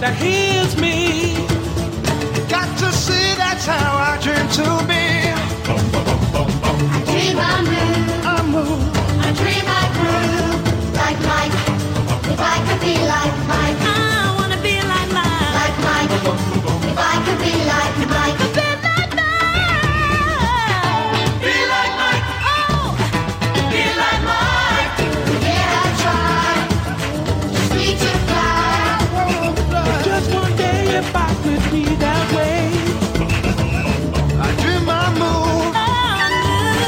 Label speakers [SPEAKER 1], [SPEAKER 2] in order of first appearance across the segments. [SPEAKER 1] that heals me. Got to see that's how I came to be.
[SPEAKER 2] I dream I move,
[SPEAKER 1] I move.
[SPEAKER 2] I dream I groove like Mike. If I could be like Mike,
[SPEAKER 3] I wanna be like mine.
[SPEAKER 2] like Mike. If I could be like Mike,
[SPEAKER 3] Be like mine. Be like mine. Oh, be like mine.
[SPEAKER 2] yeah I try. Just need to fly.
[SPEAKER 1] But just one day if I could be that way. I dream I move.
[SPEAKER 3] Oh,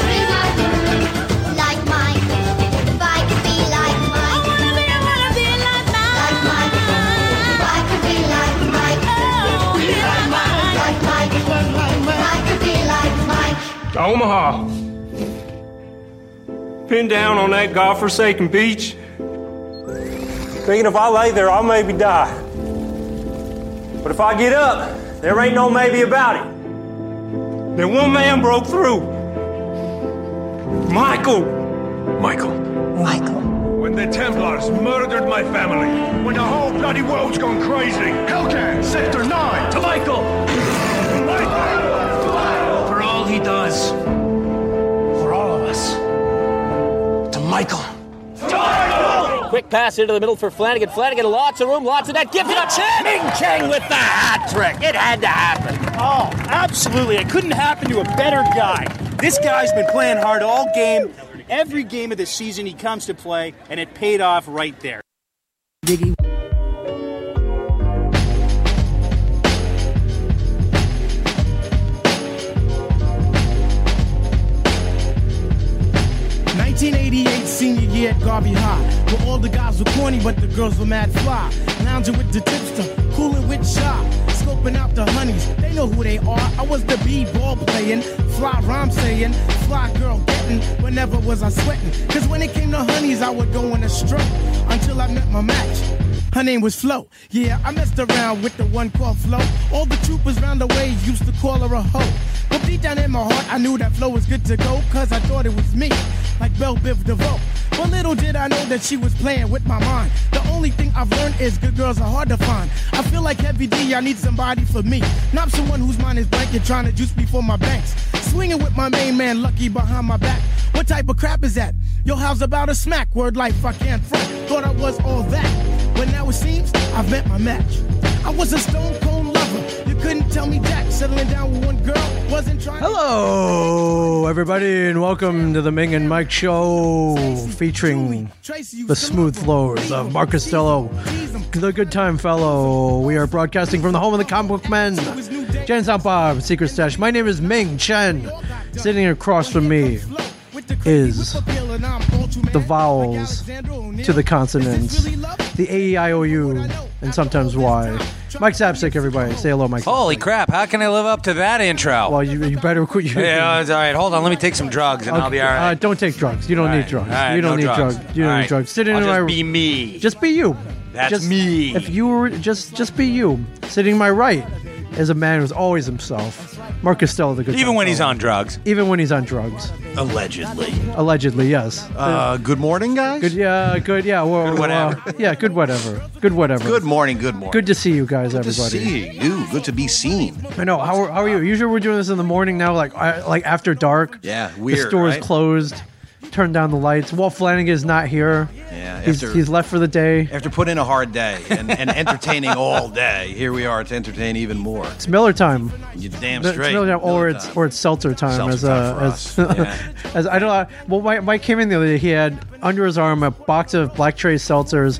[SPEAKER 2] Dream I groove like Mike. If I could be like
[SPEAKER 3] I
[SPEAKER 2] Mike,
[SPEAKER 3] wanna be, I wanna be like
[SPEAKER 2] like
[SPEAKER 3] mine.
[SPEAKER 2] Mike. If I could be like Mike,
[SPEAKER 3] Oh, be like mine.
[SPEAKER 2] like Mike. If I could be like Mike.
[SPEAKER 4] Omaha. Pinned down on that godforsaken beach. Thinking if I lay there, I'll maybe die. But if I get up, there ain't no maybe about it. Then one man broke through. Michael.
[SPEAKER 5] Michael.
[SPEAKER 6] Michael.
[SPEAKER 7] When the Templars murdered my family. When the whole bloody world's gone crazy. Hellcat, Sector 9. To Michael! Michael!
[SPEAKER 5] For all he does. For all of us. To Michael.
[SPEAKER 8] Quick pass into the middle for Flanagan. Flanagan, lots of room, lots of net. Gives it a chance.
[SPEAKER 5] Ming Chang with the hat trick. It had to happen.
[SPEAKER 9] Oh, absolutely. It couldn't happen to a better guy. This guy's been playing hard all game. Every game of the season he comes to play, and it paid off right there.
[SPEAKER 6] Diggy.
[SPEAKER 10] Senior year at Garvey High, where all the guys were corny, but the girls were mad fly. Lounging with the tipster, cooling with shop, scoping out the honeys. They know who they are. I was the B ball playing, fly rhyme saying, fly girl getting. Whenever was I sweating? Cause when it came to honeys, I would go in a stroke until I met my match. Her name was Flo. Yeah, I messed around with the one called Flo. All the troopers round the way used to call her a hoe. But deep down in my heart, I knew that Flo was good to go, cause I thought it was me, like Belle Biv DeVoe. But little did I know that she was playing with my mind. The only thing I've learned is good girls are hard to find. I feel like Heavy D, I need somebody for me. Not someone whose mind is blank and trying to juice me for my banks. Swinging with my main man, Lucky, behind my back. What type of crap is that? Yo, how's about a smack? Word life, I can't front. Thought I was all that. But now it seems I've met my match. I was a stone cold lover. You couldn't tell me Jack. Settling down with one girl wasn't trying to-
[SPEAKER 11] Hello, everybody, and welcome to the Ming and Mike Show featuring
[SPEAKER 10] Tracy, you
[SPEAKER 11] the
[SPEAKER 10] still
[SPEAKER 11] smooth
[SPEAKER 10] up?
[SPEAKER 11] floors of Mark Costello, the good time fellow. We are broadcasting from the home of the comic book men, Jen Sampa, Secret Stash. My name is Ming Chen. Sitting across from me is the vowels to the consonants, the A, E, I, O, U, and sometimes Y. Mike Sapsick, everybody. Say hello, Mike.
[SPEAKER 12] Holy crap! How can I live up to that intro?
[SPEAKER 11] Well, you, you better quit. You,
[SPEAKER 12] yeah, it's all right. Hold on. Let me take some drugs, and I'll be all right.
[SPEAKER 11] Uh, don't take drugs. You don't
[SPEAKER 12] All right,
[SPEAKER 11] need drugs.
[SPEAKER 12] all right,
[SPEAKER 11] you don't
[SPEAKER 12] no
[SPEAKER 11] need drugs.
[SPEAKER 12] drugs.
[SPEAKER 11] You don't
[SPEAKER 12] All
[SPEAKER 11] need
[SPEAKER 12] right.
[SPEAKER 11] drugs. Sitting
[SPEAKER 12] I'll
[SPEAKER 11] in
[SPEAKER 12] just
[SPEAKER 11] my
[SPEAKER 12] be me.
[SPEAKER 11] just be you.
[SPEAKER 12] That's
[SPEAKER 11] just,
[SPEAKER 12] me.
[SPEAKER 11] If you were just just be you. Sitting to my right is a man who's always himself. Mark Costello, the good.
[SPEAKER 12] even
[SPEAKER 11] time
[SPEAKER 12] when he's
[SPEAKER 11] fellow.
[SPEAKER 12] on drugs.
[SPEAKER 11] Even when he's on drugs,
[SPEAKER 5] Allegedly.
[SPEAKER 11] allegedly, yes.
[SPEAKER 5] Uh, good morning, guys.
[SPEAKER 11] good, yeah, good, yeah. Well,
[SPEAKER 12] Good whatever.
[SPEAKER 11] well, yeah, good, whatever. Good, whatever.
[SPEAKER 5] Good morning. Good morning.
[SPEAKER 11] Good to see you guys,
[SPEAKER 5] Good to
[SPEAKER 11] everybody.
[SPEAKER 5] see you. Good to be seen.
[SPEAKER 11] I know. How are, how are you? Usually we're doing this in the morning now, like I, like after dark.
[SPEAKER 5] Yeah,
[SPEAKER 11] The
[SPEAKER 5] weird,
[SPEAKER 11] store
[SPEAKER 5] right?
[SPEAKER 11] is closed. Turn down the lights. Walt Flanagan is not here.
[SPEAKER 5] Yeah,
[SPEAKER 11] he's,
[SPEAKER 5] after-
[SPEAKER 11] he's left for the day.
[SPEAKER 5] After putting in a hard day and, and entertaining all day, here we are to entertain even more.
[SPEAKER 11] It's Miller time.
[SPEAKER 5] You damn
[SPEAKER 11] It's
[SPEAKER 5] straight.
[SPEAKER 11] Miller time, or
[SPEAKER 5] Miller
[SPEAKER 11] it's
[SPEAKER 5] time.
[SPEAKER 11] or it's seltzer time.
[SPEAKER 5] Seltzer
[SPEAKER 11] as
[SPEAKER 5] time
[SPEAKER 11] uh, as,
[SPEAKER 5] for us,
[SPEAKER 11] as I don't. know. Well, Mike, Mike came in the other day. He had under his arm a box of black tray seltzers,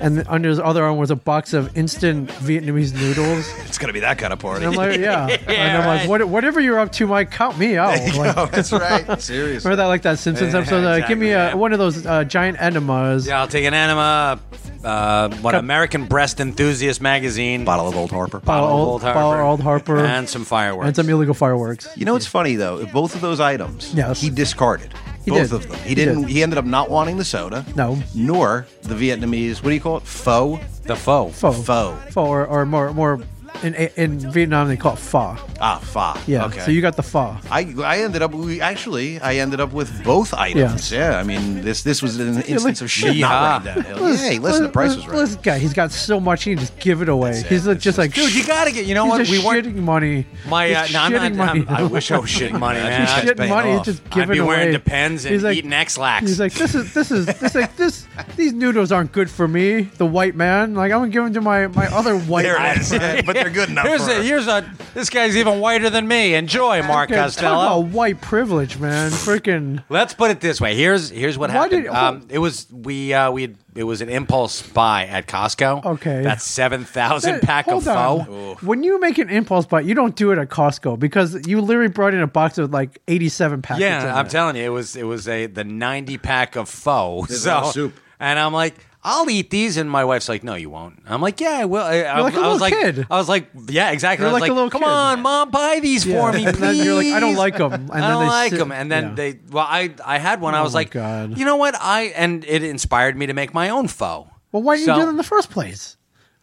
[SPEAKER 11] and under his other arm was a box of instant Vietnamese noodles.
[SPEAKER 5] it's gonna be that kind of party.
[SPEAKER 11] And I'm like, yeah. and I'm like,
[SPEAKER 12] right.
[SPEAKER 11] what, whatever you're up to, Mike, count me out. Like,
[SPEAKER 5] oh, that's right. Seriously.
[SPEAKER 11] Remember that, like that Simpsons
[SPEAKER 5] Yeah,
[SPEAKER 11] episode? Uh, give me
[SPEAKER 5] exactly,
[SPEAKER 11] uh
[SPEAKER 5] yeah.
[SPEAKER 11] one of those uh, giant enemas.
[SPEAKER 12] Yeah, I'll take an anima. Uh, what American Breast Enthusiast magazine.
[SPEAKER 5] Bottle of Old Harper.
[SPEAKER 11] Bottle of Old- Bottle of Old Harper.
[SPEAKER 12] and some fireworks.
[SPEAKER 11] And some illegal fireworks.
[SPEAKER 5] You know what's funny though? Both of those items,
[SPEAKER 11] Yes.
[SPEAKER 5] he discarded.
[SPEAKER 11] He
[SPEAKER 5] both
[SPEAKER 11] did.
[SPEAKER 5] of them. He,
[SPEAKER 11] He
[SPEAKER 5] didn't.
[SPEAKER 11] did.
[SPEAKER 5] He ended up not wanting the soda.
[SPEAKER 11] No.
[SPEAKER 5] Nor the Vietnamese. What do you call it? Pho.
[SPEAKER 12] the foe.
[SPEAKER 11] Faux.
[SPEAKER 5] Pho.
[SPEAKER 11] Faux, or, or more more in in Vietnam they call it pho.
[SPEAKER 10] Ah, fa.
[SPEAKER 11] Yeah.
[SPEAKER 10] Okay.
[SPEAKER 11] So you got the pho.
[SPEAKER 10] I, I ended up we actually I ended up with both items. Yeah, I mean this this was an instance of shit not
[SPEAKER 11] Yeah.
[SPEAKER 10] running downhill.
[SPEAKER 11] Listen-
[SPEAKER 10] Hey, listen, the price
[SPEAKER 11] listen-
[SPEAKER 10] was right.
[SPEAKER 11] listen, guy, he's got so much he can just give it away. He's like- just like,
[SPEAKER 12] Dude, you gotta get- you know
[SPEAKER 11] he's
[SPEAKER 12] what?
[SPEAKER 11] Just
[SPEAKER 12] We weren't-
[SPEAKER 11] shitting money.
[SPEAKER 12] My,
[SPEAKER 11] He's
[SPEAKER 12] uh, no, I'm not-
[SPEAKER 11] shitting money.
[SPEAKER 12] I'm- I wish I was shitting money, man.
[SPEAKER 11] He's
[SPEAKER 12] I was
[SPEAKER 11] shitting
[SPEAKER 12] paying
[SPEAKER 11] money.
[SPEAKER 12] off.
[SPEAKER 11] He's just giving
[SPEAKER 12] I'd be
[SPEAKER 11] away.
[SPEAKER 12] wearing Depends and
[SPEAKER 11] He's like,
[SPEAKER 12] eating X-Lax.
[SPEAKER 11] He's like, this is this is this like this. These noodles aren't good for me, the white man. Like I'm gonna give them to my my other white.
[SPEAKER 12] There
[SPEAKER 11] man.
[SPEAKER 12] it is.
[SPEAKER 10] but they're good enough
[SPEAKER 12] Here's
[SPEAKER 11] for
[SPEAKER 12] a, here's a. This guy's even whiter than me. Enjoy, Mark
[SPEAKER 11] Okay, Talk
[SPEAKER 12] Costello.
[SPEAKER 11] about white privilege, man. Freaking.
[SPEAKER 12] Let's put it this way. Here's here's what
[SPEAKER 11] Why
[SPEAKER 12] happened.
[SPEAKER 11] did-
[SPEAKER 12] um, it was we uh, we had, it was an impulse buy at Costco.
[SPEAKER 11] Okay.
[SPEAKER 12] that's seven thousand
[SPEAKER 11] Hey,
[SPEAKER 12] pack of
[SPEAKER 11] hold on.
[SPEAKER 12] pho.
[SPEAKER 11] When you make an impulse buy, you don't do it at Costco because you literally brought in a box of like 87 packets. in
[SPEAKER 12] Yeah,
[SPEAKER 11] there.
[SPEAKER 12] I'm telling you, it was it was a the 90 pack of pho.
[SPEAKER 11] There's a
[SPEAKER 12] so
[SPEAKER 11] lot of soup.
[SPEAKER 12] and I'm like. I'll eat these, and my wife's like, "No, you won't." I'm like, "Yeah, I will." I, I,
[SPEAKER 11] You're like a
[SPEAKER 12] I was
[SPEAKER 11] little
[SPEAKER 12] like,
[SPEAKER 11] kid.
[SPEAKER 12] "I was like, yeah, exactly."
[SPEAKER 11] You're
[SPEAKER 12] I was
[SPEAKER 11] like a
[SPEAKER 12] like,
[SPEAKER 11] little
[SPEAKER 12] "Come
[SPEAKER 11] kid."
[SPEAKER 12] on, mom, buy these
[SPEAKER 11] Yeah,
[SPEAKER 12] for me,
[SPEAKER 11] and
[SPEAKER 12] please."
[SPEAKER 11] then you're like, "I don't like 'em," and
[SPEAKER 12] I
[SPEAKER 11] then
[SPEAKER 12] don't
[SPEAKER 11] they
[SPEAKER 12] like
[SPEAKER 11] sit-
[SPEAKER 12] them. And then
[SPEAKER 11] yeah. Oh
[SPEAKER 12] they, well, I, I had one. I was
[SPEAKER 11] my
[SPEAKER 12] like, "You know what?" I and it inspired me to make my own pho.
[SPEAKER 11] Well, why didn't
[SPEAKER 12] So-
[SPEAKER 11] you do it in the first place?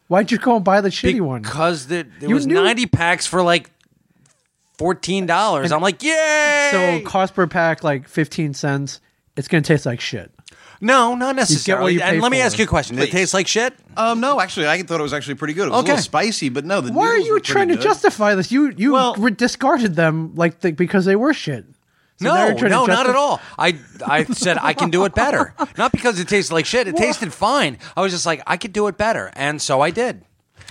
[SPEAKER 11] Why'd you go and buy the shitty one?
[SPEAKER 12] because there, there
[SPEAKER 11] You
[SPEAKER 12] was
[SPEAKER 11] knew-
[SPEAKER 12] 90 packs for like fourteen dollars. I'm like, "Yay!"
[SPEAKER 11] So cost per pack like 15 cents. It's gonna taste like shit.
[SPEAKER 12] No, not
[SPEAKER 11] You get what
[SPEAKER 12] necessarily.
[SPEAKER 11] you
[SPEAKER 12] and
[SPEAKER 11] pay
[SPEAKER 12] let me
[SPEAKER 11] for.
[SPEAKER 12] ask you a question: Did it
[SPEAKER 10] Please.
[SPEAKER 12] taste like shit?
[SPEAKER 10] Um, no, actually, I thought it was actually pretty good. It was
[SPEAKER 12] Okay.
[SPEAKER 10] a little spicy, but no, the
[SPEAKER 11] Why are
[SPEAKER 10] noodles
[SPEAKER 11] you
[SPEAKER 10] were pretty
[SPEAKER 11] trying to
[SPEAKER 10] good.
[SPEAKER 11] justify this? You you re- discarded them like the, because they were shit. So now
[SPEAKER 12] no,
[SPEAKER 11] you're trying to
[SPEAKER 12] no, not
[SPEAKER 11] justif-
[SPEAKER 12] at all. I I said I can do it better, not because it tasted like shit. It tasted fine. I was just like, I could do it better, and so I did.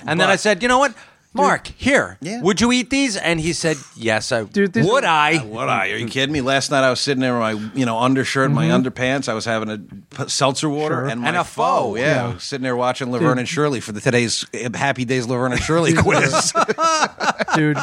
[SPEAKER 12] And then I said, you know what, Mark, here, would you eat these? And he said, yes, I would. I Mm.
[SPEAKER 10] would I? Are you kidding me? Last night I was sitting there in my you know undershirt, my underpants. I was having a p- seltzer water
[SPEAKER 12] Sure.
[SPEAKER 10] and,
[SPEAKER 12] And
[SPEAKER 10] my
[SPEAKER 12] a pho.
[SPEAKER 10] pho, Yeah,
[SPEAKER 12] Yeah.
[SPEAKER 10] I was sitting there watching Laverne and Shirley for the today's Happy Days Laverne and Shirley quiz.
[SPEAKER 11] dude.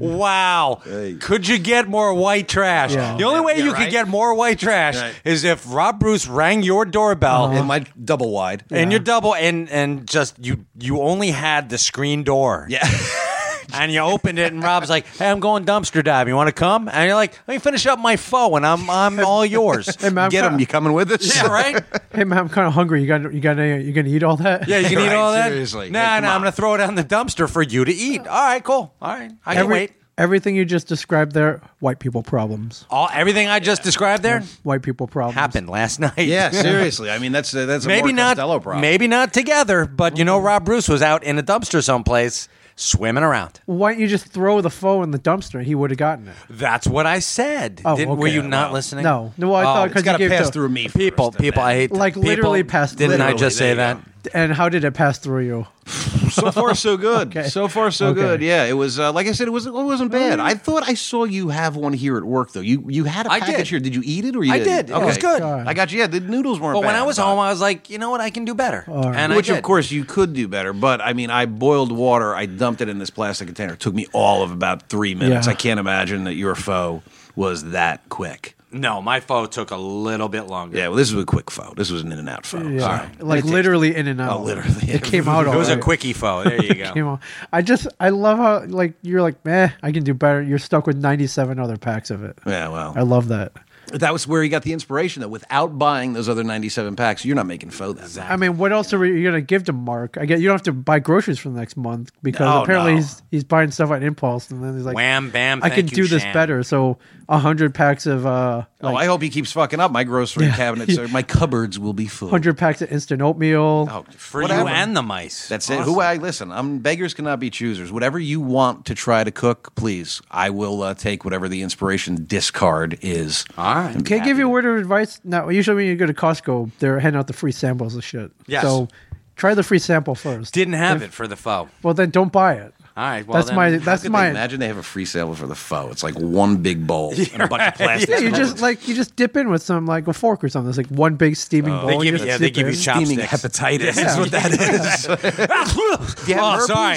[SPEAKER 12] Wow. Could you get more white trash?
[SPEAKER 10] Yeah.
[SPEAKER 12] The only way
[SPEAKER 10] Yeah,
[SPEAKER 12] you
[SPEAKER 10] right?
[SPEAKER 12] could get more white trash
[SPEAKER 10] Right.
[SPEAKER 12] is if Rob Bruce rang your doorbell
[SPEAKER 10] In my double wide.
[SPEAKER 12] And
[SPEAKER 10] Uh-huh. Yeah.
[SPEAKER 12] your double and and just you you only had the screen door.
[SPEAKER 10] Yeah.
[SPEAKER 12] and you opened it and Rob's like, "Hey, I'm going dumpster diving. You want to come?" And you're like, "Let me finish up my pho and I'm I'm all yours."
[SPEAKER 11] Hey, man, I'm Get 'em, fat. you
[SPEAKER 10] coming with us?
[SPEAKER 12] Yeah, right?
[SPEAKER 11] Hey man, I'm kind of hungry. You got you got any, you gonna eat all that?
[SPEAKER 12] Yeah, you can eat all that. Nah,
[SPEAKER 11] Hey, come
[SPEAKER 12] nah, I'm going to throw it out in the dumpster for you to eat. All right, cool. All right. I can
[SPEAKER 11] Every-
[SPEAKER 12] wait.
[SPEAKER 11] Everything you just described there, white people problems.
[SPEAKER 12] All everything I just described there
[SPEAKER 11] White people problems.
[SPEAKER 12] happened last night.
[SPEAKER 10] Yeah, seriously. I mean, that's a, that's a
[SPEAKER 12] maybe
[SPEAKER 10] Mark
[SPEAKER 12] not
[SPEAKER 10] Costello problem.
[SPEAKER 12] maybe not together but you
[SPEAKER 11] Mm-hmm.
[SPEAKER 12] know rob bruce was out in a dumpster someplace swimming around
[SPEAKER 11] Why don't you just throw the foe in the dumpster? He would have gotten it.
[SPEAKER 12] that's what i said
[SPEAKER 11] Oh,
[SPEAKER 12] Didn't- were
[SPEAKER 11] okay,
[SPEAKER 12] you not
[SPEAKER 11] well,
[SPEAKER 12] listening Oh,
[SPEAKER 11] no. No, well, I thought 'cause Oh, It's you gotta gave pass the- through
[SPEAKER 10] me
[SPEAKER 12] people people i hate
[SPEAKER 11] Like
[SPEAKER 12] people.
[SPEAKER 11] literally passed.
[SPEAKER 12] didn't i just say that
[SPEAKER 11] And how did it pass through you?
[SPEAKER 10] so far so good. So far so
[SPEAKER 11] Okay. Mm.
[SPEAKER 10] good. Yeah, it was uh, like I said, it wasn't it wasn't bad. I thought I saw you have one here at work though. You you had a
[SPEAKER 12] I
[SPEAKER 10] package
[SPEAKER 12] did.
[SPEAKER 10] here. Did you eat it or you?
[SPEAKER 12] I
[SPEAKER 10] didn't?
[SPEAKER 12] did. It was good.
[SPEAKER 10] I got you. Yeah, the noodles weren't.
[SPEAKER 12] but when
[SPEAKER 10] bad.
[SPEAKER 12] i was home i was like you know what i can do better and
[SPEAKER 10] Which
[SPEAKER 12] I did.
[SPEAKER 10] of course you could do better, but I mean, I boiled water. I dumped it in this plastic container. It took me all of about three minutes.
[SPEAKER 12] Yeah.
[SPEAKER 10] I can't imagine that your foe was that quick.
[SPEAKER 12] no my pho took a little bit longer
[SPEAKER 10] Yeah, well, this was a quick foe. This was an in and out foe.
[SPEAKER 11] Yeah.
[SPEAKER 10] Oh, Sorry.
[SPEAKER 11] Like literally in and out.
[SPEAKER 10] Oh, literally.
[SPEAKER 11] It came out.
[SPEAKER 12] it
[SPEAKER 11] all
[SPEAKER 12] was a
[SPEAKER 11] right.
[SPEAKER 12] quickie pho there you
[SPEAKER 11] Came
[SPEAKER 12] go
[SPEAKER 11] out. I just I love how like you're like meh I can do better. You're stuck with 97 other packs of it.
[SPEAKER 10] Yeah, well.
[SPEAKER 11] I love that.
[SPEAKER 10] That was where he got the inspiration, though. Without buying those other 97 packs, you're not making faux that.
[SPEAKER 11] I mean, what else are you gonna give to Mark? I get you don't have to buy groceries for the next month because
[SPEAKER 10] Oh,
[SPEAKER 11] apparently
[SPEAKER 10] no.
[SPEAKER 11] he's he's buying stuff on impulse and then he's like,
[SPEAKER 10] Wham, bam,
[SPEAKER 11] I
[SPEAKER 10] thank
[SPEAKER 11] can
[SPEAKER 10] you,
[SPEAKER 11] do this
[SPEAKER 10] Shan.
[SPEAKER 11] better. So a hundred packs of uh,
[SPEAKER 10] oh, I hope he keeps fucking up. My grocery cabinets, or my cupboards will be full.
[SPEAKER 11] hundred packs of instant oatmeal.
[SPEAKER 10] Oh,
[SPEAKER 12] for
[SPEAKER 10] Whatever.
[SPEAKER 12] you and the mice
[SPEAKER 10] That's it. Who I listen? I'm beggars cannot be choosers. Whatever you want to try to cook, please. I will uh, take whatever the inspiration discard is.
[SPEAKER 12] All right.
[SPEAKER 11] Can I give you a word of advice? No, usually when you go to Costco, they're handing out the free samples of shit.
[SPEAKER 12] Yes.
[SPEAKER 11] So try the free sample first.
[SPEAKER 12] didn't have
[SPEAKER 11] If-
[SPEAKER 12] it for the pho
[SPEAKER 11] Well, then don't buy it.
[SPEAKER 10] Uh,
[SPEAKER 12] all right well
[SPEAKER 11] that's
[SPEAKER 12] then-
[SPEAKER 11] my. That's my.
[SPEAKER 10] Imagine they have a free sale for the pho. It's like one big bowl and a bunch of plastic.
[SPEAKER 11] Yeah, you
[SPEAKER 10] spoons.
[SPEAKER 11] just like you just dip in with some like a fork or something. It's like one big steaming
[SPEAKER 10] Oh.
[SPEAKER 11] bowl.
[SPEAKER 10] They
[SPEAKER 11] and
[SPEAKER 10] give
[SPEAKER 11] just
[SPEAKER 10] you- yeah, they
[SPEAKER 11] dip
[SPEAKER 10] give you
[SPEAKER 11] in.
[SPEAKER 10] Steaming hepatitis is what that
[SPEAKER 12] is.
[SPEAKER 10] You have
[SPEAKER 12] oh,
[SPEAKER 10] herpes?
[SPEAKER 12] sorry.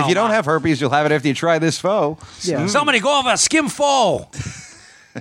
[SPEAKER 10] if you don't have herpes, you'll have it after you try this pho.
[SPEAKER 11] Yeah.
[SPEAKER 12] Somebody go over a skim pho.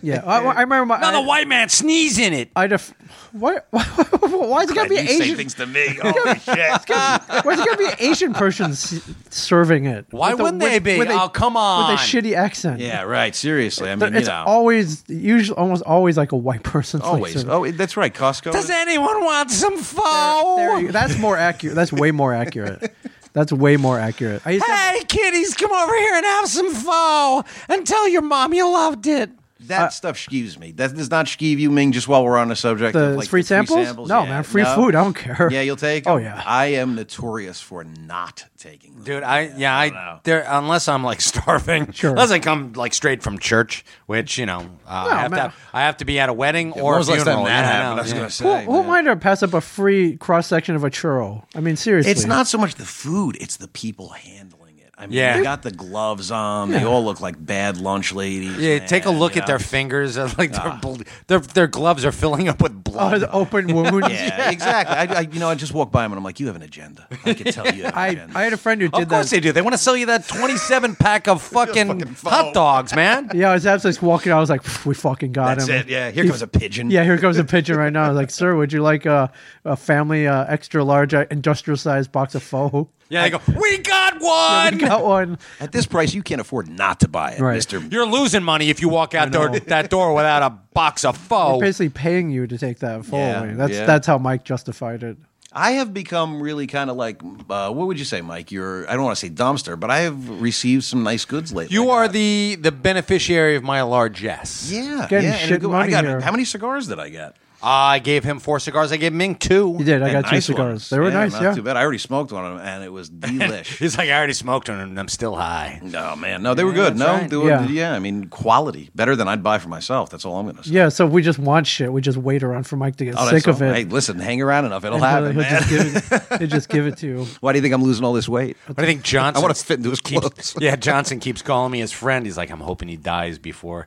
[SPEAKER 11] Yeah, I, I remember my.
[SPEAKER 12] Another
[SPEAKER 11] I,
[SPEAKER 12] white man sneeze in it.
[SPEAKER 11] I def- what? Why is it gotta be an Asian?
[SPEAKER 10] to me.
[SPEAKER 12] Oh.
[SPEAKER 10] Holy shit.
[SPEAKER 11] Why is it gotta be an Asian person s- serving it?
[SPEAKER 12] Why
[SPEAKER 11] With a-
[SPEAKER 12] wouldn't they
[SPEAKER 11] with-
[SPEAKER 12] be?
[SPEAKER 11] with a-
[SPEAKER 12] oh, come on.
[SPEAKER 11] With a shitty accent.
[SPEAKER 10] Yeah, right. Seriously. I mean,
[SPEAKER 11] it's
[SPEAKER 10] you know.
[SPEAKER 11] always usually almost always like a white person.
[SPEAKER 10] Always. Oh, that's right. Costco.
[SPEAKER 12] Does anyone want some pho?
[SPEAKER 11] that's more accurate. That's way more accurate. That's way more accurate. I used to
[SPEAKER 12] Hey, kiddies, come over here and have some pho and tell your mom you loved it.
[SPEAKER 10] That
[SPEAKER 11] Uh,
[SPEAKER 10] stuff skeeves me. That does not skeeve you, Ming. Just while we're on the subject,
[SPEAKER 11] The
[SPEAKER 10] of like
[SPEAKER 11] free
[SPEAKER 10] the free
[SPEAKER 11] samples?
[SPEAKER 10] samples.
[SPEAKER 11] No,
[SPEAKER 10] Yeah,
[SPEAKER 11] man, free food, I don't care.
[SPEAKER 10] Yeah, you'll take.
[SPEAKER 11] Oh,
[SPEAKER 10] them.
[SPEAKER 11] yeah.
[SPEAKER 10] I am notorious for not taking. Them.
[SPEAKER 12] Dude, I yeah, I there unless I'm like starving,
[SPEAKER 10] Sure.
[SPEAKER 12] unless I come like straight from church, which you know uh,
[SPEAKER 11] No,
[SPEAKER 12] I have
[SPEAKER 11] man.
[SPEAKER 12] to I have to be at a wedding or
[SPEAKER 10] when
[SPEAKER 12] a
[SPEAKER 10] was the last
[SPEAKER 12] funeral.
[SPEAKER 10] time that
[SPEAKER 12] Yeah, I
[SPEAKER 10] happened?
[SPEAKER 12] know,
[SPEAKER 10] I was
[SPEAKER 12] yeah.
[SPEAKER 10] gonna say.
[SPEAKER 11] Who, who might have passed up a free cross section of a churro? I mean, seriously,
[SPEAKER 10] It's not so much the food; it's the people handling it. I mean,
[SPEAKER 12] Yeah.
[SPEAKER 10] they got the gloves on. They
[SPEAKER 12] Yeah.
[SPEAKER 10] all look like bad lunch ladies.
[SPEAKER 12] Yeah, take a
[SPEAKER 10] man,
[SPEAKER 12] look
[SPEAKER 10] you
[SPEAKER 12] at
[SPEAKER 10] know?
[SPEAKER 12] their fingers. and, Like their,
[SPEAKER 10] Ah.
[SPEAKER 12] bl- their their gloves are filling up with
[SPEAKER 11] Oh,
[SPEAKER 12] blood.
[SPEAKER 11] the open wound.
[SPEAKER 10] Yeah, exactly. I, I, you know, I just walk by them and I'm like, "You have an agenda." I can tell you. Have an
[SPEAKER 11] I,
[SPEAKER 10] agenda.
[SPEAKER 11] I had a friend who did
[SPEAKER 12] Of course
[SPEAKER 11] that.
[SPEAKER 12] they do. They want to sell you that twenty-seven pack of fucking, hot dogs, man.
[SPEAKER 11] Yeah, I was absolutely walking. I was like, "Pff, "We fucking got
[SPEAKER 12] That's
[SPEAKER 11] him."
[SPEAKER 12] it, yeah. Here
[SPEAKER 11] He-
[SPEAKER 12] comes a pigeon.
[SPEAKER 11] Yeah, here comes a pigeon right now. I was like, "Sir, would you like a, a family uh, extra large uh, industrial sized box of pho?"
[SPEAKER 12] Yeah, they go. We got
[SPEAKER 11] Yeah,
[SPEAKER 12] one.
[SPEAKER 11] we got one.
[SPEAKER 10] At this price, you can't afford not to buy it,
[SPEAKER 11] Right.
[SPEAKER 10] Mister.
[SPEAKER 12] You're losing money if you walk out door, that door without a box of
[SPEAKER 11] We're
[SPEAKER 12] pho.
[SPEAKER 11] basically paying you to take that pho.
[SPEAKER 10] Oh. Yeah,
[SPEAKER 11] away. That's
[SPEAKER 10] yeah.
[SPEAKER 11] that's how Mike justified it.
[SPEAKER 10] I have become really kind of like, uh, what would you say, Mike? You're, I don't want to say dumpster, but I have received some nice goods lately.
[SPEAKER 12] You are the the beneficiary of my largesse.
[SPEAKER 10] yeah,
[SPEAKER 11] Getting
[SPEAKER 10] yeah, and a
[SPEAKER 11] shit
[SPEAKER 10] good-
[SPEAKER 11] money
[SPEAKER 10] I got,
[SPEAKER 11] here.
[SPEAKER 10] How many cigars did I get?
[SPEAKER 12] I gave him four cigars. I gave Ming two.
[SPEAKER 11] You did. I got two
[SPEAKER 10] nice
[SPEAKER 11] cigars.
[SPEAKER 10] ones.
[SPEAKER 11] They were nice,
[SPEAKER 10] Not
[SPEAKER 11] yeah.
[SPEAKER 10] too bad. I already smoked one of them, and it was delish.
[SPEAKER 12] He's like, I already smoked one and I'm still high.
[SPEAKER 10] No man, no, they were good.
[SPEAKER 12] that's
[SPEAKER 10] No,
[SPEAKER 12] right.
[SPEAKER 10] they were,
[SPEAKER 11] Yeah.
[SPEAKER 10] yeah. I mean, quality better than I'd buy for myself. That's all I'm gonna say.
[SPEAKER 11] Yeah, so we just want shit. We just wait around for Mike to get
[SPEAKER 10] Oh, that's
[SPEAKER 11] sick of
[SPEAKER 10] all.
[SPEAKER 11] it.
[SPEAKER 10] Hey, listen, hang around enough, it'll
[SPEAKER 11] And he'll-
[SPEAKER 10] happen,
[SPEAKER 11] he'll
[SPEAKER 10] man.
[SPEAKER 11] just give it, he'll just give it to you.
[SPEAKER 10] Why do you think I'm losing all this weight?
[SPEAKER 12] What do you think Johnson?
[SPEAKER 10] I want to fit into his
[SPEAKER 12] keeps-
[SPEAKER 10] clothes.
[SPEAKER 12] yeah, Johnson keeps calling me his friend. He's like, I'm hoping he dies before.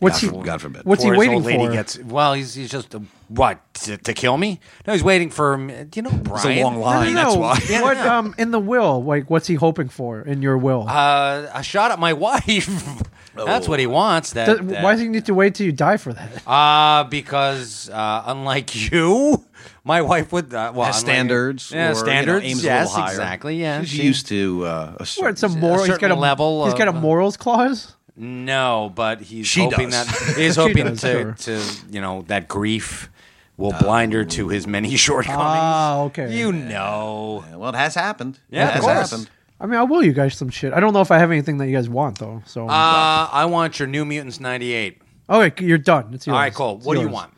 [SPEAKER 11] What's
[SPEAKER 10] God
[SPEAKER 11] he-
[SPEAKER 10] for- God forbid.
[SPEAKER 11] What's he
[SPEAKER 12] before his
[SPEAKER 11] waiting
[SPEAKER 12] old lady
[SPEAKER 11] for?
[SPEAKER 12] Gets, well, he's, he's just what to, to kill me? No, he's waiting for. Do you know Brian?
[SPEAKER 10] long line,
[SPEAKER 11] No,
[SPEAKER 10] that's why.
[SPEAKER 11] what um in the will? Like, what's he hoping for in your will?
[SPEAKER 12] Uh, a shot at my wife. That's what he
[SPEAKER 10] Oh.
[SPEAKER 12] wants. That,
[SPEAKER 11] Does-
[SPEAKER 12] that-
[SPEAKER 11] why does he need to wait till you die for that?
[SPEAKER 12] Uh, because uh, unlike you, my wife would uh, well unlike-
[SPEAKER 10] Has standards,
[SPEAKER 12] Yeah,
[SPEAKER 10] or, you know,
[SPEAKER 12] standards.
[SPEAKER 10] aims a little
[SPEAKER 12] yes,
[SPEAKER 10] higher.
[SPEAKER 12] exactly. Yeah,
[SPEAKER 10] She's
[SPEAKER 12] she-
[SPEAKER 10] used to uh, a
[SPEAKER 11] Or
[SPEAKER 10] certain
[SPEAKER 11] it's a moral. he's got a
[SPEAKER 12] certain level
[SPEAKER 11] He's got a
[SPEAKER 12] of, uh,
[SPEAKER 11] morals clause.
[SPEAKER 12] No, but he's
[SPEAKER 10] She
[SPEAKER 12] hoping
[SPEAKER 10] does.
[SPEAKER 12] that he's
[SPEAKER 11] She
[SPEAKER 12] hoping
[SPEAKER 11] does,
[SPEAKER 12] to,
[SPEAKER 11] sure.
[SPEAKER 12] to you know that grief will blind her to his many shortcomings.
[SPEAKER 11] Ah, okay.
[SPEAKER 12] you know,
[SPEAKER 10] Yeah, Well, it has happened.
[SPEAKER 12] Yeah,
[SPEAKER 10] it
[SPEAKER 12] of
[SPEAKER 10] has
[SPEAKER 12] course.
[SPEAKER 10] happened.
[SPEAKER 11] I mean, I will you guys some shit. I don't know if I have anything that you guys want though. So
[SPEAKER 12] uh, I want your New Mutants '98.
[SPEAKER 11] okay, you're done. It's yours.
[SPEAKER 12] All right, cool.
[SPEAKER 11] It's
[SPEAKER 12] What do you
[SPEAKER 11] yours.
[SPEAKER 12] want?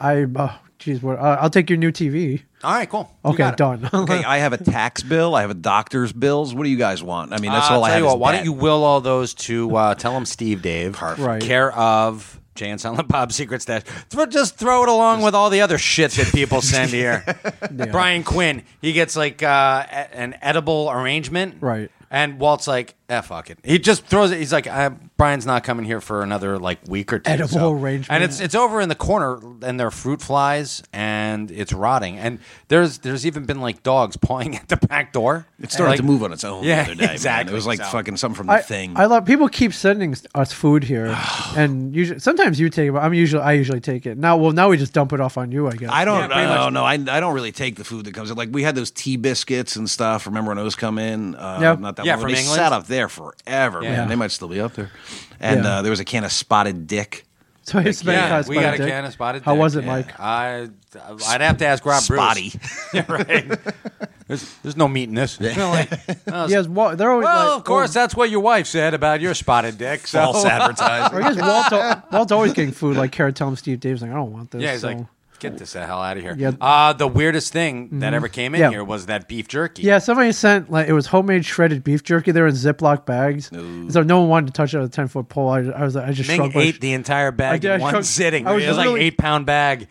[SPEAKER 11] I uh, geez, what? Uh, I'll take your new TV.
[SPEAKER 12] All right, cool. You
[SPEAKER 11] Okay,
[SPEAKER 12] got it.
[SPEAKER 11] done.
[SPEAKER 10] Okay, I have a tax bill. I have a doctor's bills. What do you guys want? I mean, that's
[SPEAKER 12] Uh,
[SPEAKER 10] all I
[SPEAKER 12] tell
[SPEAKER 10] have.
[SPEAKER 12] you
[SPEAKER 10] is
[SPEAKER 12] what, why
[SPEAKER 10] debt.
[SPEAKER 12] don't you will all those to uh, tell them Steve Dave
[SPEAKER 11] Right.
[SPEAKER 12] care of Jay and Silent Bob Secret Stash. Thro- just throw it along with all the other shit that people send here. Brian Quinn, he gets like uh, a- an edible arrangement,
[SPEAKER 11] Right.
[SPEAKER 12] And Walt's like, eh, fuck it. He just throws it. He's like, uh, Brian's not coming here for another like week or two.
[SPEAKER 11] Edible
[SPEAKER 12] so-
[SPEAKER 11] arrangement.
[SPEAKER 12] and it's it's over in the corner, and there are fruit flies, and it's rotting. And there's there's even been like dogs pawing at the back door.
[SPEAKER 10] It started
[SPEAKER 12] Like-
[SPEAKER 10] to move on its own
[SPEAKER 12] Yeah,
[SPEAKER 10] the other day. man.
[SPEAKER 12] exactly.
[SPEAKER 10] It was like
[SPEAKER 12] So-
[SPEAKER 10] fucking something from the
[SPEAKER 11] I,
[SPEAKER 10] thing.
[SPEAKER 11] I love people keep sending s- us food here, and usually sometimes you take it. But I'm usually I usually take it. Now, well, now we just dump it off on you. I guess.
[SPEAKER 10] I don't
[SPEAKER 12] pretty
[SPEAKER 10] know.
[SPEAKER 12] much.
[SPEAKER 10] No, I, I don't really take the food that comes in. Like we had those tea biscuits and stuff. Remember when those come in? Uh,
[SPEAKER 11] Yep.
[SPEAKER 10] Not that
[SPEAKER 12] Yeah,
[SPEAKER 10] long. ago.
[SPEAKER 12] from
[SPEAKER 10] they
[SPEAKER 12] England.
[SPEAKER 10] sat up there forever.
[SPEAKER 12] Yeah.
[SPEAKER 10] Man. They might still be up there. And
[SPEAKER 11] Yeah.
[SPEAKER 10] uh, there was a can of spotted dick.
[SPEAKER 11] So I spent
[SPEAKER 12] Yeah,
[SPEAKER 11] time
[SPEAKER 12] we
[SPEAKER 11] spotted
[SPEAKER 12] got a
[SPEAKER 11] dick.
[SPEAKER 12] can of spotted.
[SPEAKER 11] How
[SPEAKER 12] dick,
[SPEAKER 11] was it,
[SPEAKER 12] yeah.
[SPEAKER 11] Mike?
[SPEAKER 12] I, I'd have to ask Rob. Bruce.
[SPEAKER 10] Spotty.
[SPEAKER 12] yeah, right. There's, there's no meat in this. Well, like, uh,
[SPEAKER 11] Yes, well, they're always
[SPEAKER 12] well,
[SPEAKER 11] like,
[SPEAKER 12] of course,
[SPEAKER 11] oh,
[SPEAKER 12] that's what your wife said about your spotted dick. So.
[SPEAKER 10] False advertising.
[SPEAKER 11] Or I guess Walt, Walt's always getting food. Like Carrot Tom Steve Dave's like, I don't want this.
[SPEAKER 12] Yeah, he's
[SPEAKER 11] so.
[SPEAKER 12] like, get this the hell out of here.
[SPEAKER 11] Yeah. Mm-hmm.
[SPEAKER 12] Uh, the weirdest thing that ever came in
[SPEAKER 11] Yeah.
[SPEAKER 12] here was that beef jerky.
[SPEAKER 11] Yeah, somebody sent like it was homemade shredded beef jerky. They were in Ziploc bags, And so no one wanted to touch it with a ten foot pole. I, I was, I just
[SPEAKER 12] Ming
[SPEAKER 11] shrugged. my sh-
[SPEAKER 12] ate the entire
[SPEAKER 11] I
[SPEAKER 12] bag
[SPEAKER 11] did, I
[SPEAKER 12] in one
[SPEAKER 11] shrugged-
[SPEAKER 12] sitting.
[SPEAKER 11] I was
[SPEAKER 12] it was like
[SPEAKER 11] really-
[SPEAKER 12] an eight pound bag.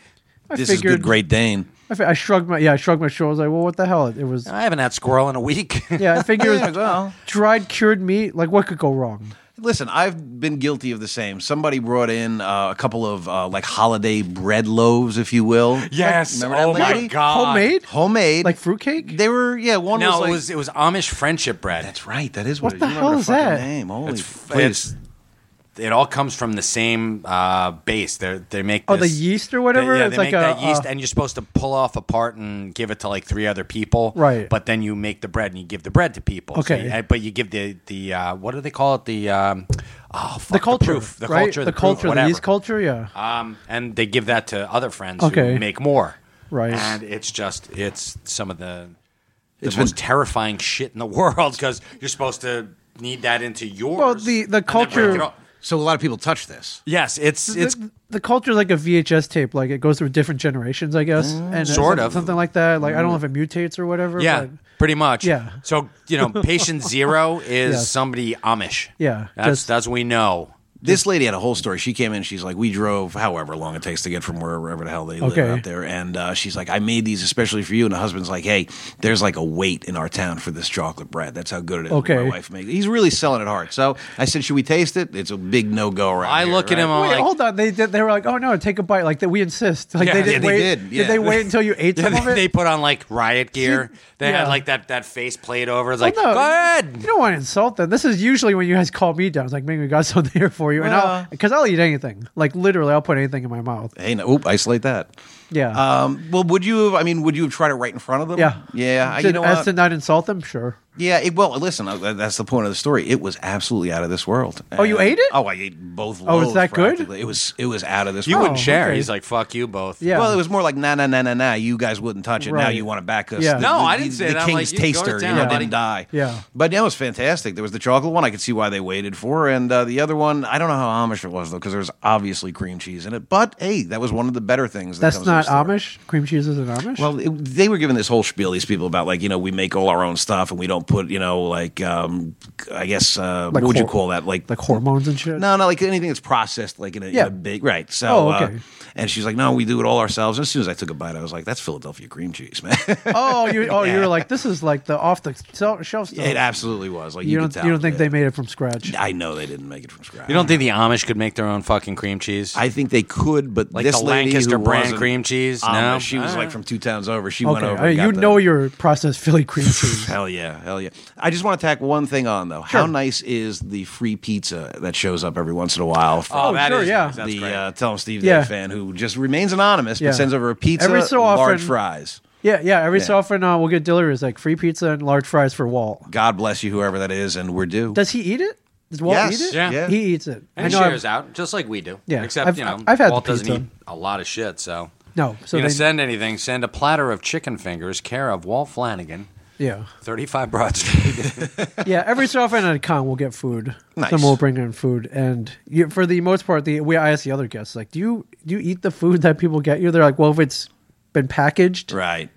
[SPEAKER 11] I
[SPEAKER 10] this is
[SPEAKER 11] figured-
[SPEAKER 10] good Great Dane.
[SPEAKER 11] I, fi- I shrugged my yeah, I shrugged my shoulders. Like, well, what the hell? It was
[SPEAKER 12] I haven't had squirrel in a week.
[SPEAKER 11] yeah. I figured it
[SPEAKER 10] Yeah,
[SPEAKER 11] was
[SPEAKER 10] well.
[SPEAKER 11] dried cured meat. Like, what could go wrong?
[SPEAKER 10] Listen, I've been guilty of the same. Somebody brought in uh, a couple of uh, like holiday bread loaves, if you will.
[SPEAKER 12] yes.
[SPEAKER 10] Remember that
[SPEAKER 12] oh my
[SPEAKER 10] lady?
[SPEAKER 11] Uh,
[SPEAKER 12] god.
[SPEAKER 11] Homemade,
[SPEAKER 10] Homemade.
[SPEAKER 11] like fruitcake.
[SPEAKER 10] they were, yeah. One
[SPEAKER 12] No,
[SPEAKER 10] was like,
[SPEAKER 12] it was it was Amish friendship bread.
[SPEAKER 10] That's right. That is
[SPEAKER 11] What
[SPEAKER 10] what, it
[SPEAKER 11] the
[SPEAKER 10] You remember
[SPEAKER 11] hell is
[SPEAKER 10] fucking
[SPEAKER 11] that?
[SPEAKER 10] Name. Holy
[SPEAKER 12] It's-
[SPEAKER 10] f-
[SPEAKER 12] it's- it all comes from the same uh, base. They they make
[SPEAKER 11] Oh,
[SPEAKER 12] this-
[SPEAKER 11] the yeast or whatever?
[SPEAKER 12] They, yeah,
[SPEAKER 11] It's
[SPEAKER 12] they
[SPEAKER 11] like
[SPEAKER 12] make that
[SPEAKER 11] a,
[SPEAKER 12] yeast,
[SPEAKER 11] uh,
[SPEAKER 12] and you're supposed to pull off a part and give it to like three other people.
[SPEAKER 11] Right.
[SPEAKER 12] But then you make the bread and you give the bread to people. So
[SPEAKER 11] Okay.
[SPEAKER 12] you- uh, but you give the the uh, what do they call it? The um, oh, fuck,
[SPEAKER 11] the culture,
[SPEAKER 12] proof, the
[SPEAKER 11] right?
[SPEAKER 12] culture, the,
[SPEAKER 11] the,
[SPEAKER 12] proof,
[SPEAKER 11] culture, the
[SPEAKER 12] whatever.
[SPEAKER 11] yeast culture. Yeah,
[SPEAKER 12] Um, and they give that to other friends
[SPEAKER 11] Okay.
[SPEAKER 12] who make more.
[SPEAKER 11] Right.
[SPEAKER 12] And it's just it's some of the. It's the most terrifying shit in the world because you're supposed to knead that into yours.
[SPEAKER 11] Well, the the culture.
[SPEAKER 10] So a lot of people touch this.
[SPEAKER 12] Yes, it's it's
[SPEAKER 11] the, the culture is like a VHS tape, like it goes through different generations, I guess, and it's
[SPEAKER 12] Mm, sort
[SPEAKER 11] like
[SPEAKER 12] of.
[SPEAKER 11] something like that. Like I don't know if it mutates or whatever.
[SPEAKER 12] yeah,
[SPEAKER 11] but-
[SPEAKER 12] pretty much.
[SPEAKER 11] Yeah.
[SPEAKER 12] So you know, patient zero is
[SPEAKER 11] Yes.
[SPEAKER 12] somebody Amish.
[SPEAKER 11] Yeah,
[SPEAKER 12] that's
[SPEAKER 11] just-
[SPEAKER 12] that's we know.
[SPEAKER 10] This lady had a whole story. She came in. She's like, we drove however long it takes to get from wherever the hell they
[SPEAKER 11] Okay.
[SPEAKER 10] live out there, and uh, she's like, I made these especially for you. And the husband's like, Hey, there's like a wait in our town for this chocolate bread. That's how good it is.
[SPEAKER 11] Okay.
[SPEAKER 10] My wife makes. it." He's really selling it hard. So I said, Should we taste it? It's a big no go around.
[SPEAKER 12] I look at him. I'm
[SPEAKER 11] Wait,
[SPEAKER 12] like,
[SPEAKER 11] hold on. They did, they were like, oh no, take a bite. Like that, we insist. Like they didn't wait. they wait until you ate
[SPEAKER 12] Yeah,
[SPEAKER 11] some
[SPEAKER 12] they,
[SPEAKER 11] of it?
[SPEAKER 12] They put on like riot gear. They
[SPEAKER 11] yeah.
[SPEAKER 12] had like that that face plate over. It's like,
[SPEAKER 11] Well, no,
[SPEAKER 12] go ahead.
[SPEAKER 11] You don't want to insult them. This is usually when you guys call me down. It's like, man, we got something here for you, and I'll
[SPEAKER 10] Well-
[SPEAKER 11] because I'll eat anything. Like literally, I'll put anything in my mouth.
[SPEAKER 10] Hey, no, oop, isolate that.
[SPEAKER 11] Yeah,
[SPEAKER 10] Um, well, would you have? I mean, would you have tried it right in front of them?
[SPEAKER 11] yeah,
[SPEAKER 10] yeah. I-
[SPEAKER 11] To-
[SPEAKER 10] you know
[SPEAKER 11] as
[SPEAKER 10] what?
[SPEAKER 11] to not insult them, sure.
[SPEAKER 10] Yeah, it, well, listen, uh, that's the point of the story. It was absolutely out of this world.
[SPEAKER 11] Oh, you ate it?
[SPEAKER 10] Oh, I ate both.
[SPEAKER 11] Oh, is
[SPEAKER 10] loaves
[SPEAKER 11] that good?
[SPEAKER 10] practically. It was. It was out of this.
[SPEAKER 12] You
[SPEAKER 10] world.
[SPEAKER 11] Oh,
[SPEAKER 12] wouldn't share. He's like, fuck you both.
[SPEAKER 10] Well, it was more like nah, nah, nah, nah, nah. You guys wouldn't touch it. Now
[SPEAKER 12] Right.
[SPEAKER 10] you want to back us?
[SPEAKER 12] Yeah.
[SPEAKER 10] The-
[SPEAKER 12] No,
[SPEAKER 10] the-
[SPEAKER 12] I didn't say
[SPEAKER 10] the
[SPEAKER 12] that. I'm like,
[SPEAKER 10] King's
[SPEAKER 12] you go
[SPEAKER 10] taster,
[SPEAKER 12] down,
[SPEAKER 10] you know,
[SPEAKER 12] buddy.
[SPEAKER 10] didn't die.
[SPEAKER 11] Yeah.
[SPEAKER 10] But that was fantastic. There was the chocolate one. I could see why they waited for, and uh, the other one. I don't know how Amish it was though, because there was obviously cream cheese in it. But hey, that was one of the better things. That
[SPEAKER 11] That's
[SPEAKER 10] comes with
[SPEAKER 11] not
[SPEAKER 10] this story.
[SPEAKER 11] Amish. Cream cheese isn't Amish.
[SPEAKER 10] Well, it, they were giving this whole spiel these people about like you know we make all our own stuff and we don't put you know like um I guess uh,
[SPEAKER 11] Like
[SPEAKER 10] what would you
[SPEAKER 11] hor-
[SPEAKER 10] call that like
[SPEAKER 11] like hormones and shit.
[SPEAKER 10] no no like anything that's processed like in a, in a
[SPEAKER 11] Yeah.
[SPEAKER 10] big right so
[SPEAKER 11] Oh,
[SPEAKER 10] uh,
[SPEAKER 11] okay.
[SPEAKER 10] and she's like no we do it all ourselves and as soon as I took a bite I was like that's Philadelphia cream cheese man
[SPEAKER 11] oh, you oh you were like this is like the off the sel- shelf stuff.
[SPEAKER 10] it absolutely was like
[SPEAKER 11] you,
[SPEAKER 10] you,
[SPEAKER 11] don't
[SPEAKER 10] could tell
[SPEAKER 11] you don't think they made it from scratch?
[SPEAKER 10] I know they didn't make it from scratch
[SPEAKER 12] You don't think the Amish could make their own fucking cream cheese?
[SPEAKER 10] I think they could but
[SPEAKER 12] like
[SPEAKER 10] this
[SPEAKER 12] the
[SPEAKER 10] lady who
[SPEAKER 12] Lancaster brand
[SPEAKER 10] wasn't
[SPEAKER 12] cream cheese.
[SPEAKER 10] Amish,
[SPEAKER 12] no, Ah.
[SPEAKER 10] she was
[SPEAKER 12] All
[SPEAKER 10] like
[SPEAKER 12] right.
[SPEAKER 10] from two towns over she went
[SPEAKER 11] Okay,
[SPEAKER 10] over
[SPEAKER 11] I-
[SPEAKER 10] and got
[SPEAKER 11] you
[SPEAKER 10] the-
[SPEAKER 11] know your processed Philly cream cheese.
[SPEAKER 10] Hell yeah, hell yeah. I just want to tack one thing on though. How nice is the free pizza that shows up every once in a while? From
[SPEAKER 12] Oh, that
[SPEAKER 11] sure,
[SPEAKER 12] is-
[SPEAKER 11] yeah.
[SPEAKER 12] that's
[SPEAKER 10] the
[SPEAKER 12] great.
[SPEAKER 10] uh, Tell 'em Steve
[SPEAKER 11] Yeah.
[SPEAKER 10] Dave fan who just remains anonymous
[SPEAKER 11] Yeah.
[SPEAKER 10] but sends over a pizza,
[SPEAKER 11] Every so
[SPEAKER 10] large
[SPEAKER 11] often-
[SPEAKER 10] fries.
[SPEAKER 11] Yeah, yeah. Every so
[SPEAKER 10] Yeah.
[SPEAKER 11] often uh, we'll get deliveries like free pizza and large fries for Walt.
[SPEAKER 10] God bless you, whoever that is, and we're due.
[SPEAKER 11] Does he eat it? Does Walt
[SPEAKER 10] Yes,
[SPEAKER 11] eat it?
[SPEAKER 10] yeah.
[SPEAKER 11] he eats it.
[SPEAKER 12] and
[SPEAKER 11] I know I've-
[SPEAKER 12] shares out just like we do.
[SPEAKER 11] Yeah,
[SPEAKER 12] except
[SPEAKER 11] I've-
[SPEAKER 12] you know,
[SPEAKER 11] I've had the
[SPEAKER 12] Walt doesn't
[SPEAKER 11] pizza.
[SPEAKER 12] eat a lot of shit. So
[SPEAKER 11] No, so
[SPEAKER 12] so you gonna
[SPEAKER 11] they-
[SPEAKER 12] send anything? Send a platter of chicken fingers, care of Walt Flanagan,
[SPEAKER 11] Yeah,
[SPEAKER 12] thirty-five Broad Street.
[SPEAKER 11] yeah. Every so often at a con, we'll get food.
[SPEAKER 12] Nice.
[SPEAKER 11] Someone will bring in food, and you, for the most part, the we I ask the other guests like, do you do you eat the food that people get you? They're like, well, if it's been packaged,
[SPEAKER 10] right?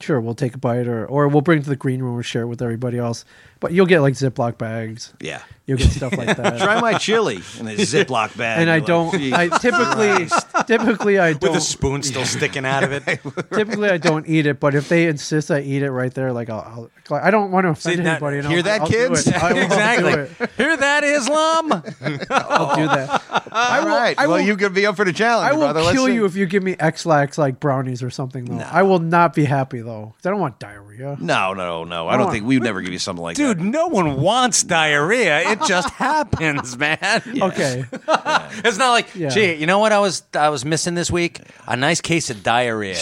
[SPEAKER 11] Sure, we'll take a bite, or or we'll bring it to the green room and share it with everybody else. But you'll get like Ziploc bags.
[SPEAKER 10] Yeah.
[SPEAKER 11] you'll get stuff like that.
[SPEAKER 10] Try my chili in a Ziploc bag.
[SPEAKER 11] And I
[SPEAKER 10] You're
[SPEAKER 11] don't.
[SPEAKER 10] like, "Jeez."
[SPEAKER 11] I typically, typically I don't.
[SPEAKER 12] with a spoon still sticking out of it.
[SPEAKER 11] typically I don't eat it, but if they insist I eat it right there, like I'll, I'll I don't want to offend
[SPEAKER 12] See, that-
[SPEAKER 11] anybody. and
[SPEAKER 12] hear
[SPEAKER 11] I'll-
[SPEAKER 12] that,
[SPEAKER 11] I'll do
[SPEAKER 12] kids?
[SPEAKER 11] it. I will do
[SPEAKER 12] Exactly.
[SPEAKER 11] it.
[SPEAKER 12] Hear that, Islam?
[SPEAKER 11] I'll do that. I will, I will,
[SPEAKER 10] well, you could be up for the challenge.
[SPEAKER 11] I will
[SPEAKER 10] brother. Let's
[SPEAKER 11] kill
[SPEAKER 10] see.
[SPEAKER 11] you if you give me X-Lax like brownies or something. Though I will not be happy though. 'cause I don't want diarrhea.
[SPEAKER 10] No, no, no. I don't
[SPEAKER 11] on.
[SPEAKER 10] think we'd never give you something like
[SPEAKER 12] Dude, no one wants diarrhea. It just happens, man.
[SPEAKER 11] Okay.
[SPEAKER 12] It's not like,
[SPEAKER 11] Yeah.
[SPEAKER 12] gee, you know what I was I was missing this week? A nice case of diarrhea.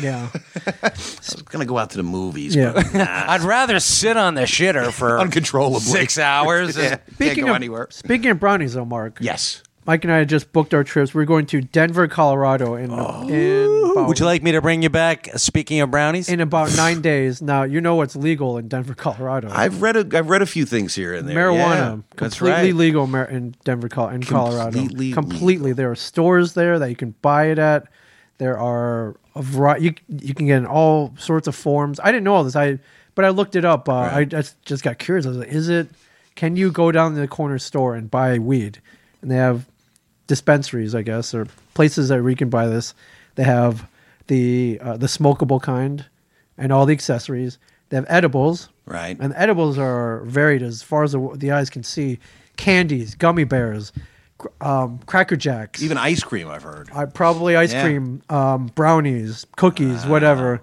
[SPEAKER 11] Yeah.
[SPEAKER 10] that. I was gonna go out to the movies.
[SPEAKER 11] Yeah.
[SPEAKER 10] but nah.
[SPEAKER 12] I'd rather sit on the shitter for
[SPEAKER 10] Uncontrollably.
[SPEAKER 12] six hours.
[SPEAKER 10] Yeah.
[SPEAKER 12] and-
[SPEAKER 11] Speaking
[SPEAKER 10] go
[SPEAKER 11] of
[SPEAKER 10] anywhere.
[SPEAKER 11] speaking of brownies, though, Mark.
[SPEAKER 10] Yes.
[SPEAKER 11] Mike and I had just booked our trips. We're going to Denver, Colorado, in, in about,
[SPEAKER 12] Would you like me to bring you back? Speaking of brownies,
[SPEAKER 11] in about nine days. Now you know what's legal in Denver, Colorado.
[SPEAKER 10] I've read a I've read a few things here and there. Yeah,
[SPEAKER 11] marijuana
[SPEAKER 10] that's
[SPEAKER 11] completely
[SPEAKER 10] right.
[SPEAKER 11] legal mar- in Denver, Col- in Colorado.
[SPEAKER 10] Completely
[SPEAKER 11] completely, there are stores there that you can buy it at. There are a variety. You, you can get in all sorts of forms. I didn't know all this. I but I looked it up. Uh, I just, just got curious. I was like, is it? Can you go down to the corner store and buy weed? And they have dispensaries, I guess, or places that where you can buy this. They have the uh, the smokable kind and all the accessories. They have edibles,
[SPEAKER 10] Right.
[SPEAKER 11] and the edibles are varied as far as the, the eyes can see. Candies, gummy bears, cr- um, cracker jacks,
[SPEAKER 10] Even ice cream, I've heard.
[SPEAKER 11] I, probably ice
[SPEAKER 10] Yeah. Ah.
[SPEAKER 11] cream, um, brownies, cookies, whatever.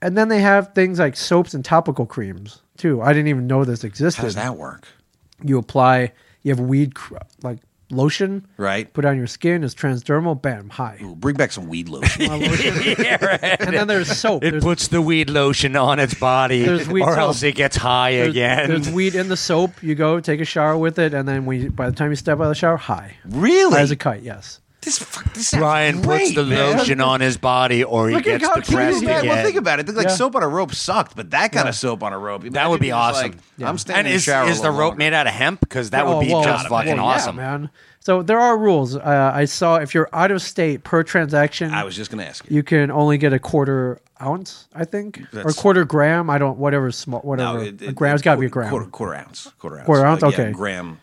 [SPEAKER 11] And then they have things like soaps and topical creams too. I didn't even know this existed.
[SPEAKER 10] How does that work?
[SPEAKER 11] You apply, you have weed cr- like lotion,
[SPEAKER 10] Right.
[SPEAKER 11] put on your skin. It's transdermal. Bam, high.
[SPEAKER 10] Ooh, bring back some weed lotion.
[SPEAKER 11] And then there's soap.
[SPEAKER 12] it
[SPEAKER 11] There's-
[SPEAKER 12] puts the weed lotion on its body,
[SPEAKER 11] There's weed
[SPEAKER 12] or
[SPEAKER 11] soap.
[SPEAKER 12] else it gets high
[SPEAKER 11] there's,
[SPEAKER 12] again.
[SPEAKER 11] there's weed in the soap. You go take a shower with it, and then when you, by the time you step out of the shower, high
[SPEAKER 10] really?
[SPEAKER 11] high as a kite. Yes.
[SPEAKER 10] This, fuck, this sounds
[SPEAKER 12] Brian puts
[SPEAKER 10] great,
[SPEAKER 12] the
[SPEAKER 10] man.
[SPEAKER 12] lotion on his body, or he
[SPEAKER 10] Look at
[SPEAKER 12] gets
[SPEAKER 10] how
[SPEAKER 12] depressed
[SPEAKER 10] creepy that-
[SPEAKER 12] again.
[SPEAKER 10] Well, think about it. Like
[SPEAKER 12] Yeah.
[SPEAKER 10] soap on a rope sucked, but that kind of soap on a rope.
[SPEAKER 12] That would be
[SPEAKER 10] Imagine just
[SPEAKER 12] awesome.
[SPEAKER 10] like, I'm standing
[SPEAKER 12] and
[SPEAKER 10] in
[SPEAKER 12] is,
[SPEAKER 10] the shower.
[SPEAKER 12] is the rope made out of hemp? Because that would
[SPEAKER 11] Oh,
[SPEAKER 12] be
[SPEAKER 11] well,
[SPEAKER 12] just
[SPEAKER 11] well,
[SPEAKER 12] fucking
[SPEAKER 11] yeah,
[SPEAKER 12] awesome.
[SPEAKER 11] man. So there are rules. Uh, I saw if you're out of state per transaction, I
[SPEAKER 10] was just gonna ask
[SPEAKER 11] you. You can only get a quarter ounce, I think,
[SPEAKER 10] That's-
[SPEAKER 11] or quarter gram. I don't whatever small whatever.
[SPEAKER 10] it-
[SPEAKER 11] a gram's got to be a
[SPEAKER 10] quarter-
[SPEAKER 11] gram.
[SPEAKER 10] Quarter, quarter ounce. Quarter ounce.
[SPEAKER 11] Quarter ounce?
[SPEAKER 10] Like, yeah,
[SPEAKER 11] Okay.
[SPEAKER 10] gram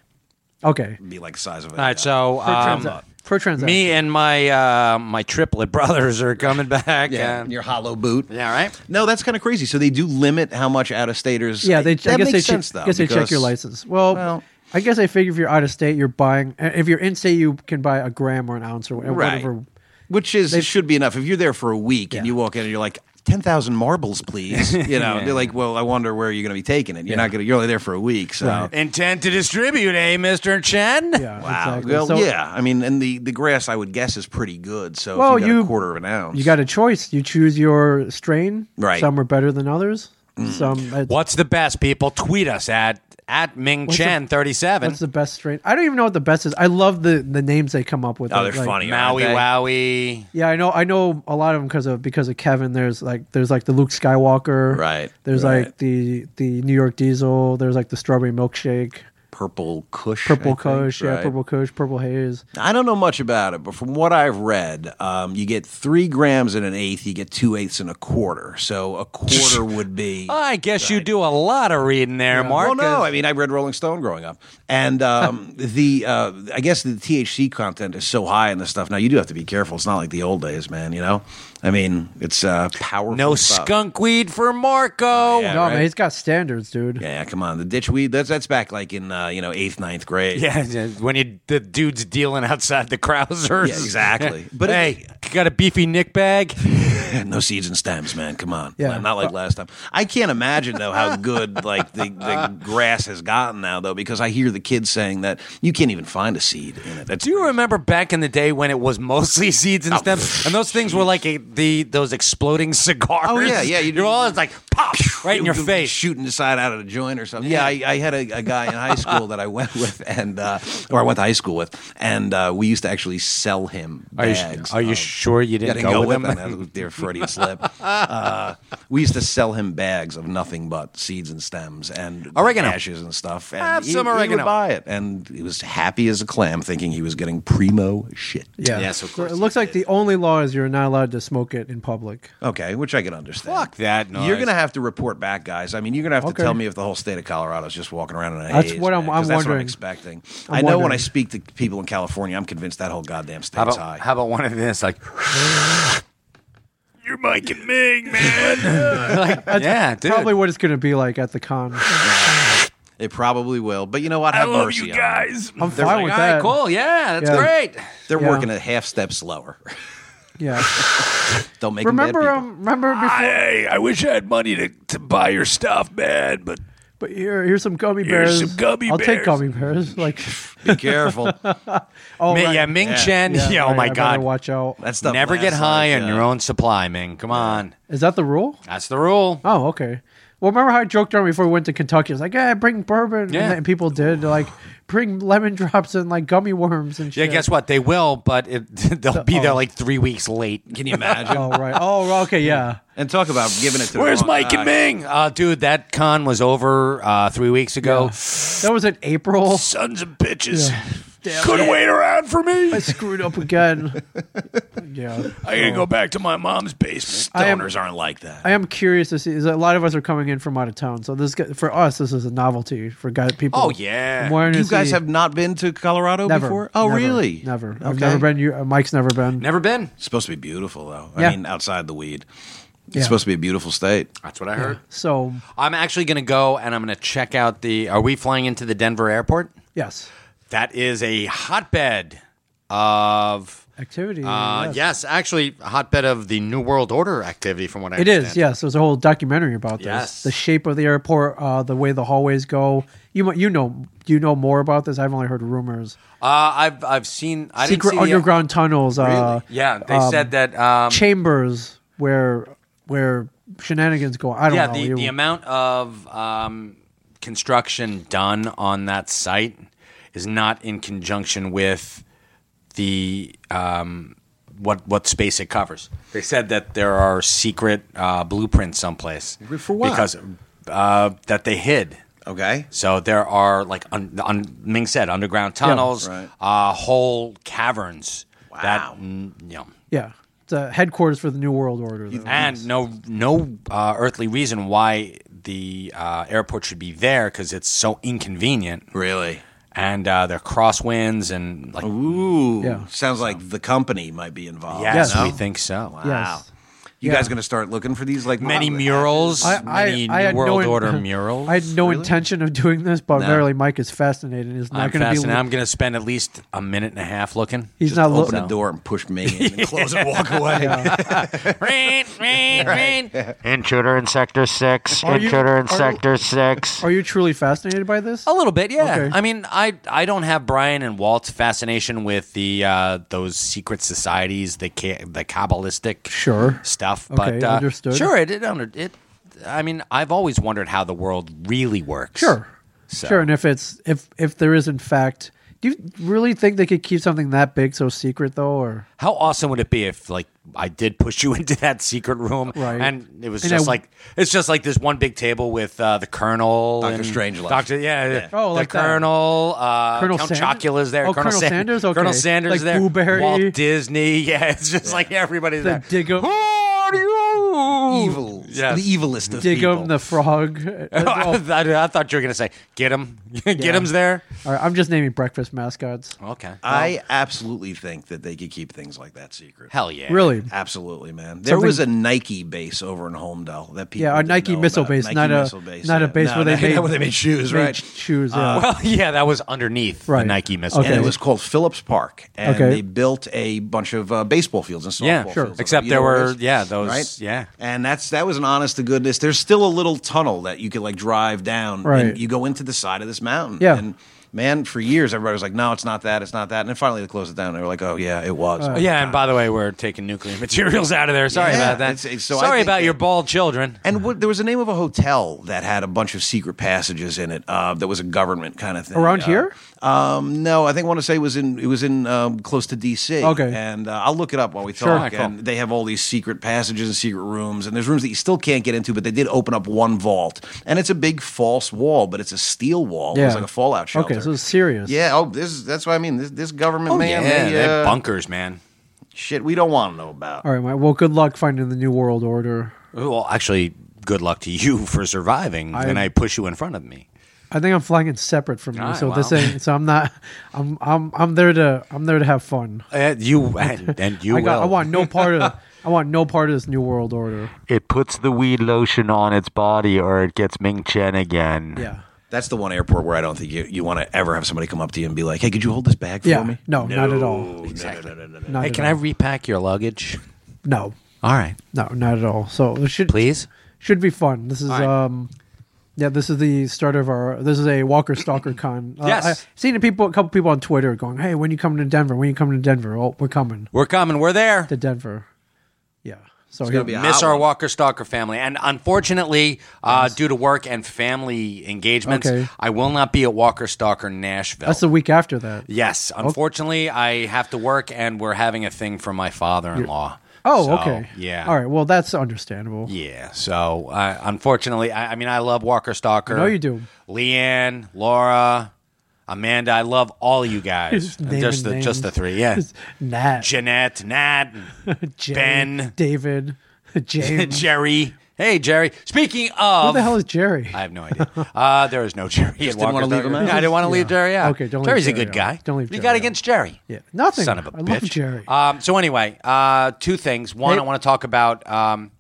[SPEAKER 11] Okay.
[SPEAKER 10] would be like the size of uh,
[SPEAKER 12] All right, so
[SPEAKER 11] Per
[SPEAKER 12] um,
[SPEAKER 11] transa- per transaction.
[SPEAKER 12] me and my uh, my triplet brothers are coming back.
[SPEAKER 10] Yeah,
[SPEAKER 12] and
[SPEAKER 10] your hollow boot.
[SPEAKER 12] Yeah, right.
[SPEAKER 10] No, that's kind of crazy. So they do limit how much out of staters.
[SPEAKER 11] Yeah, they.
[SPEAKER 10] That
[SPEAKER 11] I guess
[SPEAKER 10] makes
[SPEAKER 11] they
[SPEAKER 10] sense
[SPEAKER 11] check,
[SPEAKER 10] though.
[SPEAKER 11] guess they check
[SPEAKER 10] because-
[SPEAKER 11] your license. Well, I guess I figure if you're out of state, you're buying. uh, If you're in state, you can buy a gram or an ounce or whatever.
[SPEAKER 10] Right. Which is should be enough. If you're there for a week and you walk in and you're like ten thousand marbles, please. You know,
[SPEAKER 12] Yeah.
[SPEAKER 10] they're like, well, I wonder where you're going to be taking it. You're not going to. You're only there for a week, so.
[SPEAKER 12] Intent to distribute, eh, Mister Chen? Yeah,
[SPEAKER 10] Wow. Well, yeah. I mean, and the, the grass, I would guess, is pretty good. So
[SPEAKER 11] Well,
[SPEAKER 10] if you got
[SPEAKER 11] you-
[SPEAKER 10] a quarter of an ounce.
[SPEAKER 11] You got a choice. You choose your strain.
[SPEAKER 12] Right.
[SPEAKER 11] Some are better than others.
[SPEAKER 10] Mm.
[SPEAKER 11] Some. uh,
[SPEAKER 12] What's the best? People tweet us at at Ming
[SPEAKER 11] What's the-
[SPEAKER 12] Chen thirty seven.
[SPEAKER 11] What's the best strain? I don't even know what the best is. I love the the names they come up with.
[SPEAKER 12] Oh,
[SPEAKER 11] Like-
[SPEAKER 12] they're
[SPEAKER 11] like-
[SPEAKER 12] funny. Maui Wowie.
[SPEAKER 11] Yeah, I know. I know a lot of them because of because of Kevin. There's like there's like the Luke Skywalker.
[SPEAKER 10] Right,
[SPEAKER 11] There's
[SPEAKER 10] right.
[SPEAKER 11] like the the New York Diesel. There's like the Strawberry Milkshake.
[SPEAKER 10] Purple Kush. I
[SPEAKER 11] Purple
[SPEAKER 10] think,
[SPEAKER 11] Kush. Yeah,
[SPEAKER 10] right?
[SPEAKER 11] Purple Kush. Purple Haze.
[SPEAKER 10] I don't know much about it, but from what I've read, um, you get three grams and an eighth, you get two eighths and a quarter. So a quarter would be.
[SPEAKER 12] I guess you do a lot of reading there, Mark.
[SPEAKER 10] Uh, Well, no,
[SPEAKER 12] 'cause-
[SPEAKER 10] I mean, I read Rolling Stone growing up, and um, the uh, I guess the THC content is so high in this stuff. Now you do have to be careful. It's not like the old days, man. You know, I mean, it's uh, powerful.
[SPEAKER 12] no
[SPEAKER 10] stuff.
[SPEAKER 12] skunk weed for Marco.
[SPEAKER 10] Yeah,
[SPEAKER 11] no
[SPEAKER 10] right.
[SPEAKER 11] man, he's got standards, dude.
[SPEAKER 10] Yeah, come on, the ditch weed. That's that's back like in uh, you know eighth, ninth grade.
[SPEAKER 12] Yeah, yeah, when you the dude's dealing outside the Krausers.
[SPEAKER 10] Yeah, exactly.
[SPEAKER 12] But
[SPEAKER 10] But it-
[SPEAKER 12] hey, got a beefy Nick bag.
[SPEAKER 10] no seeds and stems, man. Come on.
[SPEAKER 12] Yeah. Uh,
[SPEAKER 10] Not like last time. I can't imagine though how good like the, the grass has gotten now though because I hear the kids saying that you can't even find a seed in it. That's
[SPEAKER 12] Do you remember back in the day when it was mostly seeds and stems, and those things were like a, the those exploding cigars?
[SPEAKER 10] Oh. Oh, yeah, yeah,
[SPEAKER 12] You do all it's like pop right in your
[SPEAKER 10] You'd be
[SPEAKER 12] face.
[SPEAKER 10] shooting the side out of the joint or something. Yeah, I, I had a, a guy in high school that I went with, and uh, or I went to high school with, and uh, we used to actually sell him
[SPEAKER 12] Are you-
[SPEAKER 10] bags.
[SPEAKER 12] are you
[SPEAKER 10] of-
[SPEAKER 12] sure you didn't
[SPEAKER 10] I
[SPEAKER 12] go with him?
[SPEAKER 10] That was their Freudian slip. Uh, we used to sell him bags of nothing but seeds and stems and
[SPEAKER 12] Oregano.
[SPEAKER 10] ashes and stuff. And
[SPEAKER 12] Have
[SPEAKER 10] he,
[SPEAKER 12] some
[SPEAKER 10] he would
[SPEAKER 12] oregano.
[SPEAKER 10] buy it, and he was happy as a clam, thinking he was getting primo shit.
[SPEAKER 11] Yeah. So it looks like the only law is you're not allowed to smoke it in public.
[SPEAKER 10] Okay, which I can understand. Fuck
[SPEAKER 12] that
[SPEAKER 10] You're
[SPEAKER 11] noise.
[SPEAKER 10] gonna have to report back, guys. I mean, you're gonna have to
[SPEAKER 11] Okay.
[SPEAKER 10] tell me if the whole state of Colorado is just walking around in a
[SPEAKER 11] That's
[SPEAKER 10] haze,
[SPEAKER 11] what I'm-
[SPEAKER 10] man, 'cause
[SPEAKER 11] I'm
[SPEAKER 10] that's What
[SPEAKER 11] wondering.
[SPEAKER 10] I'm expecting.
[SPEAKER 11] I'm
[SPEAKER 10] i know when
[SPEAKER 11] wondering.
[SPEAKER 10] I speak to people in California, I'm convinced that whole goddamn state's
[SPEAKER 12] How about
[SPEAKER 10] high.
[SPEAKER 12] how about one of this like You're Mike and Ming, man.
[SPEAKER 11] That's
[SPEAKER 12] yeah, dude.
[SPEAKER 11] probably what it's going to be like at the con.
[SPEAKER 10] It probably will, but you know what?
[SPEAKER 12] I
[SPEAKER 10] Have
[SPEAKER 12] love
[SPEAKER 10] mercy
[SPEAKER 12] you
[SPEAKER 10] on them.
[SPEAKER 12] guys. I'm
[SPEAKER 11] fine
[SPEAKER 10] They're like,
[SPEAKER 11] with
[SPEAKER 10] "All
[SPEAKER 11] that."
[SPEAKER 10] right,
[SPEAKER 12] cool. Yeah, that's
[SPEAKER 11] Yeah.
[SPEAKER 12] great.
[SPEAKER 10] They're
[SPEAKER 11] Yeah.
[SPEAKER 10] working a half step slower.
[SPEAKER 11] Yeah.
[SPEAKER 10] Don't make 'em bad
[SPEAKER 11] remember,
[SPEAKER 10] people.
[SPEAKER 11] um, remember before.
[SPEAKER 12] wish I had money to, to buy your stuff, man, but
[SPEAKER 11] But here, here's some gummy
[SPEAKER 12] Here's
[SPEAKER 11] bears.
[SPEAKER 12] some gummy
[SPEAKER 11] I'll take
[SPEAKER 12] bears.
[SPEAKER 11] gummy bears. Like,
[SPEAKER 10] Be careful.
[SPEAKER 11] oh,
[SPEAKER 12] Mi-
[SPEAKER 11] right.
[SPEAKER 12] yeah, Ming Chen. Yeah, oh
[SPEAKER 11] right,
[SPEAKER 12] my
[SPEAKER 11] I better
[SPEAKER 12] God.
[SPEAKER 11] watch out.
[SPEAKER 12] Never get high
[SPEAKER 10] uh,
[SPEAKER 12] on your own supply, Ming. Come on.
[SPEAKER 11] Is that the rule?
[SPEAKER 12] That's the rule.
[SPEAKER 11] Oh, okay. Well, remember how I joked around before we went to Kentucky? I was like, "Yeah, bring bourbon,"
[SPEAKER 12] Yeah.
[SPEAKER 11] and, then people did. They're like, bring lemon drops and like gummy worms and
[SPEAKER 12] Yeah,
[SPEAKER 11] shit.
[SPEAKER 12] guess what? They will, but it, they'll be there like three weeks late.
[SPEAKER 10] Can you imagine?
[SPEAKER 11] Oh right. Oh okay. Yeah.
[SPEAKER 10] And talk about giving it to. the
[SPEAKER 12] Where's
[SPEAKER 10] wrong
[SPEAKER 12] Mike
[SPEAKER 10] guy.
[SPEAKER 12] and Ming? Uh, dude, that con was over uh, three weeks ago.
[SPEAKER 11] That was in April.
[SPEAKER 12] Sons of bitches.
[SPEAKER 11] Damn
[SPEAKER 12] Couldn't
[SPEAKER 11] it.
[SPEAKER 12] wait around for me.
[SPEAKER 11] I screwed up again. yeah.
[SPEAKER 12] I gotta go back to my mom's basement.
[SPEAKER 11] I am-
[SPEAKER 12] Stoners aren't like that.
[SPEAKER 11] I am curious to see. Is that a lot of us are coming in from out of town, so this guy- for us this is a novelty for guys people.
[SPEAKER 10] Oh, yeah.
[SPEAKER 11] I'm wanting to
[SPEAKER 10] You guys
[SPEAKER 11] see-
[SPEAKER 10] have not been to Colorado
[SPEAKER 11] never,
[SPEAKER 10] before? Oh,
[SPEAKER 11] never,
[SPEAKER 10] really?
[SPEAKER 11] Never. I've
[SPEAKER 10] Okay.
[SPEAKER 11] never been. You, uh, Mike's never been.
[SPEAKER 12] Never been.
[SPEAKER 10] It's supposed to be beautiful though.
[SPEAKER 11] Yeah.
[SPEAKER 10] I mean, outside the weed, it's
[SPEAKER 11] Yeah.
[SPEAKER 10] supposed to be a beautiful state.
[SPEAKER 12] That's what I heard.
[SPEAKER 11] So
[SPEAKER 12] I'm actually gonna go and I'm gonna check out the. Are we flying into the Denver airport?
[SPEAKER 11] yes,
[SPEAKER 12] That is a hotbed of.
[SPEAKER 11] activity.
[SPEAKER 12] Uh, yes. actually, hotbed of the New World Order activity, from what I
[SPEAKER 11] It
[SPEAKER 12] understand.
[SPEAKER 11] is, yes. There's a whole documentary about this.
[SPEAKER 12] Yes.
[SPEAKER 11] The shape of the airport, uh, the way the hallways go. You mu- you know you know more about this. I've only heard rumors.
[SPEAKER 12] Uh, I've I've seen I
[SPEAKER 11] Secret
[SPEAKER 12] didn't see the-
[SPEAKER 11] underground tunnels. Uh,
[SPEAKER 12] yeah, they
[SPEAKER 11] um,
[SPEAKER 12] said that. Um,
[SPEAKER 11] chambers where where shenanigans go. I don't
[SPEAKER 12] yeah,
[SPEAKER 11] know.
[SPEAKER 12] the,
[SPEAKER 11] You-
[SPEAKER 12] the amount of um, construction done on that site is not in conjunction with the um, what what space it covers. They said that there are secret uh, blueprints someplace
[SPEAKER 10] For what?
[SPEAKER 12] because uh, that they hid.
[SPEAKER 10] Okay.
[SPEAKER 12] So there are like un, un, Ming said, underground
[SPEAKER 11] Yeah.
[SPEAKER 12] tunnels,
[SPEAKER 11] Right.
[SPEAKER 12] uh, whole caverns. Wow. That mm, you know,
[SPEAKER 11] Yeah. It's uh, headquarters for the New World Order. though.
[SPEAKER 12] and no no uh, earthly reason why the uh, airport should be there because it's so inconvenient.
[SPEAKER 10] Really.
[SPEAKER 12] And uh, there are crosswinds and
[SPEAKER 11] Oh,
[SPEAKER 12] like
[SPEAKER 10] Ooh,
[SPEAKER 12] Yeah.
[SPEAKER 10] sounds like the company might be involved.
[SPEAKER 12] Yes, Yes. we think so.
[SPEAKER 10] Wow.
[SPEAKER 12] Yes.
[SPEAKER 10] You
[SPEAKER 11] Yeah.
[SPEAKER 10] guys going to start looking for these like
[SPEAKER 12] Many
[SPEAKER 10] wow.
[SPEAKER 12] murals,
[SPEAKER 11] I, I, I had no, in- I had no intention of doing this, but
[SPEAKER 12] No.
[SPEAKER 11] merely Mike is fascinated and is
[SPEAKER 12] I'm
[SPEAKER 11] not going to be.
[SPEAKER 12] fascinated. I'm going to spend at least a minute and a half looking.
[SPEAKER 11] He's Just not open loo- the
[SPEAKER 10] door and push me
[SPEAKER 11] in and close it and walk away.
[SPEAKER 12] rain, rain, rain.
[SPEAKER 13] Intruder in Sector 6.
[SPEAKER 11] Are you-
[SPEAKER 13] Intruder in
[SPEAKER 11] are-
[SPEAKER 13] Sector 6.
[SPEAKER 11] Are you truly fascinated by this?
[SPEAKER 12] A little bit, yeah.
[SPEAKER 11] Okay.
[SPEAKER 12] I mean, I I don't have Brian and Walt's fascination with the uh, those secret societies, the ca- the kabbalistic
[SPEAKER 11] Sure.
[SPEAKER 12] stuff,
[SPEAKER 11] Okay,
[SPEAKER 12] but uh,
[SPEAKER 11] understood.
[SPEAKER 12] sure, it it, under- it I mean, I've always wondered how the world really works.
[SPEAKER 11] Sure.
[SPEAKER 12] So-
[SPEAKER 11] Sure, and if it's if if there is in fact, do you really think they could keep something that big so secret though, or
[SPEAKER 12] How awesome would it be if like I did push you into that secret room,
[SPEAKER 11] Right.
[SPEAKER 12] and it was
[SPEAKER 11] And
[SPEAKER 12] just
[SPEAKER 11] I-
[SPEAKER 12] like it's just like this one big table with uh, the Colonel,
[SPEAKER 10] Dr.
[SPEAKER 12] and
[SPEAKER 10] Strangelove.
[SPEAKER 12] Doctor, yeah,
[SPEAKER 10] Yeah.
[SPEAKER 11] Oh,
[SPEAKER 12] the
[SPEAKER 11] like that.
[SPEAKER 12] Colonel, uh,
[SPEAKER 11] Colonel
[SPEAKER 12] Count
[SPEAKER 11] Sanders?
[SPEAKER 12] Chocula's there,
[SPEAKER 11] Oh, Colonel
[SPEAKER 12] San-
[SPEAKER 11] Sanders? Okay.
[SPEAKER 12] Colonel Sanders
[SPEAKER 11] Like
[SPEAKER 12] there,
[SPEAKER 11] Boo Berry.
[SPEAKER 12] Walt Disney, yeah, it's just like everybody's
[SPEAKER 11] the
[SPEAKER 12] there.
[SPEAKER 11] Digum,
[SPEAKER 10] evil,
[SPEAKER 12] Yes.
[SPEAKER 10] the evilest of
[SPEAKER 11] Digum the frog?
[SPEAKER 12] I,
[SPEAKER 11] All
[SPEAKER 12] thought, I thought you were gonna say get him, get him's there.
[SPEAKER 11] right, I'm just naming breakfast mascots.
[SPEAKER 12] Okay,
[SPEAKER 10] I absolutely think that they could keep things like that secret.
[SPEAKER 12] Hell yeah.
[SPEAKER 11] Really?
[SPEAKER 10] Absolutely, man. There
[SPEAKER 11] Something-
[SPEAKER 10] was a Nike base over in Holmdel that people
[SPEAKER 11] Yeah, a
[SPEAKER 10] didn't
[SPEAKER 11] Nike
[SPEAKER 10] know
[SPEAKER 11] missile
[SPEAKER 10] about.
[SPEAKER 11] base,
[SPEAKER 10] Nike
[SPEAKER 11] not a
[SPEAKER 10] missile base,
[SPEAKER 11] not a
[SPEAKER 10] yeah.
[SPEAKER 11] base
[SPEAKER 10] No,
[SPEAKER 11] where they
[SPEAKER 10] not- not
[SPEAKER 11] made
[SPEAKER 10] where they made shoes,
[SPEAKER 11] made
[SPEAKER 10] right?
[SPEAKER 11] Shoes, yeah.
[SPEAKER 10] Uh,
[SPEAKER 12] well, yeah, that was underneath the
[SPEAKER 11] Right.
[SPEAKER 12] Nike missile.
[SPEAKER 10] And
[SPEAKER 11] Okay.
[SPEAKER 10] it was called Phillips Park, and
[SPEAKER 11] Okay.
[SPEAKER 10] they built a bunch of uh, baseball fields and softball
[SPEAKER 12] Yeah, sure.
[SPEAKER 10] fields.
[SPEAKER 12] Except
[SPEAKER 10] You
[SPEAKER 12] there
[SPEAKER 10] know what it
[SPEAKER 12] were-
[SPEAKER 10] is,
[SPEAKER 12] yeah, those-
[SPEAKER 10] right?
[SPEAKER 12] yeah.
[SPEAKER 10] and that's that was an honest to goodness. There's still a little tunnel that you could like drive down,
[SPEAKER 11] Right.
[SPEAKER 10] and you go into the side of this mountain,
[SPEAKER 11] Yeah.
[SPEAKER 10] And, Man, for years everybody was like, "No, it's not that. It's not that." And then finally they closed it down. They were like, "Oh yeah, it was."
[SPEAKER 11] Uh,
[SPEAKER 12] yeah, and by the way, we're taking nuclear materials out of there. Sorry
[SPEAKER 10] Yeah,
[SPEAKER 12] about that.
[SPEAKER 10] it's- it's- so I
[SPEAKER 12] Sorry
[SPEAKER 10] think
[SPEAKER 12] about
[SPEAKER 10] that-
[SPEAKER 12] your bald children.
[SPEAKER 11] Uh-huh.
[SPEAKER 10] And what, there was a name of a hotel that had a bunch of secret passages in it. Uh, that was a government kind of thing
[SPEAKER 11] Around
[SPEAKER 10] Uh,
[SPEAKER 11] here?
[SPEAKER 10] Um, no, I think I want to say it was in it was in um, close to D.C.
[SPEAKER 11] Okay.
[SPEAKER 10] and uh, I'll look it up while we
[SPEAKER 11] Sure.
[SPEAKER 10] talk.
[SPEAKER 11] Cool.
[SPEAKER 10] And they have all these secret passages and secret rooms, and there's rooms that you still can't get into, but they did open up one vault, and it's a big false wall, but it's a steel wall. It's
[SPEAKER 11] Yeah.
[SPEAKER 10] like a fallout shelter.
[SPEAKER 11] Okay, so Oh, it's serious.
[SPEAKER 10] yeah, oh, this is- that's what I mean. This this government man,
[SPEAKER 12] yeah,
[SPEAKER 10] they,
[SPEAKER 12] they
[SPEAKER 10] uh,
[SPEAKER 12] bunkers, man.
[SPEAKER 10] shit we don't want to know about.
[SPEAKER 11] All right, Mike. Well, good luck finding the New World Order.
[SPEAKER 12] Well, actually, good luck to you for surviving.
[SPEAKER 11] I-
[SPEAKER 12] and I push you in front of me.
[SPEAKER 11] I think I'm flying in separate from you,
[SPEAKER 12] All right,
[SPEAKER 11] so this
[SPEAKER 12] wow.
[SPEAKER 11] ain't. So I'm not. I'm I'm I'm there to I'm there to have fun.
[SPEAKER 12] Uh, you and, and you
[SPEAKER 11] I got-
[SPEAKER 12] will.
[SPEAKER 11] I want no part of. I want no part of this New World Order.
[SPEAKER 13] It puts the weed lotion on its body or it gets Ming Chen again.
[SPEAKER 11] Yeah.
[SPEAKER 10] That's the one airport where I don't think you, you want to ever have somebody come up to you and be like, "Hey, could you hold this bag for
[SPEAKER 11] Yeah.
[SPEAKER 10] me?"
[SPEAKER 11] No, not at all.
[SPEAKER 10] Exactly.
[SPEAKER 11] Not
[SPEAKER 12] hey,
[SPEAKER 11] at
[SPEAKER 12] can I
[SPEAKER 11] all.
[SPEAKER 12] repack your luggage?
[SPEAKER 11] No.
[SPEAKER 12] All right.
[SPEAKER 11] No, not at all. So it should
[SPEAKER 12] please
[SPEAKER 11] should be fun. This is
[SPEAKER 12] All right.
[SPEAKER 11] um, yeah, this is the start of our. This is a Walker Stalker con. Uh,
[SPEAKER 12] Yes.
[SPEAKER 11] I've seen a people, a couple people on Twitter going, "Hey, when you coming to Denver? When you coming to Denver? Oh, we're coming
[SPEAKER 12] We're coming. We're there.
[SPEAKER 11] to Denver." Yeah. So
[SPEAKER 12] It's
[SPEAKER 11] here-
[SPEAKER 12] gonna be a miss our Walker Stalker family, and unfortunately, uh, due to work and family engagements,
[SPEAKER 11] Okay.
[SPEAKER 12] I will not be at Walker Stalker Nashville.
[SPEAKER 11] That's Oh. the week after that.
[SPEAKER 12] yes, unfortunately, I have to work, and we're having a thing for my father-in-law.
[SPEAKER 11] Oh,
[SPEAKER 12] So,
[SPEAKER 11] okay.
[SPEAKER 12] Yeah.
[SPEAKER 11] All right. Well, that's understandable.
[SPEAKER 12] Yeah. So, uh, unfortunately, I, I mean, I love Walker Stalker.
[SPEAKER 11] I know you do.
[SPEAKER 12] Leanne, Laura, Amanda. I love all you guys.
[SPEAKER 11] Just naming
[SPEAKER 12] just the
[SPEAKER 11] names.
[SPEAKER 12] just the three. Yeah.
[SPEAKER 11] Nat,
[SPEAKER 12] Jeanette, Nat,
[SPEAKER 11] Jay,
[SPEAKER 12] Ben.
[SPEAKER 11] David, James.
[SPEAKER 12] Jerry. Hey, Jerry. Speaking of,
[SPEAKER 11] Who the hell is Jerry?
[SPEAKER 12] I have no idea. Uh, there is no Jerry.
[SPEAKER 10] just
[SPEAKER 12] at
[SPEAKER 10] didn't wanna
[SPEAKER 12] Walker
[SPEAKER 10] leave him
[SPEAKER 12] Stalker.
[SPEAKER 10] out.
[SPEAKER 12] Yeah, I didn't want to leave Jerry out.
[SPEAKER 11] Okay, don't leave
[SPEAKER 12] Jerry's
[SPEAKER 11] Jerry
[SPEAKER 12] a good
[SPEAKER 11] out.
[SPEAKER 12] guy.
[SPEAKER 11] Don't leave
[SPEAKER 12] What do you
[SPEAKER 11] Jerry
[SPEAKER 12] got
[SPEAKER 11] out.
[SPEAKER 12] against Jerry?
[SPEAKER 11] Yeah, nothing.
[SPEAKER 12] Son of a
[SPEAKER 11] I
[SPEAKER 12] bitch.
[SPEAKER 11] love Jerry.
[SPEAKER 12] Um, so anyway, uh, two things. One,
[SPEAKER 11] Hey-
[SPEAKER 12] I want to talk about um,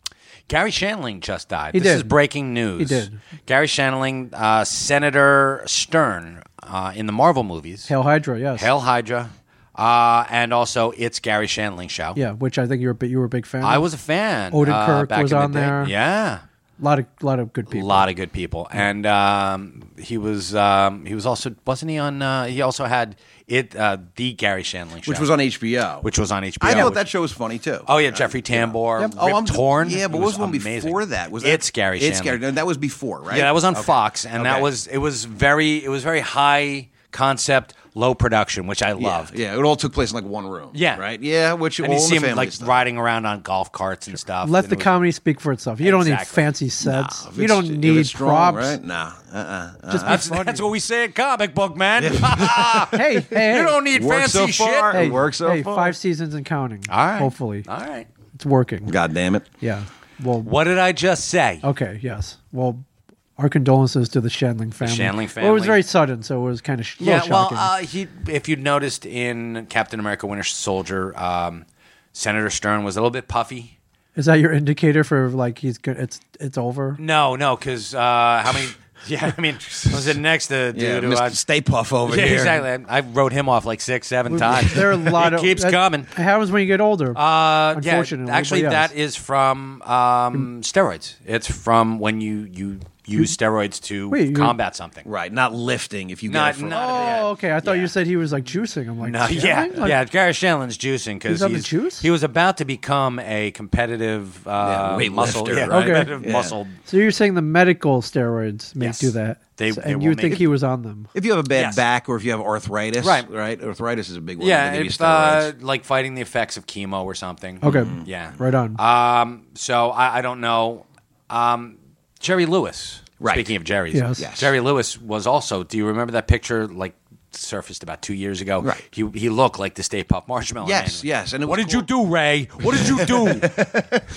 [SPEAKER 12] Gary Shandling just died.
[SPEAKER 11] He
[SPEAKER 12] this
[SPEAKER 11] did.
[SPEAKER 12] is breaking news.
[SPEAKER 11] He did.
[SPEAKER 12] Gary Shandling, uh, Senator Stern uh, in the Marvel movies,
[SPEAKER 11] Hail Hydra. Yes.
[SPEAKER 12] Hail Hydra, uh, and also It's Gary Shandling Show.
[SPEAKER 11] Yeah, which I think you were a bit, you were a big fan.
[SPEAKER 12] I
[SPEAKER 11] of.
[SPEAKER 12] was a fan.
[SPEAKER 11] Odin
[SPEAKER 12] uh,
[SPEAKER 11] Kirk
[SPEAKER 12] back
[SPEAKER 11] was
[SPEAKER 12] in the
[SPEAKER 11] on
[SPEAKER 12] day.
[SPEAKER 11] there.
[SPEAKER 12] Yeah.
[SPEAKER 11] A lot of lot of good
[SPEAKER 12] A
[SPEAKER 11] people.
[SPEAKER 12] lot of good people, and um, he was um, he was also wasn't he on? Uh, he also had it uh, the Gary Shandling show,
[SPEAKER 10] Which was on HBO.
[SPEAKER 12] which was on HBO.
[SPEAKER 10] I thought
[SPEAKER 12] which-
[SPEAKER 10] that show was funny too.
[SPEAKER 12] Oh yeah, Jeffrey Tambor.
[SPEAKER 10] Yep. Oh, I'm
[SPEAKER 12] torn.
[SPEAKER 10] Yeah, but
[SPEAKER 12] He
[SPEAKER 10] what was the one
[SPEAKER 12] amazing.
[SPEAKER 10] before that? Was that
[SPEAKER 12] it's Gary?
[SPEAKER 10] It's
[SPEAKER 12] Shandling.
[SPEAKER 10] Gary. No, that was before, right?
[SPEAKER 12] Yeah, that was on
[SPEAKER 10] Okay.
[SPEAKER 12] Fox, and that
[SPEAKER 10] Okay.
[SPEAKER 12] was it was very it was very high concept, low production, which I loved.
[SPEAKER 10] Yeah, it all took place in like one room.
[SPEAKER 12] Yeah.
[SPEAKER 10] Right? Yeah, which
[SPEAKER 12] and
[SPEAKER 10] all
[SPEAKER 12] you
[SPEAKER 10] in
[SPEAKER 12] see
[SPEAKER 10] the
[SPEAKER 12] him
[SPEAKER 10] family
[SPEAKER 12] like riding around on golf carts and stuff.
[SPEAKER 11] Let
[SPEAKER 12] and
[SPEAKER 11] the
[SPEAKER 12] it was-
[SPEAKER 11] comedy speak for itself. You don't need
[SPEAKER 12] Exactly.
[SPEAKER 11] fancy sets.
[SPEAKER 10] If
[SPEAKER 11] you
[SPEAKER 10] it's-
[SPEAKER 11] don't
[SPEAKER 10] if
[SPEAKER 11] need
[SPEAKER 10] it's strong,
[SPEAKER 11] props.
[SPEAKER 10] Right? Nah. Uh-uh. uh
[SPEAKER 11] Just be
[SPEAKER 12] that's,
[SPEAKER 11] funny.
[SPEAKER 12] that's what we say in comic book, man.
[SPEAKER 11] hey, hey,
[SPEAKER 12] you don't need
[SPEAKER 10] Worked
[SPEAKER 12] fancy
[SPEAKER 10] so far.
[SPEAKER 12] shit.
[SPEAKER 11] Hey,
[SPEAKER 10] It works so
[SPEAKER 11] hey,
[SPEAKER 10] far.
[SPEAKER 11] five seasons and counting.
[SPEAKER 12] All right.
[SPEAKER 11] Hopefully,
[SPEAKER 12] All right.
[SPEAKER 11] it's working.
[SPEAKER 10] God damn it.
[SPEAKER 11] Yeah. Well,
[SPEAKER 12] What did I just say?
[SPEAKER 11] okay. Yes. Well, our condolences to the Shandling family.
[SPEAKER 12] Shandling
[SPEAKER 11] Well, it was
[SPEAKER 12] family.
[SPEAKER 11] very sudden, so it was kind of sh- little
[SPEAKER 12] Yeah, well,
[SPEAKER 11] shocking.
[SPEAKER 12] uh, he, if you'd noticed in Captain America Winter Soldier, um, Senator Stern was a little bit puffy.
[SPEAKER 11] Is that your indicator for like he's good? It's it's over.
[SPEAKER 12] No, no, because uh, how many? Yeah, I mean, I was sitting next to dude
[SPEAKER 11] Yeah,
[SPEAKER 12] who
[SPEAKER 11] Mr.
[SPEAKER 12] I,
[SPEAKER 10] Stay Puff over
[SPEAKER 12] yeah,
[SPEAKER 10] here.
[SPEAKER 12] Exactly. I wrote him off like six, seven times.
[SPEAKER 11] There are a lot
[SPEAKER 12] it
[SPEAKER 11] of
[SPEAKER 12] keeps
[SPEAKER 11] that-
[SPEAKER 12] coming.
[SPEAKER 11] It happens when you get older.
[SPEAKER 12] Uh, yeah,
[SPEAKER 11] unfortunately,
[SPEAKER 12] actually,
[SPEAKER 11] but yes.
[SPEAKER 12] that is from um, steroids. It's from when you you use steroids to
[SPEAKER 11] Wait, you-
[SPEAKER 12] combat something.
[SPEAKER 10] Right, not lifting. If you
[SPEAKER 12] not,
[SPEAKER 10] get it from-
[SPEAKER 12] not
[SPEAKER 11] Oh, okay. I thought you said he was like juicing. I'm like,
[SPEAKER 12] No, yeah,
[SPEAKER 11] Shandling? Like,
[SPEAKER 12] yeah. Gary Shanlon's juicing because
[SPEAKER 11] He's on the
[SPEAKER 12] he's, he was about to become a competitive uh,
[SPEAKER 10] Yeah, weightlifter,
[SPEAKER 12] muscle, yeah,
[SPEAKER 10] right?
[SPEAKER 12] competitive
[SPEAKER 10] Yeah.
[SPEAKER 12] muscle.
[SPEAKER 11] So you're saying the medical steroids may do that?
[SPEAKER 12] They-
[SPEAKER 11] So-
[SPEAKER 12] they
[SPEAKER 11] and
[SPEAKER 12] will
[SPEAKER 11] you
[SPEAKER 12] make
[SPEAKER 11] think
[SPEAKER 12] it-
[SPEAKER 11] he was on them?
[SPEAKER 10] If you have a bad
[SPEAKER 12] Yes.
[SPEAKER 10] back or if you have arthritis,
[SPEAKER 12] Right.
[SPEAKER 10] Right, arthritis is a big one.
[SPEAKER 12] Yeah,
[SPEAKER 10] They give you
[SPEAKER 12] it's,
[SPEAKER 10] steroids.
[SPEAKER 12] uh, like fighting the effects of chemo or something.
[SPEAKER 11] Okay.
[SPEAKER 12] Mm-hmm. Yeah.
[SPEAKER 11] Right on.
[SPEAKER 12] Um, so I, I don't know. Um, Jerry Lewis. Right. Speaking of Jerry's,
[SPEAKER 11] Yes. Yes.
[SPEAKER 12] Jerry Lewis was also. Do you remember that picture? Like surfaced about two years ago. Right. He he looked like the Stay Puft Marshmallow.
[SPEAKER 10] Yes,
[SPEAKER 12] Man.
[SPEAKER 10] yes. And
[SPEAKER 12] what did you do, Ray? What did you do?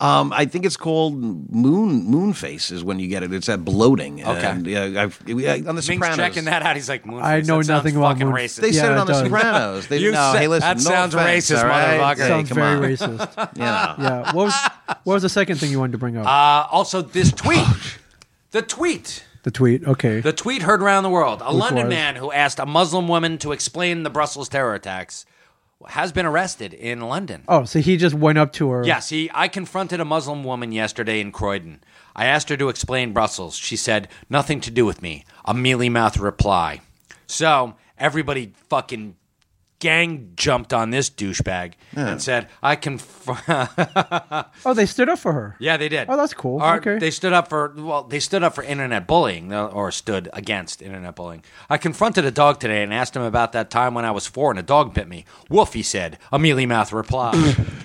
[SPEAKER 10] Um, I think it's called moon moon face is when you get it. It's that bloating.
[SPEAKER 12] Okay.
[SPEAKER 10] And, yeah, I've, yeah, on the
[SPEAKER 12] Ming's
[SPEAKER 10] Sopranos.
[SPEAKER 12] checking that out. He's like, Moonface,
[SPEAKER 11] I know
[SPEAKER 12] that sounds
[SPEAKER 11] nothing about
[SPEAKER 12] fucking
[SPEAKER 11] Moon-
[SPEAKER 12] racist.
[SPEAKER 10] They said
[SPEAKER 11] Yeah,
[SPEAKER 10] it on
[SPEAKER 11] it
[SPEAKER 10] the
[SPEAKER 11] does.
[SPEAKER 10] Sopranos. They,
[SPEAKER 12] You
[SPEAKER 10] no,
[SPEAKER 12] said-
[SPEAKER 10] hey, listen,
[SPEAKER 12] that
[SPEAKER 10] no
[SPEAKER 12] sounds
[SPEAKER 10] offense,
[SPEAKER 12] racist,
[SPEAKER 10] all right?
[SPEAKER 12] motherfucker.
[SPEAKER 10] Hey,
[SPEAKER 11] Sounds
[SPEAKER 10] come
[SPEAKER 11] very
[SPEAKER 10] on.
[SPEAKER 11] racist.
[SPEAKER 10] Yeah.
[SPEAKER 11] yeah. What was what was the second thing you wanted to bring up?
[SPEAKER 12] Uh, also, this tweet. the tweet.
[SPEAKER 11] the tweet. Okay.
[SPEAKER 12] The tweet heard around the world. A
[SPEAKER 11] Which
[SPEAKER 12] London
[SPEAKER 11] was?
[SPEAKER 12] man who asked a Muslim woman to explain the Brussels terror attacks has been arrested in London.
[SPEAKER 11] oh, so he just went up to her.
[SPEAKER 12] Yes, he, I confronted a Muslim woman yesterday in Croydon. I asked her to explain Brussels. She said, nothing to do with me. A mealy mouthed reply. So everybody fucking gang jumped on this douchebag and said, I confront.
[SPEAKER 11] Oh, they stood up for her.
[SPEAKER 12] Yeah, they did.
[SPEAKER 11] Oh, that's cool.
[SPEAKER 12] Or
[SPEAKER 11] Okay.
[SPEAKER 12] They stood up for well, they stood up for internet bullying uh, or stood against internet bullying. I confronted a dog today and asked him about that time when I was four and a dog bit me. Woof, he said. A mealy mouth reply.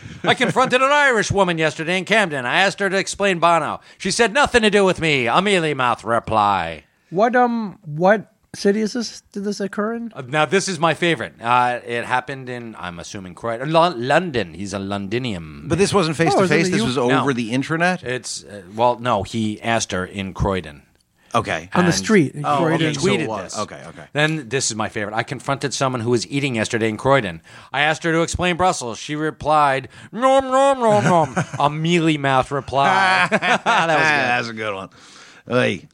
[SPEAKER 12] I confronted an Irish woman yesterday in Camden. I asked her to explain Bono. She said nothing to do with me. A mealy mouth reply.
[SPEAKER 11] What um what city is this? Did this occur in?
[SPEAKER 12] Uh, Now this is my favorite. Uh, it happened in I'm assuming Croydon, Lo- London. He's a Londinium.
[SPEAKER 10] But this wasn't face
[SPEAKER 11] Oh, it
[SPEAKER 10] to
[SPEAKER 11] was in
[SPEAKER 10] face.
[SPEAKER 11] the
[SPEAKER 10] This
[SPEAKER 11] U-
[SPEAKER 10] was
[SPEAKER 12] No.
[SPEAKER 10] over the internet.
[SPEAKER 12] It's uh, well, no, he asked her in Croydon.
[SPEAKER 10] Okay.
[SPEAKER 11] On the
[SPEAKER 12] And-
[SPEAKER 11] street. in
[SPEAKER 12] Oh,
[SPEAKER 11] Croydon.
[SPEAKER 12] okay,
[SPEAKER 10] So
[SPEAKER 12] tweeted
[SPEAKER 10] it was.
[SPEAKER 12] this.
[SPEAKER 10] Okay, okay.
[SPEAKER 12] Then this is my favorite. I confronted someone who was eating yesterday in Croydon. I asked her to explain Brussels. She replied, "Nom nom nom nom." a mealy mouth reply. that was good.
[SPEAKER 10] That's a good one. Hey,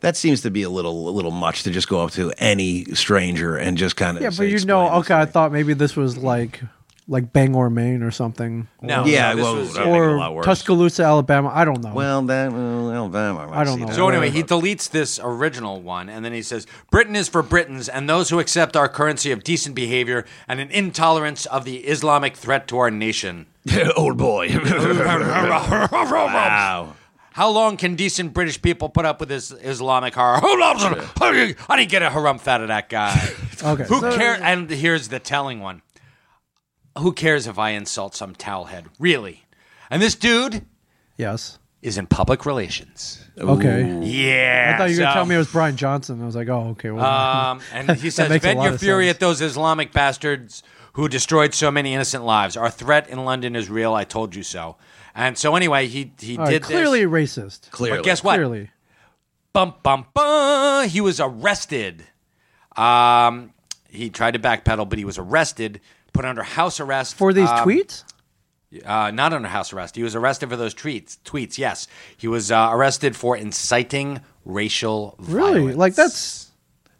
[SPEAKER 10] that seems to be a little a little much to just go up to any stranger and just kind of
[SPEAKER 11] Yeah, but you know, okay, I thought maybe this was like like Bangor, Maine, or something.
[SPEAKER 12] No,
[SPEAKER 10] yeah,
[SPEAKER 12] no, this
[SPEAKER 10] well,
[SPEAKER 12] was-
[SPEAKER 10] that would make it a lot
[SPEAKER 11] or
[SPEAKER 10] worse.
[SPEAKER 11] Tuscaloosa, Alabama. I don't know.
[SPEAKER 10] Well, that well, Alabama. might
[SPEAKER 11] I don't
[SPEAKER 10] see
[SPEAKER 11] know.
[SPEAKER 10] that.
[SPEAKER 12] So anyway, he deletes this original one, and then he says, "Britain is for Britons and those who accept our currency of decent behavior and an intolerance of the Islamic threat to our nation."
[SPEAKER 10] old boy. wow.
[SPEAKER 12] How long can decent British people put up with this Islamic horror? I didn't get a harumph out of that guy.
[SPEAKER 11] Okay.
[SPEAKER 12] Who
[SPEAKER 11] So-
[SPEAKER 12] cares? And here's the telling one. Who cares if I insult some towelhead? Really? And this dude
[SPEAKER 11] Yes.
[SPEAKER 12] is in public relations.
[SPEAKER 11] Okay.
[SPEAKER 12] Yeah.
[SPEAKER 11] I thought you were
[SPEAKER 12] so-
[SPEAKER 11] gonna tell me it was Brian Johnson. I was like, oh, okay. Well,
[SPEAKER 12] Um, and he
[SPEAKER 11] that
[SPEAKER 12] says,
[SPEAKER 11] makes a
[SPEAKER 12] "Vent
[SPEAKER 11] lot
[SPEAKER 12] your
[SPEAKER 11] of
[SPEAKER 12] fury
[SPEAKER 11] sense."
[SPEAKER 12] at those Islamic bastards who destroyed so many innocent lives. Our threat in London is real. I told you so." And so anyway, he he
[SPEAKER 11] All right,
[SPEAKER 12] did
[SPEAKER 11] clearly
[SPEAKER 12] this.
[SPEAKER 11] racist.
[SPEAKER 12] But guess what?
[SPEAKER 11] Clearly,
[SPEAKER 12] Bum bum bum. He was arrested. Um, he tried to backpedal, but he was arrested, put under house arrest
[SPEAKER 11] for these
[SPEAKER 12] um,
[SPEAKER 11] tweets.
[SPEAKER 12] Uh, not under house arrest. He was arrested for those tweets. Tweets. Yes, he was uh, arrested for inciting racial
[SPEAKER 11] Really?
[SPEAKER 12] violence.
[SPEAKER 11] Like that's.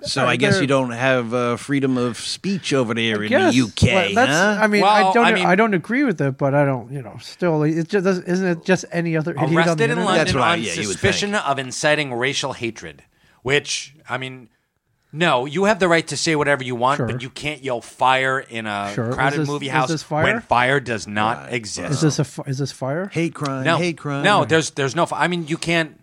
[SPEAKER 10] So I guess
[SPEAKER 11] They're-
[SPEAKER 10] you don't have uh, freedom of speech over there in
[SPEAKER 11] Yes.
[SPEAKER 10] the UK,
[SPEAKER 11] Well, that's,
[SPEAKER 10] huh?
[SPEAKER 11] I mean,
[SPEAKER 12] Well,
[SPEAKER 11] I don't.
[SPEAKER 12] I
[SPEAKER 11] I,
[SPEAKER 12] mean-
[SPEAKER 11] don't agree with it, but I don't. You know, still, it just doesn't- isn't it just any other idiot on the
[SPEAKER 12] arrested in
[SPEAKER 11] internet?
[SPEAKER 12] London
[SPEAKER 10] That's what I-
[SPEAKER 12] on
[SPEAKER 10] yeah, you would
[SPEAKER 12] suspicion of inciting racial hatred. Which I mean, no, you have the right to say whatever you want,
[SPEAKER 11] Sure.
[SPEAKER 12] but you can't yell fire in a
[SPEAKER 11] Sure. Is
[SPEAKER 12] crowded
[SPEAKER 11] this-
[SPEAKER 12] movie
[SPEAKER 11] is
[SPEAKER 12] house
[SPEAKER 11] this fire?
[SPEAKER 12] when fire does not exist.
[SPEAKER 11] Is this a fi- is this fire?
[SPEAKER 10] hate crime,
[SPEAKER 12] no,
[SPEAKER 10] hate crime.
[SPEAKER 12] no, there's there's no. fi- I mean, you can't.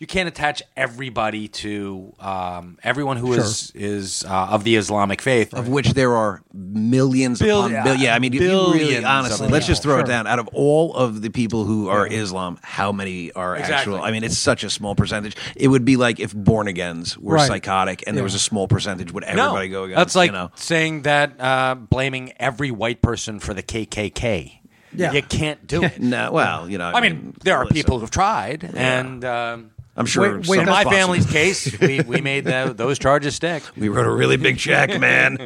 [SPEAKER 12] you can't attach everybody to um, everyone who is is uh, of the Islamic faith,
[SPEAKER 10] of which there are millions
[SPEAKER 12] Bill-
[SPEAKER 10] upon billions. Yeah, I mean, if you really,
[SPEAKER 12] billions
[SPEAKER 10] honestly,
[SPEAKER 12] of
[SPEAKER 10] let's just
[SPEAKER 12] people.
[SPEAKER 10] throw
[SPEAKER 12] Sure.
[SPEAKER 10] it down. Out of all of the people who are Islam, how many are
[SPEAKER 12] Exactly.
[SPEAKER 10] actual? I mean, it's such a small percentage. It would be like if born agains were
[SPEAKER 12] Right.
[SPEAKER 10] psychotic and there
[SPEAKER 12] Yeah.
[SPEAKER 10] was a small percentage. Would everybody
[SPEAKER 12] no,
[SPEAKER 10] go against?
[SPEAKER 12] That's like
[SPEAKER 10] you know?
[SPEAKER 12] saying that uh, blaming every white person for the KKK.
[SPEAKER 10] Yeah.
[SPEAKER 12] you can't do it.
[SPEAKER 10] no, well, you know,
[SPEAKER 12] I mean, there are people who've tried,
[SPEAKER 10] Yeah.
[SPEAKER 12] and um,
[SPEAKER 10] I'm sure Wait- wait,
[SPEAKER 12] in
[SPEAKER 10] that's
[SPEAKER 12] my
[SPEAKER 10] possible.
[SPEAKER 12] family's case, we, we made tho- those charges stick.
[SPEAKER 10] We wrote a really big check, man.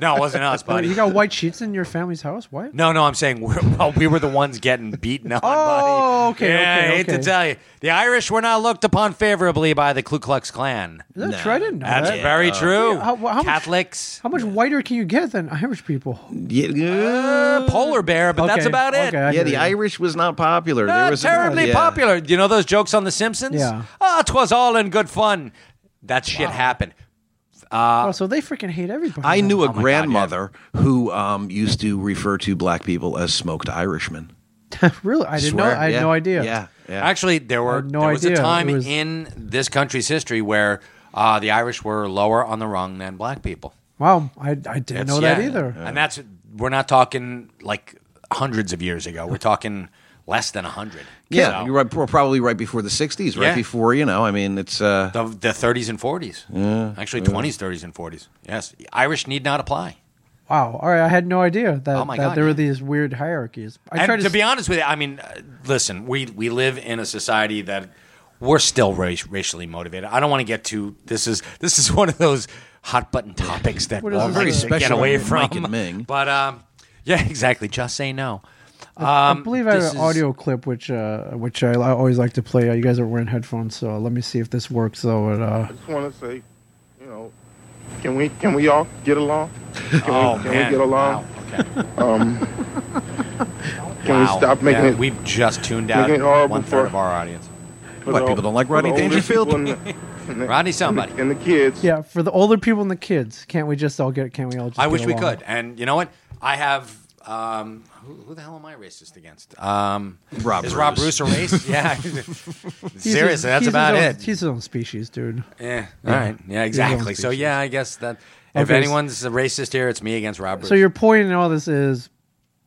[SPEAKER 12] no, it wasn't us, buddy.
[SPEAKER 11] You got white sheets in your family's house? What?
[SPEAKER 12] No, no, I'm saying we're, well, we were the ones getting beaten on.
[SPEAKER 11] Oh, okay.
[SPEAKER 12] yeah,
[SPEAKER 11] okay,
[SPEAKER 12] I hate
[SPEAKER 11] okay.
[SPEAKER 12] to tell you, the Irish were not looked upon favorably by the Ku Klux Klan.
[SPEAKER 11] That's right. I didn't know
[SPEAKER 12] That's
[SPEAKER 11] that.
[SPEAKER 12] very true.
[SPEAKER 11] Yeah, how- how
[SPEAKER 12] Catholics.
[SPEAKER 11] Much, how much whiter can you get than Irish people?
[SPEAKER 12] polar bear, but that's
[SPEAKER 11] Okay,
[SPEAKER 12] about it.
[SPEAKER 11] okay, I Yeah, the hear you.
[SPEAKER 10] Irish was not popular.
[SPEAKER 12] Not
[SPEAKER 10] There was-
[SPEAKER 12] terribly
[SPEAKER 10] Yeah.
[SPEAKER 12] popular. You know those jokes on The Simpsons?
[SPEAKER 11] Yeah.
[SPEAKER 12] Oh, 'twas all in good fun. That shit happened. Uh,
[SPEAKER 11] oh, so they freaking hate everybody.
[SPEAKER 10] I knew a
[SPEAKER 11] Oh my God,
[SPEAKER 10] grandmother who um, used to refer to black people as smoked Irishmen.
[SPEAKER 11] yeah. really? I didn't
[SPEAKER 10] Swear,
[SPEAKER 11] know. I had
[SPEAKER 10] yeah,
[SPEAKER 11] no idea.
[SPEAKER 10] yeah, yeah.
[SPEAKER 12] Actually, there were
[SPEAKER 11] no
[SPEAKER 12] there was
[SPEAKER 11] idea.
[SPEAKER 12] a time
[SPEAKER 11] It was-
[SPEAKER 12] in this country's history where uh, the Irish were lower on the rung than black people.
[SPEAKER 11] Wow. I, I didn't
[SPEAKER 12] It's-
[SPEAKER 11] know that
[SPEAKER 12] yeah.
[SPEAKER 11] either.
[SPEAKER 12] And that's we're not talking like hundreds of years ago. We're talking less than a hundred.
[SPEAKER 10] Yeah, you're right, we're probably right before the '60s, right
[SPEAKER 12] Yeah.
[SPEAKER 10] before you know. I mean, it's uh,
[SPEAKER 12] the the 30s and 40s.
[SPEAKER 10] Yeah,
[SPEAKER 12] Actually,
[SPEAKER 10] yeah.
[SPEAKER 12] 20s, 30s, and 40s. Yes, Irish need not apply.
[SPEAKER 11] Wow. All right. I had no idea that,
[SPEAKER 12] Oh my
[SPEAKER 11] that
[SPEAKER 12] God,
[SPEAKER 11] there were
[SPEAKER 12] yeah.
[SPEAKER 11] these weird hierarchies. I
[SPEAKER 12] and
[SPEAKER 11] tried
[SPEAKER 12] to,
[SPEAKER 11] to
[SPEAKER 12] be honest with you, I mean, uh, listen, we we live in a society that we're still race, racially motivated. I don't want to get too. This is this is one of those hot button topics that
[SPEAKER 10] What
[SPEAKER 12] we
[SPEAKER 10] is
[SPEAKER 12] will
[SPEAKER 10] this? Very
[SPEAKER 12] get
[SPEAKER 10] special
[SPEAKER 12] away
[SPEAKER 10] with
[SPEAKER 12] from.
[SPEAKER 10] Mike and Ming.
[SPEAKER 12] But um, yeah, exactly. Just say no. Um,
[SPEAKER 11] I believe I have
[SPEAKER 12] this
[SPEAKER 11] an
[SPEAKER 12] is-
[SPEAKER 11] audio clip, which uh, which I, I always like to play. Uh, you guys are wearing headphones, so let me see if this works. Though, and, uh,
[SPEAKER 14] I just want to say, you know, can we can we all get along? Can
[SPEAKER 12] Oh,
[SPEAKER 14] we can
[SPEAKER 12] man.
[SPEAKER 14] we get along? Um, can we
[SPEAKER 12] wow.
[SPEAKER 14] stop making
[SPEAKER 12] Yeah,
[SPEAKER 14] it?
[SPEAKER 12] We've just tuned
[SPEAKER 14] making it
[SPEAKER 12] out
[SPEAKER 14] horrible
[SPEAKER 12] one third
[SPEAKER 14] for-
[SPEAKER 12] of our audience.
[SPEAKER 14] for the- for the older people and the- and the-
[SPEAKER 12] Rodney somebody.
[SPEAKER 14] and the kids.
[SPEAKER 11] yeah, for the older people and the kids, can't we just all get? Can't we all? just
[SPEAKER 12] I
[SPEAKER 11] get
[SPEAKER 12] wish we
[SPEAKER 11] along?
[SPEAKER 12] could. And you know what? I have. Um, who, who the hell am I racist against? Um,
[SPEAKER 10] Rob
[SPEAKER 12] is Rob
[SPEAKER 10] Bruce.
[SPEAKER 12] Bruce a racist? yeah.
[SPEAKER 11] He's his-
[SPEAKER 12] Seriously, that's
[SPEAKER 11] he's
[SPEAKER 12] about
[SPEAKER 11] his
[SPEAKER 12] it.
[SPEAKER 11] own- He's his own species, dude.
[SPEAKER 12] Yeah.
[SPEAKER 11] Yeah.
[SPEAKER 12] All right. Yeah.
[SPEAKER 11] He's his own
[SPEAKER 12] Exactly. So
[SPEAKER 11] species.
[SPEAKER 12] yeah, I guess that if
[SPEAKER 11] Okay, s-
[SPEAKER 12] anyone's a racist here, it's me against Rob Bruce.
[SPEAKER 11] So your point in all this is,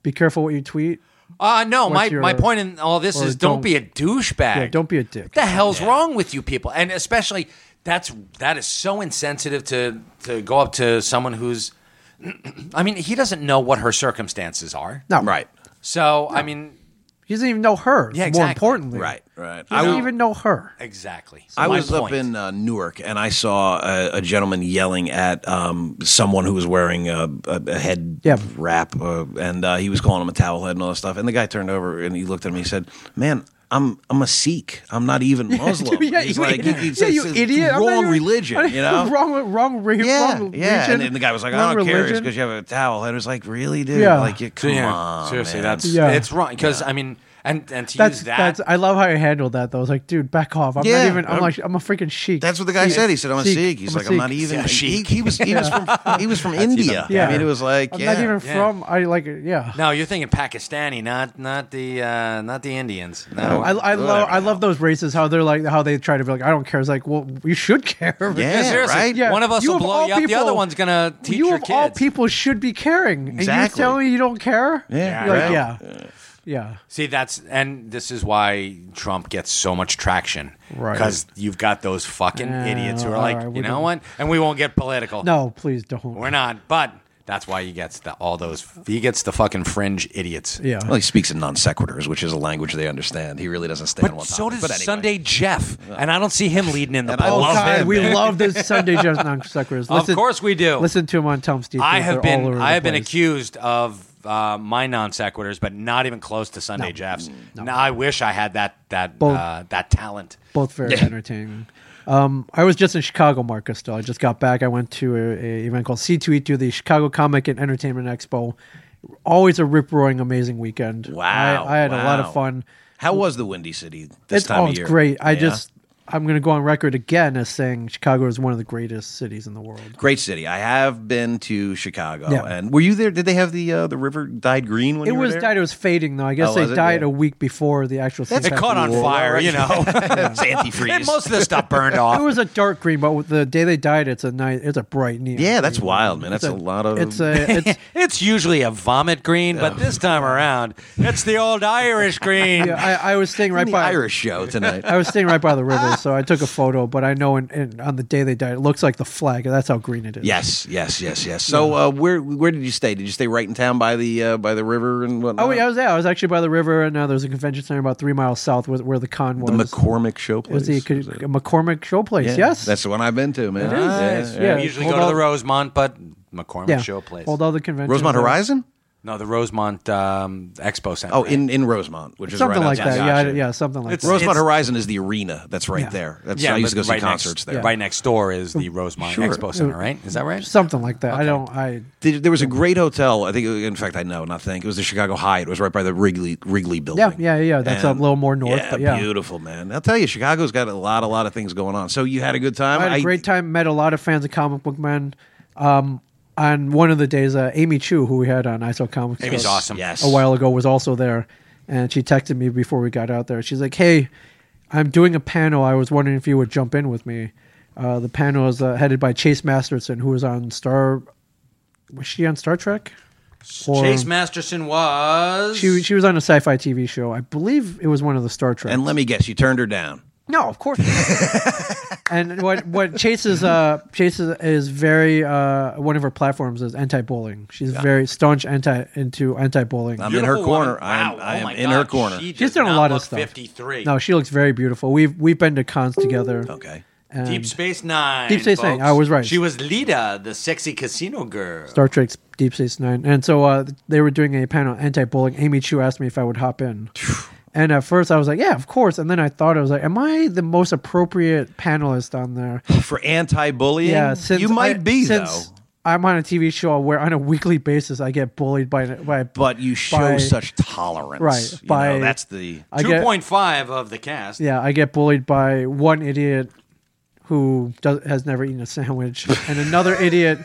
[SPEAKER 11] be careful what you tweet.
[SPEAKER 12] Uh, no,
[SPEAKER 11] What's
[SPEAKER 12] my,
[SPEAKER 11] your-
[SPEAKER 12] my point in all this
[SPEAKER 11] or
[SPEAKER 12] is don't,
[SPEAKER 11] don't-
[SPEAKER 12] be a douchebag.
[SPEAKER 11] Yeah, don't be a dick.
[SPEAKER 12] What the hell's wrong with you people? And especially that's that is so insensitive to to go up to someone who's I mean, he doesn't know what her circumstances are.
[SPEAKER 11] No,
[SPEAKER 10] right.
[SPEAKER 12] So, I mean,
[SPEAKER 11] He doesn't even know her.
[SPEAKER 12] Yeah,
[SPEAKER 11] More
[SPEAKER 12] exactly.
[SPEAKER 11] importantly,
[SPEAKER 10] Right, right.
[SPEAKER 11] He doesn't
[SPEAKER 10] I-
[SPEAKER 11] even know her.
[SPEAKER 12] exactly.
[SPEAKER 10] I
[SPEAKER 12] My
[SPEAKER 10] was up
[SPEAKER 12] point.
[SPEAKER 10] in uh, Newark and I saw a, a gentleman yelling at um, someone who was wearing a, a, a head wrap, uh, and uh, he was calling him a towel head and all that stuff. And the guy turned over and he looked at me and said, "Man." I'm I'm a Sikh. I'm not even Muslim.
[SPEAKER 11] yeah,
[SPEAKER 10] He's
[SPEAKER 11] you,
[SPEAKER 10] like,
[SPEAKER 11] idiot.
[SPEAKER 10] he- he's
[SPEAKER 11] yeah,
[SPEAKER 10] like,
[SPEAKER 11] you
[SPEAKER 10] it's
[SPEAKER 11] idiot. I'm not
[SPEAKER 10] Wrong
[SPEAKER 11] even-
[SPEAKER 10] religion, you know?
[SPEAKER 11] wrong, wrong, re-
[SPEAKER 10] yeah,
[SPEAKER 11] wrong
[SPEAKER 10] yeah.
[SPEAKER 11] region,
[SPEAKER 10] And, and the guy was like,
[SPEAKER 11] wrong
[SPEAKER 10] "I don't care. It's
[SPEAKER 11] religion."
[SPEAKER 10] because you have a towel." And it was like, "Really, dude?
[SPEAKER 11] Yeah.
[SPEAKER 10] Like, you,
[SPEAKER 12] So,
[SPEAKER 10] come
[SPEAKER 12] yeah,
[SPEAKER 10] on,
[SPEAKER 12] seriously,
[SPEAKER 10] man.
[SPEAKER 12] that's
[SPEAKER 11] Yeah.
[SPEAKER 12] it's wrong because I mean, and and to
[SPEAKER 11] That's
[SPEAKER 12] use that
[SPEAKER 11] that's. I love how you handled that though. I was like, dude, back off. I'm
[SPEAKER 10] Yeah,
[SPEAKER 11] not even. I'm,
[SPEAKER 10] I'm-
[SPEAKER 11] like, I'm a freaking sheik.
[SPEAKER 10] That's what the guy said. He said, "I'm a Sikh." He's like, "I'm not even."
[SPEAKER 11] Yeah,
[SPEAKER 10] he, he was he was from he was from India.
[SPEAKER 11] Yeah.
[SPEAKER 10] I mean, it was like,
[SPEAKER 11] I'm
[SPEAKER 10] yeah,
[SPEAKER 11] not even
[SPEAKER 12] Yeah.
[SPEAKER 11] from. I like. Yeah.
[SPEAKER 12] No, you're thinking Pakistani, not not the uh, not the Indians. No,
[SPEAKER 11] I, I love I love those races how they're like how they try to be like I don't care it's like well you should care
[SPEAKER 12] Yeah, seriously. One of us will blow
[SPEAKER 11] all
[SPEAKER 12] you up. The other one's gonna teach
[SPEAKER 11] you
[SPEAKER 12] your
[SPEAKER 11] of all
[SPEAKER 12] kids.
[SPEAKER 11] people should be caring and you
[SPEAKER 12] Exactly.
[SPEAKER 11] tell me you don't care
[SPEAKER 12] Yeah,
[SPEAKER 11] You're
[SPEAKER 12] I
[SPEAKER 11] like, yeah
[SPEAKER 12] know.
[SPEAKER 11] yeah
[SPEAKER 12] See, that's and this is why Trump gets so much traction,
[SPEAKER 11] Right.
[SPEAKER 12] Because you've got those fucking
[SPEAKER 11] Yeah,
[SPEAKER 12] idiots who are
[SPEAKER 11] all
[SPEAKER 12] like,
[SPEAKER 11] right,
[SPEAKER 12] you
[SPEAKER 11] we're
[SPEAKER 12] know
[SPEAKER 11] done.
[SPEAKER 12] what? And we won't get political.
[SPEAKER 11] no please don't
[SPEAKER 12] we're not. But that's why he gets the, all those. He gets the fucking fringe idiots.
[SPEAKER 11] Yeah.
[SPEAKER 10] Well, he speaks in non sequiturs, which is a language they understand. He really doesn't stand
[SPEAKER 12] But
[SPEAKER 10] on
[SPEAKER 12] so
[SPEAKER 10] topic.
[SPEAKER 12] does
[SPEAKER 10] but anyway.
[SPEAKER 12] Sunday Jeff, and I don't see him leading in the
[SPEAKER 10] And I
[SPEAKER 12] polls.
[SPEAKER 10] love
[SPEAKER 11] Oh, God,
[SPEAKER 10] him,
[SPEAKER 11] we
[SPEAKER 10] man.
[SPEAKER 11] love this Sunday Just Non Suckers
[SPEAKER 12] Of course we do.
[SPEAKER 11] listen to him on Tom Steve
[SPEAKER 12] I have
[SPEAKER 11] They're all over
[SPEAKER 12] been
[SPEAKER 11] the
[SPEAKER 12] I have been
[SPEAKER 11] place.
[SPEAKER 12] accused of uh, my non sequiturs, but not even close to Sunday Jeff's. Now, I wish I had that that
[SPEAKER 11] Both-
[SPEAKER 12] uh, that talent.
[SPEAKER 11] both very entertaining. Um, I was just in Chicago, Marcus. Still, I just got back. I went to a, a event called C2E2, the Chicago Comic and Entertainment Expo. Always a rip roaring, amazing weekend.
[SPEAKER 10] Wow,
[SPEAKER 11] I, I had a lot
[SPEAKER 10] wow.
[SPEAKER 11] of fun.
[SPEAKER 10] How was the Windy City this
[SPEAKER 11] It's
[SPEAKER 10] time
[SPEAKER 11] oh,
[SPEAKER 10] of
[SPEAKER 11] it's
[SPEAKER 10] year?
[SPEAKER 11] great. I
[SPEAKER 10] Yeah?
[SPEAKER 11] just I'm going to go on record again as saying Chicago is one of the greatest cities in the world.
[SPEAKER 10] Great city. I have been to Chicago.
[SPEAKER 11] Yeah.
[SPEAKER 10] And were you there? Did they have the uh, the river dyed green when
[SPEAKER 11] it
[SPEAKER 10] you were
[SPEAKER 11] was
[SPEAKER 10] there?
[SPEAKER 11] dyed. It was fading though. I guess
[SPEAKER 10] Oh, was
[SPEAKER 11] they
[SPEAKER 10] it?
[SPEAKER 11] died
[SPEAKER 10] Yeah.
[SPEAKER 11] a week before the actual.
[SPEAKER 10] That's
[SPEAKER 11] thing
[SPEAKER 10] it caught
[SPEAKER 11] happened.
[SPEAKER 10] on fire, you know. It's antifreeze. And most of the stuff burned off.
[SPEAKER 11] It was a dark green, but the day they died, it's a night. It's a bright neon.
[SPEAKER 10] Yeah, that's
[SPEAKER 11] green.
[SPEAKER 10] wild, man.
[SPEAKER 11] It's
[SPEAKER 10] That's a, lot of.
[SPEAKER 11] It's a. It's,
[SPEAKER 12] It's usually a vomit green, but this time around, it's the old Irish green.
[SPEAKER 11] yeah, I, I was staying right
[SPEAKER 12] the
[SPEAKER 11] by
[SPEAKER 12] Irish show tonight.
[SPEAKER 11] I was staying right by the river, so I took a photo. But I know, in, in, on the day they died, it looks like the flag. That's how green it is.
[SPEAKER 10] yes, yes, yes, yes. So uh, where where did you stay? Did you stay right in town by the uh, by the river and whatnot?
[SPEAKER 11] Oh yeah, I was there. I was actually by the river, and uh, there was a convention center about three miles south where, where the con was.
[SPEAKER 10] the McCormick show
[SPEAKER 11] It was
[SPEAKER 10] place.
[SPEAKER 11] the co- McCormick show place. Yes,
[SPEAKER 10] that's the one I've been to, man.
[SPEAKER 11] It is. Nice. Yeah.
[SPEAKER 12] We usually
[SPEAKER 11] Hold
[SPEAKER 12] go to
[SPEAKER 11] on.
[SPEAKER 12] the Rosemont, but McCormick
[SPEAKER 11] Yeah.
[SPEAKER 12] show place.
[SPEAKER 11] Hold all the conventions.
[SPEAKER 10] Rosemont Horizon?
[SPEAKER 12] No, the Rosemont um, Expo Center.
[SPEAKER 10] Oh, in, in Rosemont, which
[SPEAKER 11] Something
[SPEAKER 10] is right
[SPEAKER 11] like
[SPEAKER 10] outside.
[SPEAKER 11] that. Yeah, I- yeah, something like
[SPEAKER 10] It's-
[SPEAKER 11] that.
[SPEAKER 10] Rosemont
[SPEAKER 11] It's-
[SPEAKER 10] Horizon is the arena that's right there. That's I used to go
[SPEAKER 12] but
[SPEAKER 10] see
[SPEAKER 12] right next-
[SPEAKER 10] concerts there.
[SPEAKER 12] Right next door is the Rosemont
[SPEAKER 10] Sure.
[SPEAKER 12] Expo Center, right? Is that right?
[SPEAKER 11] Something like that. I don't. I
[SPEAKER 10] Did, there was a great hotel. I think, in fact, I know, not think. It was the Chicago Hyatt. It was right by the Wrigley Wrigley building.
[SPEAKER 11] yeah, yeah, yeah. That's
[SPEAKER 10] And-
[SPEAKER 11] a little more north.
[SPEAKER 10] yeah,
[SPEAKER 11] but yeah.
[SPEAKER 10] beautiful, man. I'll tell you, Chicago's got a lot, a lot of things going on. So you had a good time.
[SPEAKER 11] I had a great time. Met a lot of fans of comic book men. Um, on one of the days, uh, Amy Chu, who we had on ISO Comics,
[SPEAKER 12] Amy's
[SPEAKER 11] Club
[SPEAKER 12] awesome. Yes.
[SPEAKER 11] a while ago, was also there, and she texted me before we got out there. She's like, "Hey, I'm doing a panel. I was wondering if you would jump in with me." Uh, the panel is uh, headed by Chase Masterson, who was on Star. Was she on Star Trek? Or-
[SPEAKER 12] Chase Masterson was.
[SPEAKER 11] Mm. She she was on a sci-fi TV show. I believe it was one of the Star Trek.
[SPEAKER 10] And let me guess, you turned her down.
[SPEAKER 11] No, of course. not. and what what Chase is uh Chase is, is very uh one of her platforms is anti-bullying. She's
[SPEAKER 10] Yeah.
[SPEAKER 11] very staunch anti into anti-bullying.
[SPEAKER 10] I'm in her corner. I'm,
[SPEAKER 12] oh
[SPEAKER 10] I am in her corner.
[SPEAKER 11] She's done a lot of stuff. No, she looks very beautiful. We've we've been to cons together.
[SPEAKER 10] Okay.
[SPEAKER 11] And
[SPEAKER 12] Deep Space Nine.
[SPEAKER 11] Deep Space Nine,
[SPEAKER 12] folks.
[SPEAKER 11] I was right.
[SPEAKER 12] She was Lita, the sexy casino girl.
[SPEAKER 11] Star Trek's Deep Space Nine, and so uh, they were doing a panel on anti-bullying. Amy Chu asked me if I would hop in. And at first I was like, yeah, of course. And then I thought I was like, am I the most appropriate panelist on there?
[SPEAKER 10] For anti-bullying?
[SPEAKER 11] Yeah, since
[SPEAKER 10] you might
[SPEAKER 11] I-
[SPEAKER 10] be,
[SPEAKER 11] since
[SPEAKER 10] though.
[SPEAKER 11] I'm on a TV show where on a weekly basis I get bullied by by
[SPEAKER 10] But you show
[SPEAKER 11] by-
[SPEAKER 10] such tolerance.
[SPEAKER 11] right
[SPEAKER 10] You
[SPEAKER 11] by
[SPEAKER 10] know, that's the...
[SPEAKER 11] I get-
[SPEAKER 12] 2.5 of the cast.
[SPEAKER 11] yeah I get bullied by one idiot who does, has never eaten a sandwich and another idiot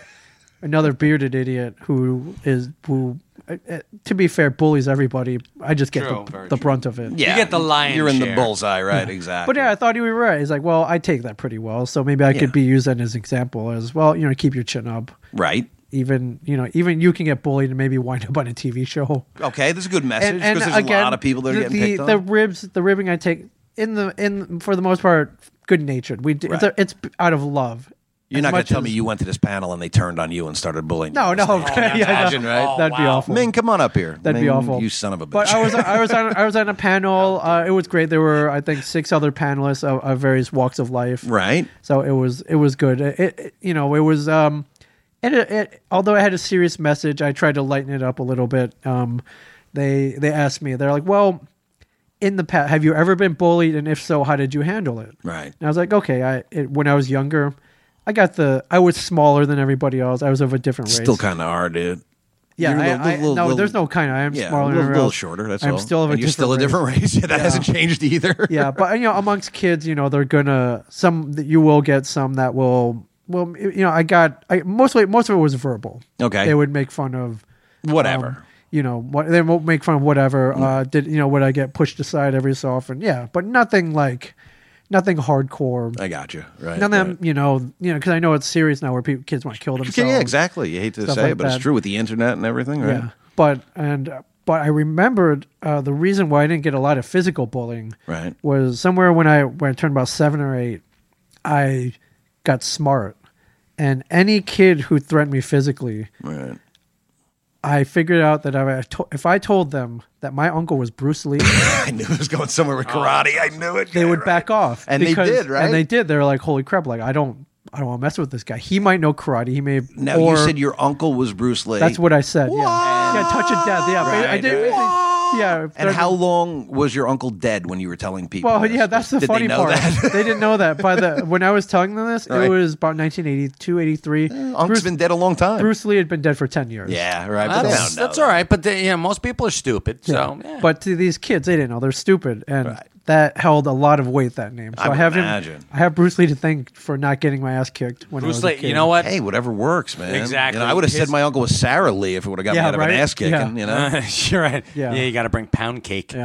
[SPEAKER 11] another bearded idiot who is who uh, uh, to be fair bullies everybody I just get
[SPEAKER 10] True,
[SPEAKER 11] the,
[SPEAKER 10] very
[SPEAKER 11] the
[SPEAKER 10] true.
[SPEAKER 11] brunt of it
[SPEAKER 10] Yeah,
[SPEAKER 12] You get the lion's
[SPEAKER 10] You're in the
[SPEAKER 12] share.
[SPEAKER 10] bullseye, right?
[SPEAKER 11] Yeah.
[SPEAKER 10] Exactly.
[SPEAKER 11] But yeah, I thought you were right. He's like, well, I take that pretty well, so maybe I
[SPEAKER 10] Yeah.
[SPEAKER 11] could be used as an example as well. You know, keep your chin up.
[SPEAKER 10] Right.
[SPEAKER 11] Even you know, even you can get bullied and maybe wind up on a TV show.
[SPEAKER 10] Okay, that's a good message because there's a lot of people that are
[SPEAKER 11] the,
[SPEAKER 10] getting
[SPEAKER 11] the,
[SPEAKER 10] picked
[SPEAKER 11] the
[SPEAKER 10] on.
[SPEAKER 11] ribs, the ribbing I take in the in for the most part, good natured. We do,
[SPEAKER 10] Right.
[SPEAKER 11] it's, it's out of love.
[SPEAKER 10] You're
[SPEAKER 11] As
[SPEAKER 10] not going
[SPEAKER 11] much
[SPEAKER 10] to tell
[SPEAKER 11] as-
[SPEAKER 10] me you went to this panel and they turned on you and started bullying you.
[SPEAKER 11] No, no, yeah, no. Oh,
[SPEAKER 10] Imagine, right?
[SPEAKER 11] That'd be awful.
[SPEAKER 10] Ming, come on up here.
[SPEAKER 11] That'd be
[SPEAKER 10] Ming,
[SPEAKER 11] awful.
[SPEAKER 10] You son of a bitch.
[SPEAKER 11] But I was I was on I was on a panel. Uh, it was great. There were I think six other panelists of, of various walks of life.
[SPEAKER 10] Right.
[SPEAKER 11] So it was it was good. It, it you know it was um, it, it although I had a serious message, I tried to lighten it up a little bit. Um, they they asked me. They're like, well, in the past, have you ever been bullied, and if so, how did you handle it?
[SPEAKER 10] Right.
[SPEAKER 11] And I was like, okay, I it, when I was younger. I got the. I was smaller than everybody else. I was of a different race.
[SPEAKER 10] Still kind of are, dude.
[SPEAKER 11] Yeah,
[SPEAKER 10] You're a
[SPEAKER 11] I-
[SPEAKER 10] little-
[SPEAKER 11] I-
[SPEAKER 10] little-
[SPEAKER 11] no,
[SPEAKER 10] little-
[SPEAKER 11] there's no kind. I am
[SPEAKER 10] yeah,
[SPEAKER 11] smaller
[SPEAKER 10] A
[SPEAKER 11] than
[SPEAKER 10] little,
[SPEAKER 11] everyone
[SPEAKER 10] little
[SPEAKER 11] else.
[SPEAKER 10] shorter. That's
[SPEAKER 11] I'm
[SPEAKER 10] all.
[SPEAKER 11] still of a
[SPEAKER 10] And you're still a different
[SPEAKER 11] different
[SPEAKER 10] race.
[SPEAKER 11] race.
[SPEAKER 10] Yeah, that
[SPEAKER 11] Yeah.
[SPEAKER 10] hasn't changed either.
[SPEAKER 11] yeah, but you know, amongst kids, you know, they're gonna some that you will get some that will. Well, you know, I got I mostly most of it was verbal.
[SPEAKER 10] Okay.
[SPEAKER 11] they would make fun of
[SPEAKER 10] Whatever. Mm.
[SPEAKER 11] um, you know, what they won't make fun of whatever. Uh, did you know? Would I get pushed aside every so often? Yeah, but nothing like, nothing hardcore.
[SPEAKER 10] I got you. Right.
[SPEAKER 11] None of them,
[SPEAKER 10] right.
[SPEAKER 11] you know, you know, because I know it's serious now where people, kids want to kill themselves.
[SPEAKER 10] Yeah, exactly. You hate to
[SPEAKER 11] Stuff
[SPEAKER 10] say
[SPEAKER 11] like
[SPEAKER 10] it, but
[SPEAKER 11] that.
[SPEAKER 10] it's true with the internet and everything, right?
[SPEAKER 11] Yeah, but and uh, but I remembered uh, the reason why I didn't get a lot of physical bullying.
[SPEAKER 10] Right.
[SPEAKER 11] was somewhere when I when I turned about seven or eight, I got smart, and any kid who threatened me physically,
[SPEAKER 10] right.
[SPEAKER 11] I figured out that if I, to- if I told them that my uncle was Bruce Lee,
[SPEAKER 10] I knew it was going somewhere
[SPEAKER 12] Oh,
[SPEAKER 10] with karate. I knew it.
[SPEAKER 11] they would back off,
[SPEAKER 10] And they
[SPEAKER 11] because-
[SPEAKER 10] did, right?
[SPEAKER 11] And they did. They were like, "Holy crap! Like I don't, I don't want to mess with this guy. He might know karate. He may."
[SPEAKER 10] Now
[SPEAKER 11] or,
[SPEAKER 10] you said your uncle was Bruce Lee.
[SPEAKER 11] That's what I said. Yeah, yeah, touch of death. Yeah, but I
[SPEAKER 10] Right,
[SPEAKER 11] did. Yeah,
[SPEAKER 10] And
[SPEAKER 11] threatened-
[SPEAKER 10] how long was your uncle dead when you were telling people?
[SPEAKER 11] Well,
[SPEAKER 10] this?
[SPEAKER 11] yeah, that's the
[SPEAKER 10] Did
[SPEAKER 11] funny
[SPEAKER 10] they know
[SPEAKER 11] part.
[SPEAKER 10] That?
[SPEAKER 11] they didn't know that by the when I was telling them this,
[SPEAKER 10] Right. Uh,
[SPEAKER 11] it was about 1982, 83.
[SPEAKER 10] Uncle's been dead a long time.
[SPEAKER 11] Bruce Lee had been dead for 10 years.
[SPEAKER 10] yeah, right. But
[SPEAKER 12] That's,
[SPEAKER 10] they don't know
[SPEAKER 12] that's all right, but they, yeah, most people are stupid. So
[SPEAKER 11] But to these kids, they didn't know. They're stupid, and that held a lot of weight. That name. So
[SPEAKER 10] I
[SPEAKER 11] I, have
[SPEAKER 10] imagine.
[SPEAKER 11] him. I have Bruce Lee to thank for not getting my ass kicked when I was
[SPEAKER 10] Bruce
[SPEAKER 11] a
[SPEAKER 10] Lee,
[SPEAKER 11] kid.
[SPEAKER 10] you know what? Hey, whatever works, man.
[SPEAKER 12] Exactly.
[SPEAKER 10] You know, I would have
[SPEAKER 12] His-
[SPEAKER 10] said my uncle was Sarah Lee if it would have got
[SPEAKER 11] Yeah,
[SPEAKER 10] me out of
[SPEAKER 11] right?
[SPEAKER 10] an ass kicking.
[SPEAKER 11] Yeah.
[SPEAKER 10] You know,
[SPEAKER 12] You're right.
[SPEAKER 11] Yeah.
[SPEAKER 12] Yeah, you got to bring pound cake.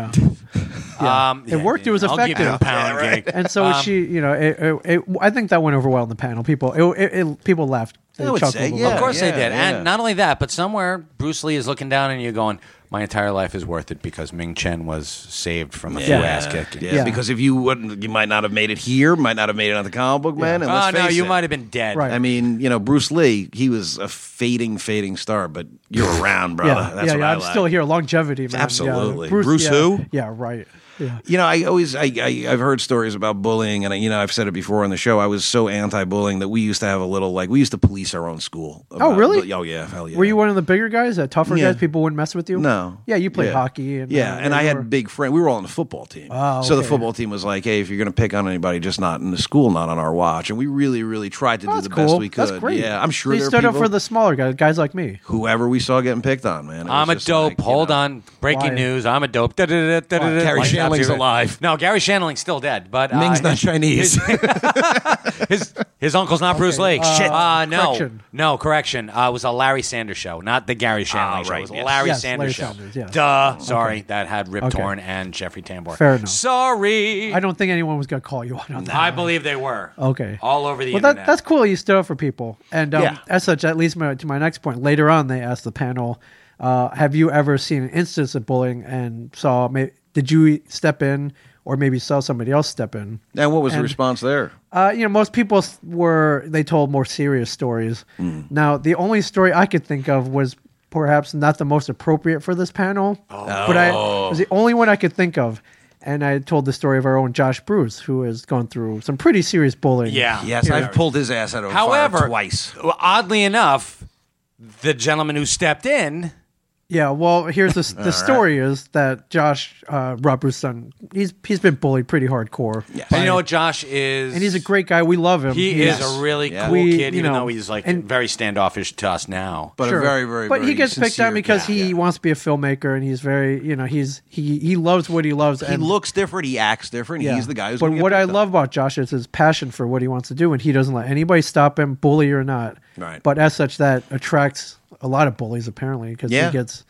[SPEAKER 12] Yeah. Um,
[SPEAKER 11] it worked. It was
[SPEAKER 12] I'll
[SPEAKER 11] effective.
[SPEAKER 12] Give you a pound cake.
[SPEAKER 11] And so
[SPEAKER 12] Um,
[SPEAKER 11] she, you know, it, it, it, I think that went over well in the panel. People, it, it, it- people laughed. They chuckled a little
[SPEAKER 12] of
[SPEAKER 11] bit.
[SPEAKER 12] course they did. And not only that, but somewhere Bruce Lee is looking down and you're going, my entire life is worth it because Ming Chen was saved from a few ass kicking.
[SPEAKER 10] Yeah, because if you wouldn't, you might not have made it here, might not have made it on the comic book, man. And
[SPEAKER 12] Oh,
[SPEAKER 10] let's
[SPEAKER 12] no,
[SPEAKER 10] face
[SPEAKER 12] you
[SPEAKER 10] it.
[SPEAKER 12] might have been dead. Right.
[SPEAKER 10] I mean, you know, Bruce Lee, he was a fading, fading star, but you're around, brother.
[SPEAKER 11] Yeah,
[SPEAKER 10] That's
[SPEAKER 11] yeah,
[SPEAKER 10] what
[SPEAKER 11] yeah,
[SPEAKER 10] I
[SPEAKER 11] I'm
[SPEAKER 10] like.
[SPEAKER 11] still here. Longevity, man. Yeah.
[SPEAKER 10] Absolutely. Bruce
[SPEAKER 11] yeah.
[SPEAKER 10] who?
[SPEAKER 11] Yeah, right. Yeah.
[SPEAKER 10] You know, I always I, I I've heard stories about bullying, and I, you know, I've said it before on the show. I was so anti-bullying that we used to have a little like we used to police our own school.
[SPEAKER 11] Oh, really?
[SPEAKER 10] Oh yeah, hell yeah.
[SPEAKER 11] Were you one of the bigger guys, the tougher
[SPEAKER 10] Yeah.
[SPEAKER 11] guys? People wouldn't mess with you.
[SPEAKER 10] No.
[SPEAKER 11] Yeah, you played
[SPEAKER 10] Yeah.
[SPEAKER 11] hockey. And,
[SPEAKER 10] yeah,
[SPEAKER 11] uh,
[SPEAKER 10] and I
[SPEAKER 11] you
[SPEAKER 10] had
[SPEAKER 11] were-
[SPEAKER 10] big friends. We were all on the football team.
[SPEAKER 11] Oh,
[SPEAKER 10] So the
[SPEAKER 11] okay.
[SPEAKER 10] football team was like, hey, if you're going to pick on anybody, just not in the school, not on our watch. And we really, really tried to do
[SPEAKER 11] Oh, That's
[SPEAKER 10] the
[SPEAKER 11] cool.
[SPEAKER 10] best we could.
[SPEAKER 11] That's great.
[SPEAKER 10] Yeah, I'm sure
[SPEAKER 11] So you
[SPEAKER 10] there are
[SPEAKER 11] stood up
[SPEAKER 10] people-
[SPEAKER 11] for the smaller guys, guys like me.
[SPEAKER 10] whoever we saw getting picked on, man. It was
[SPEAKER 12] I'm a
[SPEAKER 10] just
[SPEAKER 12] dope. Hold on. Breaking
[SPEAKER 10] Why?
[SPEAKER 12] news. I'm a dope. Da, da, da, da, da, da.
[SPEAKER 10] Gary
[SPEAKER 12] Like,
[SPEAKER 10] Shandling's
[SPEAKER 12] absolutely.
[SPEAKER 10] alive.
[SPEAKER 12] No, Gary Shandling's still dead. But uh,
[SPEAKER 10] Ming's not
[SPEAKER 12] his-
[SPEAKER 10] Chinese.
[SPEAKER 12] His, his, his uncle's not Bruce
[SPEAKER 10] Okay,
[SPEAKER 12] Lee.
[SPEAKER 10] uh, Shit.
[SPEAKER 12] Uh, no,
[SPEAKER 10] correction.
[SPEAKER 12] no correction. Uh, it was a Larry Sanders show, not the Gary Shandling
[SPEAKER 10] Ah,
[SPEAKER 12] show.
[SPEAKER 10] right,
[SPEAKER 12] It was a
[SPEAKER 10] yes.
[SPEAKER 12] Larry
[SPEAKER 10] Yes,
[SPEAKER 12] Sanders
[SPEAKER 11] Larry
[SPEAKER 12] show.
[SPEAKER 11] Sanders, yeah.
[SPEAKER 12] Duh. Sorry,
[SPEAKER 11] Okay.
[SPEAKER 12] that had Rip
[SPEAKER 11] Okay.
[SPEAKER 12] Torn and Jeffrey Tambor.
[SPEAKER 11] Fair enough.
[SPEAKER 12] Sorry.
[SPEAKER 11] I don't think anyone was going to call you out on that.
[SPEAKER 12] I believe they were.
[SPEAKER 11] Okay.
[SPEAKER 12] All over the
[SPEAKER 11] well,
[SPEAKER 12] internet.
[SPEAKER 11] That, that's cool. You stood up for people, and um,
[SPEAKER 12] Yeah.
[SPEAKER 11] as such, that leads me to my next point. Later on, they asked the panel, uh, "Have you ever seen an instance of bullying and saw? May, did you step in, or maybe saw somebody else step in?"
[SPEAKER 10] And what was the
[SPEAKER 11] And-
[SPEAKER 10] response there?
[SPEAKER 11] Uh, you know, most people s- were they told more serious stories.
[SPEAKER 12] Mm.
[SPEAKER 11] Now, the only story I could think of was perhaps not the most appropriate for this panel, but I
[SPEAKER 12] Oh.
[SPEAKER 11] it was the only one I could think of. And I told the story of our own Josh Bruce, who has gone through some pretty serious bullying.
[SPEAKER 10] Ah, Yes,
[SPEAKER 11] here.
[SPEAKER 10] I've pulled his ass out of a fire
[SPEAKER 12] However,
[SPEAKER 10] twice.
[SPEAKER 12] Oddly enough, the gentleman who stepped in.
[SPEAKER 11] Yeah, well, here's the
[SPEAKER 12] All right.
[SPEAKER 11] the story is that Josh uh, Rob Bruce's son he's he's been bullied pretty hardcore. Yeah,
[SPEAKER 12] And you know what? Josh is.
[SPEAKER 11] and he's a great guy. We love him.
[SPEAKER 12] He is a really cool
[SPEAKER 11] We-
[SPEAKER 12] kid,
[SPEAKER 11] you
[SPEAKER 12] even
[SPEAKER 11] know,
[SPEAKER 12] though he's like very standoffish to us now.
[SPEAKER 10] But
[SPEAKER 11] Sure. But he gets picked on because he wants to be a filmmaker, and he's very, you know, he's he he loves what he loves.
[SPEAKER 10] He
[SPEAKER 11] and,
[SPEAKER 10] looks different. He acts different.
[SPEAKER 11] yeah.
[SPEAKER 10] He's the guy who's.
[SPEAKER 11] But
[SPEAKER 10] gonna get
[SPEAKER 11] what I
[SPEAKER 10] picked on.
[SPEAKER 11] love about Josh is his passion for what he wants to do, and he doesn't let anybody stop him, bully or not.
[SPEAKER 10] Right.
[SPEAKER 11] But as such, that attracts a lot of bullies apparently because
[SPEAKER 10] Yeah. Ah,
[SPEAKER 11] he gets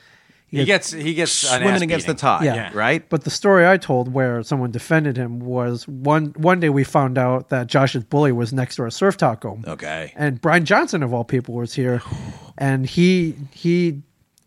[SPEAKER 12] He gets he gets an
[SPEAKER 10] Swimming
[SPEAKER 12] ass
[SPEAKER 10] against
[SPEAKER 12] beating.
[SPEAKER 10] the tide,
[SPEAKER 11] right? But the story I told where someone defended him was one one day we found out that Josh's bully was next door at Surf Taco.
[SPEAKER 10] Okay.
[SPEAKER 11] And Brian Johnson of all people was here and he he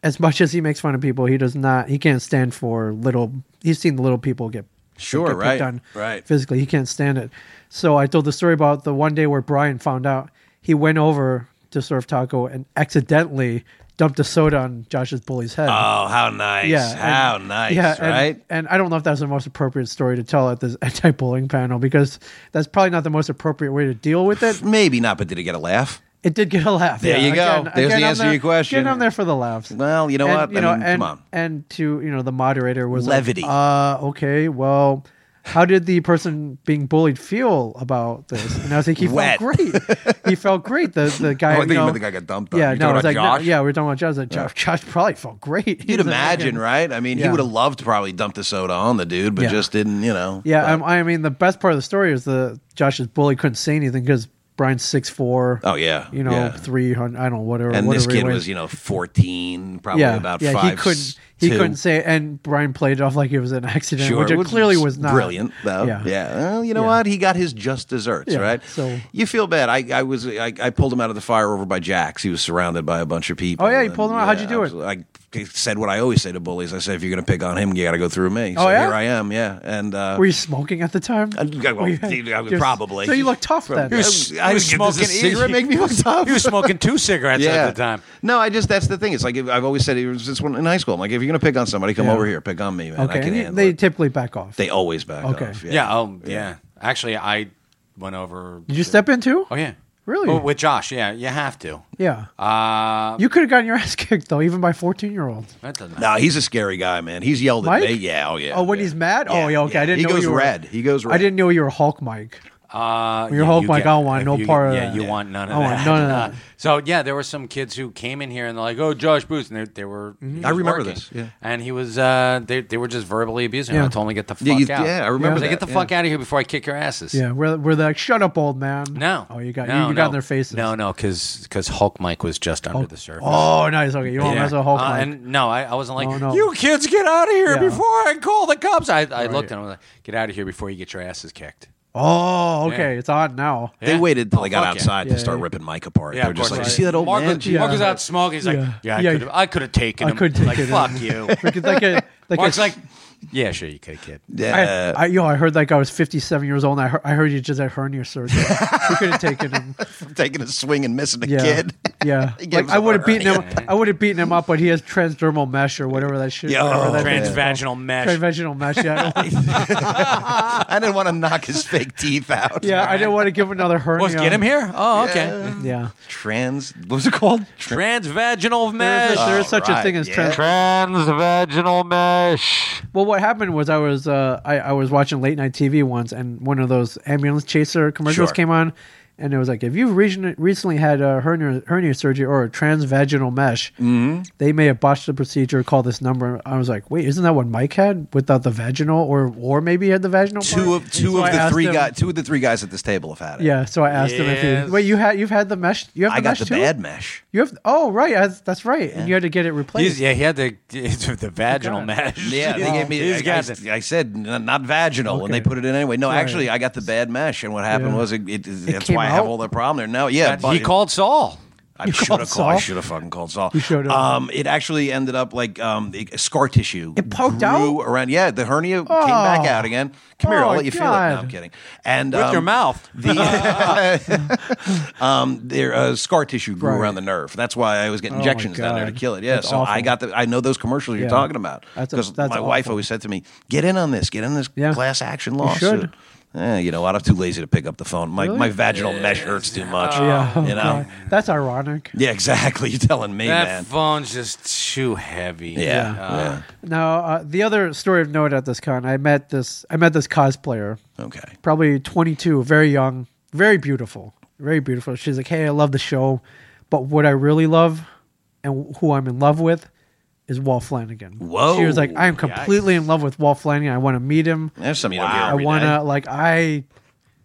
[SPEAKER 11] as much as he makes fun of people, he does not he can't stand for little he's seen the little people get
[SPEAKER 10] Sure,
[SPEAKER 11] get picked
[SPEAKER 10] right,
[SPEAKER 11] on
[SPEAKER 10] right.
[SPEAKER 11] physically. He can't stand it. So I told the story about the one day where Brian found out he went over to Surf Taco and accidentally dumped a soda on Josh's bully's head.
[SPEAKER 10] Oh, how nice!
[SPEAKER 11] Yeah,
[SPEAKER 10] how
[SPEAKER 11] and-
[SPEAKER 10] nice!
[SPEAKER 11] yeah, and-
[SPEAKER 10] right?
[SPEAKER 11] And I don't know if that's the most appropriate story to tell at this anti-bullying panel because that's probably not the most appropriate way to deal with it.
[SPEAKER 10] Maybe not, but did he get a laugh?
[SPEAKER 11] It did get a laugh.
[SPEAKER 10] There
[SPEAKER 11] yeah.
[SPEAKER 10] you go.
[SPEAKER 11] Again-
[SPEAKER 10] There's
[SPEAKER 11] again,
[SPEAKER 10] the
[SPEAKER 11] I'm
[SPEAKER 10] answer to
[SPEAKER 11] there-
[SPEAKER 10] your question.
[SPEAKER 11] Again, I'm there for the laughs.
[SPEAKER 10] Well, you know
[SPEAKER 11] And,
[SPEAKER 10] what?
[SPEAKER 11] You know,
[SPEAKER 10] I mean,
[SPEAKER 11] and,
[SPEAKER 10] come on.
[SPEAKER 11] And to you know, the moderator was like,
[SPEAKER 10] Levity.
[SPEAKER 11] uh, okay, well. How did the person being bullied feel about this? And I was like, he
[SPEAKER 10] Wet.
[SPEAKER 11] felt great. He felt great. The the guy.
[SPEAKER 10] Oh, I
[SPEAKER 11] you
[SPEAKER 10] thought you
[SPEAKER 11] know-
[SPEAKER 10] meant the guy got dumped on.
[SPEAKER 11] Yeah,
[SPEAKER 10] You're
[SPEAKER 11] no,
[SPEAKER 10] talking
[SPEAKER 11] it was
[SPEAKER 10] about
[SPEAKER 11] like, no,
[SPEAKER 10] Josh?
[SPEAKER 11] yeah, we we're talking about Josh. I was like, Josh, Josh probably felt great.
[SPEAKER 10] You'd imagine, right? I mean, he
[SPEAKER 11] Yeah.
[SPEAKER 10] would have loved to probably dump the soda on the dude, but
[SPEAKER 11] Yeah.
[SPEAKER 10] just didn't. You know?
[SPEAKER 11] Yeah, um, I mean the best part of the story is the Josh's bully couldn't say anything because Brian's six four.
[SPEAKER 10] Oh yeah.
[SPEAKER 11] you know
[SPEAKER 10] yeah.
[SPEAKER 11] three hundred. I don't know whatever.
[SPEAKER 10] And
[SPEAKER 11] whatever
[SPEAKER 10] this
[SPEAKER 11] he
[SPEAKER 10] kid
[SPEAKER 11] weighs.
[SPEAKER 10] was, you know, fourteen, probably
[SPEAKER 11] yeah,
[SPEAKER 10] about
[SPEAKER 11] yeah,
[SPEAKER 10] five.
[SPEAKER 11] he couldn't he
[SPEAKER 10] two.
[SPEAKER 11] couldn't say, and Brian played it off like it was an accident,
[SPEAKER 10] Sure,
[SPEAKER 11] which it
[SPEAKER 10] was
[SPEAKER 11] clearly was not.
[SPEAKER 10] Brilliant, though.
[SPEAKER 11] Yeah.
[SPEAKER 10] Yeah. Well, you know
[SPEAKER 11] Yeah.
[SPEAKER 10] what? He got his just desserts,
[SPEAKER 11] Yeah,
[SPEAKER 10] right?
[SPEAKER 11] so-
[SPEAKER 10] you feel bad. I, I was I, I pulled him out of the fire over by Jack's. He was surrounded by a bunch of people.
[SPEAKER 11] Oh yeah, you pulled him out. How'd you do it?
[SPEAKER 10] I said what I always say to bullies. I say if you're going to pick on him, you got to go through me. So
[SPEAKER 11] Oh, yeah?
[SPEAKER 10] here I am. Yeah, and uh,
[SPEAKER 11] Were you smoking at the time?
[SPEAKER 10] I- Uh, well,
[SPEAKER 11] Were you-
[SPEAKER 10] I would
[SPEAKER 11] you're-
[SPEAKER 10] probably.
[SPEAKER 11] So you look tough then.
[SPEAKER 10] He was- I was smoking. Does a cigarette make me look tough?
[SPEAKER 12] He was smoking two cigarettes at the time.
[SPEAKER 10] No, I just that's the thing. It's like if- I've always said. It was just when in high school. I'm like, if you're gonna pick on somebody, come
[SPEAKER 11] Yeah.
[SPEAKER 10] over here. Pick on me, man. I
[SPEAKER 11] okay,
[SPEAKER 10] can
[SPEAKER 11] and you-
[SPEAKER 10] handle.
[SPEAKER 11] they typically back off.
[SPEAKER 10] They always back
[SPEAKER 11] Okay.
[SPEAKER 10] off.
[SPEAKER 12] Yeah. oh, yeah. Actually, I went over.
[SPEAKER 11] Did you step in too?
[SPEAKER 12] Oh yeah.
[SPEAKER 11] Really?
[SPEAKER 12] Oh, with Josh, yeah, you have to.
[SPEAKER 11] Yeah,
[SPEAKER 12] Uh,
[SPEAKER 11] you could have gotten your ass kicked though, even by fourteen year olds.
[SPEAKER 12] that doesn't.
[SPEAKER 10] No, he's a scary guy, man. He's yelled at
[SPEAKER 11] Mike?
[SPEAKER 10] me. Yeah, oh yeah.
[SPEAKER 11] Oh, when he's mad. oh, yeah. Okay, I didn't
[SPEAKER 10] He
[SPEAKER 11] know
[SPEAKER 10] goes
[SPEAKER 11] you were,
[SPEAKER 10] red. He goes
[SPEAKER 11] I
[SPEAKER 10] red.
[SPEAKER 11] didn't know you were Hulk, Mike.
[SPEAKER 12] Uh,
[SPEAKER 11] When you're Hulk,
[SPEAKER 12] you
[SPEAKER 11] like,
[SPEAKER 12] get-
[SPEAKER 11] I don't want
[SPEAKER 12] if
[SPEAKER 11] no
[SPEAKER 12] you-
[SPEAKER 11] part of
[SPEAKER 12] yeah,
[SPEAKER 11] that.
[SPEAKER 12] you want none of
[SPEAKER 11] I want
[SPEAKER 12] that.
[SPEAKER 11] none of that.
[SPEAKER 12] Uh, so yeah, there were some kids who came in here and they're like, "Oh, Josh Booth," and they, they were.
[SPEAKER 11] Mm-hmm.
[SPEAKER 12] he
[SPEAKER 10] I
[SPEAKER 12] was
[SPEAKER 10] remember
[SPEAKER 12] working.
[SPEAKER 10] this, yeah.
[SPEAKER 12] and he was. Uh, they, they were just verbally abusing him.
[SPEAKER 11] Yeah.
[SPEAKER 12] I told him to get the fuck
[SPEAKER 11] Yeah, you-
[SPEAKER 12] out.
[SPEAKER 11] yeah, I remember
[SPEAKER 12] was like, get
[SPEAKER 11] that,
[SPEAKER 12] the
[SPEAKER 11] yeah.
[SPEAKER 12] fuck out of here before I kick your asses.
[SPEAKER 11] Yeah, we're, we're like, shut up, old man.
[SPEAKER 12] No.
[SPEAKER 11] Oh, you got
[SPEAKER 12] No,
[SPEAKER 11] you, you got
[SPEAKER 12] no.
[SPEAKER 11] in their faces.
[SPEAKER 12] No, no, because Hulk Mike was just under the surface.
[SPEAKER 11] Oh, nice. Okay, you don't
[SPEAKER 12] Yeah.
[SPEAKER 11] mess with Hulk.
[SPEAKER 12] Uh,
[SPEAKER 11] Mike.
[SPEAKER 12] and no, I, I wasn't like
[SPEAKER 11] Oh, no.
[SPEAKER 12] you kids get out of here
[SPEAKER 11] Yeah.
[SPEAKER 12] before I call the cops. I, I looked and I was like, get out of here before you get your asses kicked.
[SPEAKER 11] oh, okay.
[SPEAKER 12] Yeah.
[SPEAKER 11] It's odd now.
[SPEAKER 12] Yeah. Oh,
[SPEAKER 10] They waited till they
[SPEAKER 11] Oh,
[SPEAKER 10] got
[SPEAKER 12] Fuck yeah.
[SPEAKER 10] outside
[SPEAKER 12] Yeah,
[SPEAKER 10] to start
[SPEAKER 12] yeah.
[SPEAKER 10] ripping Mike apart.
[SPEAKER 12] Yeah,
[SPEAKER 10] they were
[SPEAKER 12] of
[SPEAKER 10] just
[SPEAKER 12] course
[SPEAKER 10] like,
[SPEAKER 12] I
[SPEAKER 10] you
[SPEAKER 12] did.
[SPEAKER 10] see that old
[SPEAKER 12] Mark
[SPEAKER 10] man?
[SPEAKER 12] was- Mark was out smoking. He's like, yeah, I could've- I could've taken
[SPEAKER 11] I
[SPEAKER 12] him.
[SPEAKER 11] could
[SPEAKER 12] Like,
[SPEAKER 11] take
[SPEAKER 12] fuck you.
[SPEAKER 11] Like, it's like a, like
[SPEAKER 12] Mark's
[SPEAKER 11] a,
[SPEAKER 12] like, yeah, sure you could, kid.
[SPEAKER 11] I,
[SPEAKER 10] Uh,
[SPEAKER 11] I, yo, I heard like I was 57 years old. and I heard, I heard you just had hernia surgery. you could have taken him.
[SPEAKER 10] taking a swing and missing a
[SPEAKER 11] Yeah,
[SPEAKER 10] kid.
[SPEAKER 11] yeah.
[SPEAKER 10] He gave
[SPEAKER 11] like
[SPEAKER 10] us
[SPEAKER 11] I
[SPEAKER 10] a
[SPEAKER 11] would have beaten him.
[SPEAKER 10] hernia.
[SPEAKER 11] I would have beaten him up, but he has transdermal mesh or whatever that shit.
[SPEAKER 10] Yo.
[SPEAKER 11] whatever that thing is
[SPEAKER 12] Transvaginal
[SPEAKER 11] called.
[SPEAKER 12] mesh.
[SPEAKER 11] Transvaginal mesh. Yeah, I don't-
[SPEAKER 10] I didn't want to knock his fake teeth out.
[SPEAKER 11] yeah. I didn't want to give him another hernia.
[SPEAKER 10] Let's get him here?
[SPEAKER 12] Oh, okay.
[SPEAKER 11] Yeah.
[SPEAKER 10] Trans. What was it called?
[SPEAKER 12] Transvaginal
[SPEAKER 11] There
[SPEAKER 12] mesh.
[SPEAKER 11] is,
[SPEAKER 10] Oh,
[SPEAKER 11] there is such a thing as trans-
[SPEAKER 13] transvaginal mesh.
[SPEAKER 11] Well, what happened was I was uh, I, I was watching late night TV once, and one of those ambulance chaser commercials
[SPEAKER 10] Sure.
[SPEAKER 11] came on, and it was like, if you've recent- recently had a hernia, hernia surgery or a transvaginal mesh,
[SPEAKER 10] Mm-hmm.
[SPEAKER 11] they may have botched the procedure. Call this number. I was like, wait, isn't that what Mike had without the vaginal, or or maybe he had the vaginal?
[SPEAKER 10] Two
[SPEAKER 11] part?
[SPEAKER 10] of two
[SPEAKER 11] So I
[SPEAKER 10] of the
[SPEAKER 11] asked
[SPEAKER 10] three
[SPEAKER 11] him-
[SPEAKER 10] guys. Two of the three guys at this table have had it.
[SPEAKER 11] Yeah, so I asked him if
[SPEAKER 10] Yes.
[SPEAKER 11] he wait you had you've had the mesh. You have the
[SPEAKER 10] I got
[SPEAKER 11] mesh
[SPEAKER 10] the
[SPEAKER 11] too?
[SPEAKER 10] bad mesh.
[SPEAKER 11] You have oh right, that's- that's right, and you had to get it replaced.
[SPEAKER 12] He's, yeah, he had the the vaginal mesh.
[SPEAKER 10] Yeah, they gave me.
[SPEAKER 12] He's
[SPEAKER 10] I,
[SPEAKER 12] got
[SPEAKER 10] I- I said n- not vaginal, and they put it in anyway. No,
[SPEAKER 12] Right.
[SPEAKER 10] actually, I got the bad mesh, and what happened
[SPEAKER 12] Yeah.
[SPEAKER 10] was it. it, that's
[SPEAKER 12] came
[SPEAKER 10] why I have
[SPEAKER 12] out?
[SPEAKER 10] all the problem there now. Yeah,
[SPEAKER 12] That- he called Saul.
[SPEAKER 10] I
[SPEAKER 12] You
[SPEAKER 10] should
[SPEAKER 12] called
[SPEAKER 10] have
[SPEAKER 12] Saul?
[SPEAKER 10] called. I should have fucking called Saul. You
[SPEAKER 11] showed up.
[SPEAKER 10] Um, it actually ended up like um, it- scar tissue. It
[SPEAKER 11] poked
[SPEAKER 10] grew around. Yeah, the hernia came back
[SPEAKER 11] Oh.
[SPEAKER 10] out again. Come here,
[SPEAKER 11] Oh,
[SPEAKER 10] I'll let you feel it. No,
[SPEAKER 11] God.
[SPEAKER 10] I'm kidding. And
[SPEAKER 12] With
[SPEAKER 10] um,
[SPEAKER 12] your mouth.
[SPEAKER 10] the um, their uh, scar tissue grew
[SPEAKER 11] Right.
[SPEAKER 10] around the nerve. That's why I always get
[SPEAKER 11] Oh, my
[SPEAKER 10] injections down there to
[SPEAKER 11] God.
[SPEAKER 10] kill it. Yeah,
[SPEAKER 11] That's
[SPEAKER 10] so I
[SPEAKER 11] awful.
[SPEAKER 10] got the. I know those commercials you're
[SPEAKER 11] Yeah.
[SPEAKER 10] talking about
[SPEAKER 11] That's a-
[SPEAKER 10] because my
[SPEAKER 11] that's
[SPEAKER 10] wife
[SPEAKER 11] awful.
[SPEAKER 10] always said to me, "Get in on this. Get in this class action
[SPEAKER 11] You should.
[SPEAKER 10] lawsuit." Eh, you know what? I'm too lazy to pick up the phone. My,
[SPEAKER 11] Really?
[SPEAKER 10] my vaginal mesh hurts too much.
[SPEAKER 11] yeah, oh,
[SPEAKER 10] you know.
[SPEAKER 11] God. that's ironic.
[SPEAKER 10] Yeah, exactly. You're telling me,
[SPEAKER 12] that
[SPEAKER 10] man.
[SPEAKER 12] phone's just too heavy.
[SPEAKER 10] Yeah,
[SPEAKER 12] Uh,
[SPEAKER 11] Now, uh, the other story of note at this con, I met this I met this cosplayer.
[SPEAKER 10] Okay.
[SPEAKER 11] Probably 22, very young, very beautiful, very beautiful. She's like, "Hey, I love the show, but what I really love and who I'm in love with is Walt Flanagan."
[SPEAKER 10] Whoa.
[SPEAKER 11] She was like, "I am completely in love with Walt Flanagan. I want to meet him.
[SPEAKER 10] There's something you don't hear
[SPEAKER 11] I
[SPEAKER 10] every
[SPEAKER 11] want
[SPEAKER 10] day.
[SPEAKER 11] to like I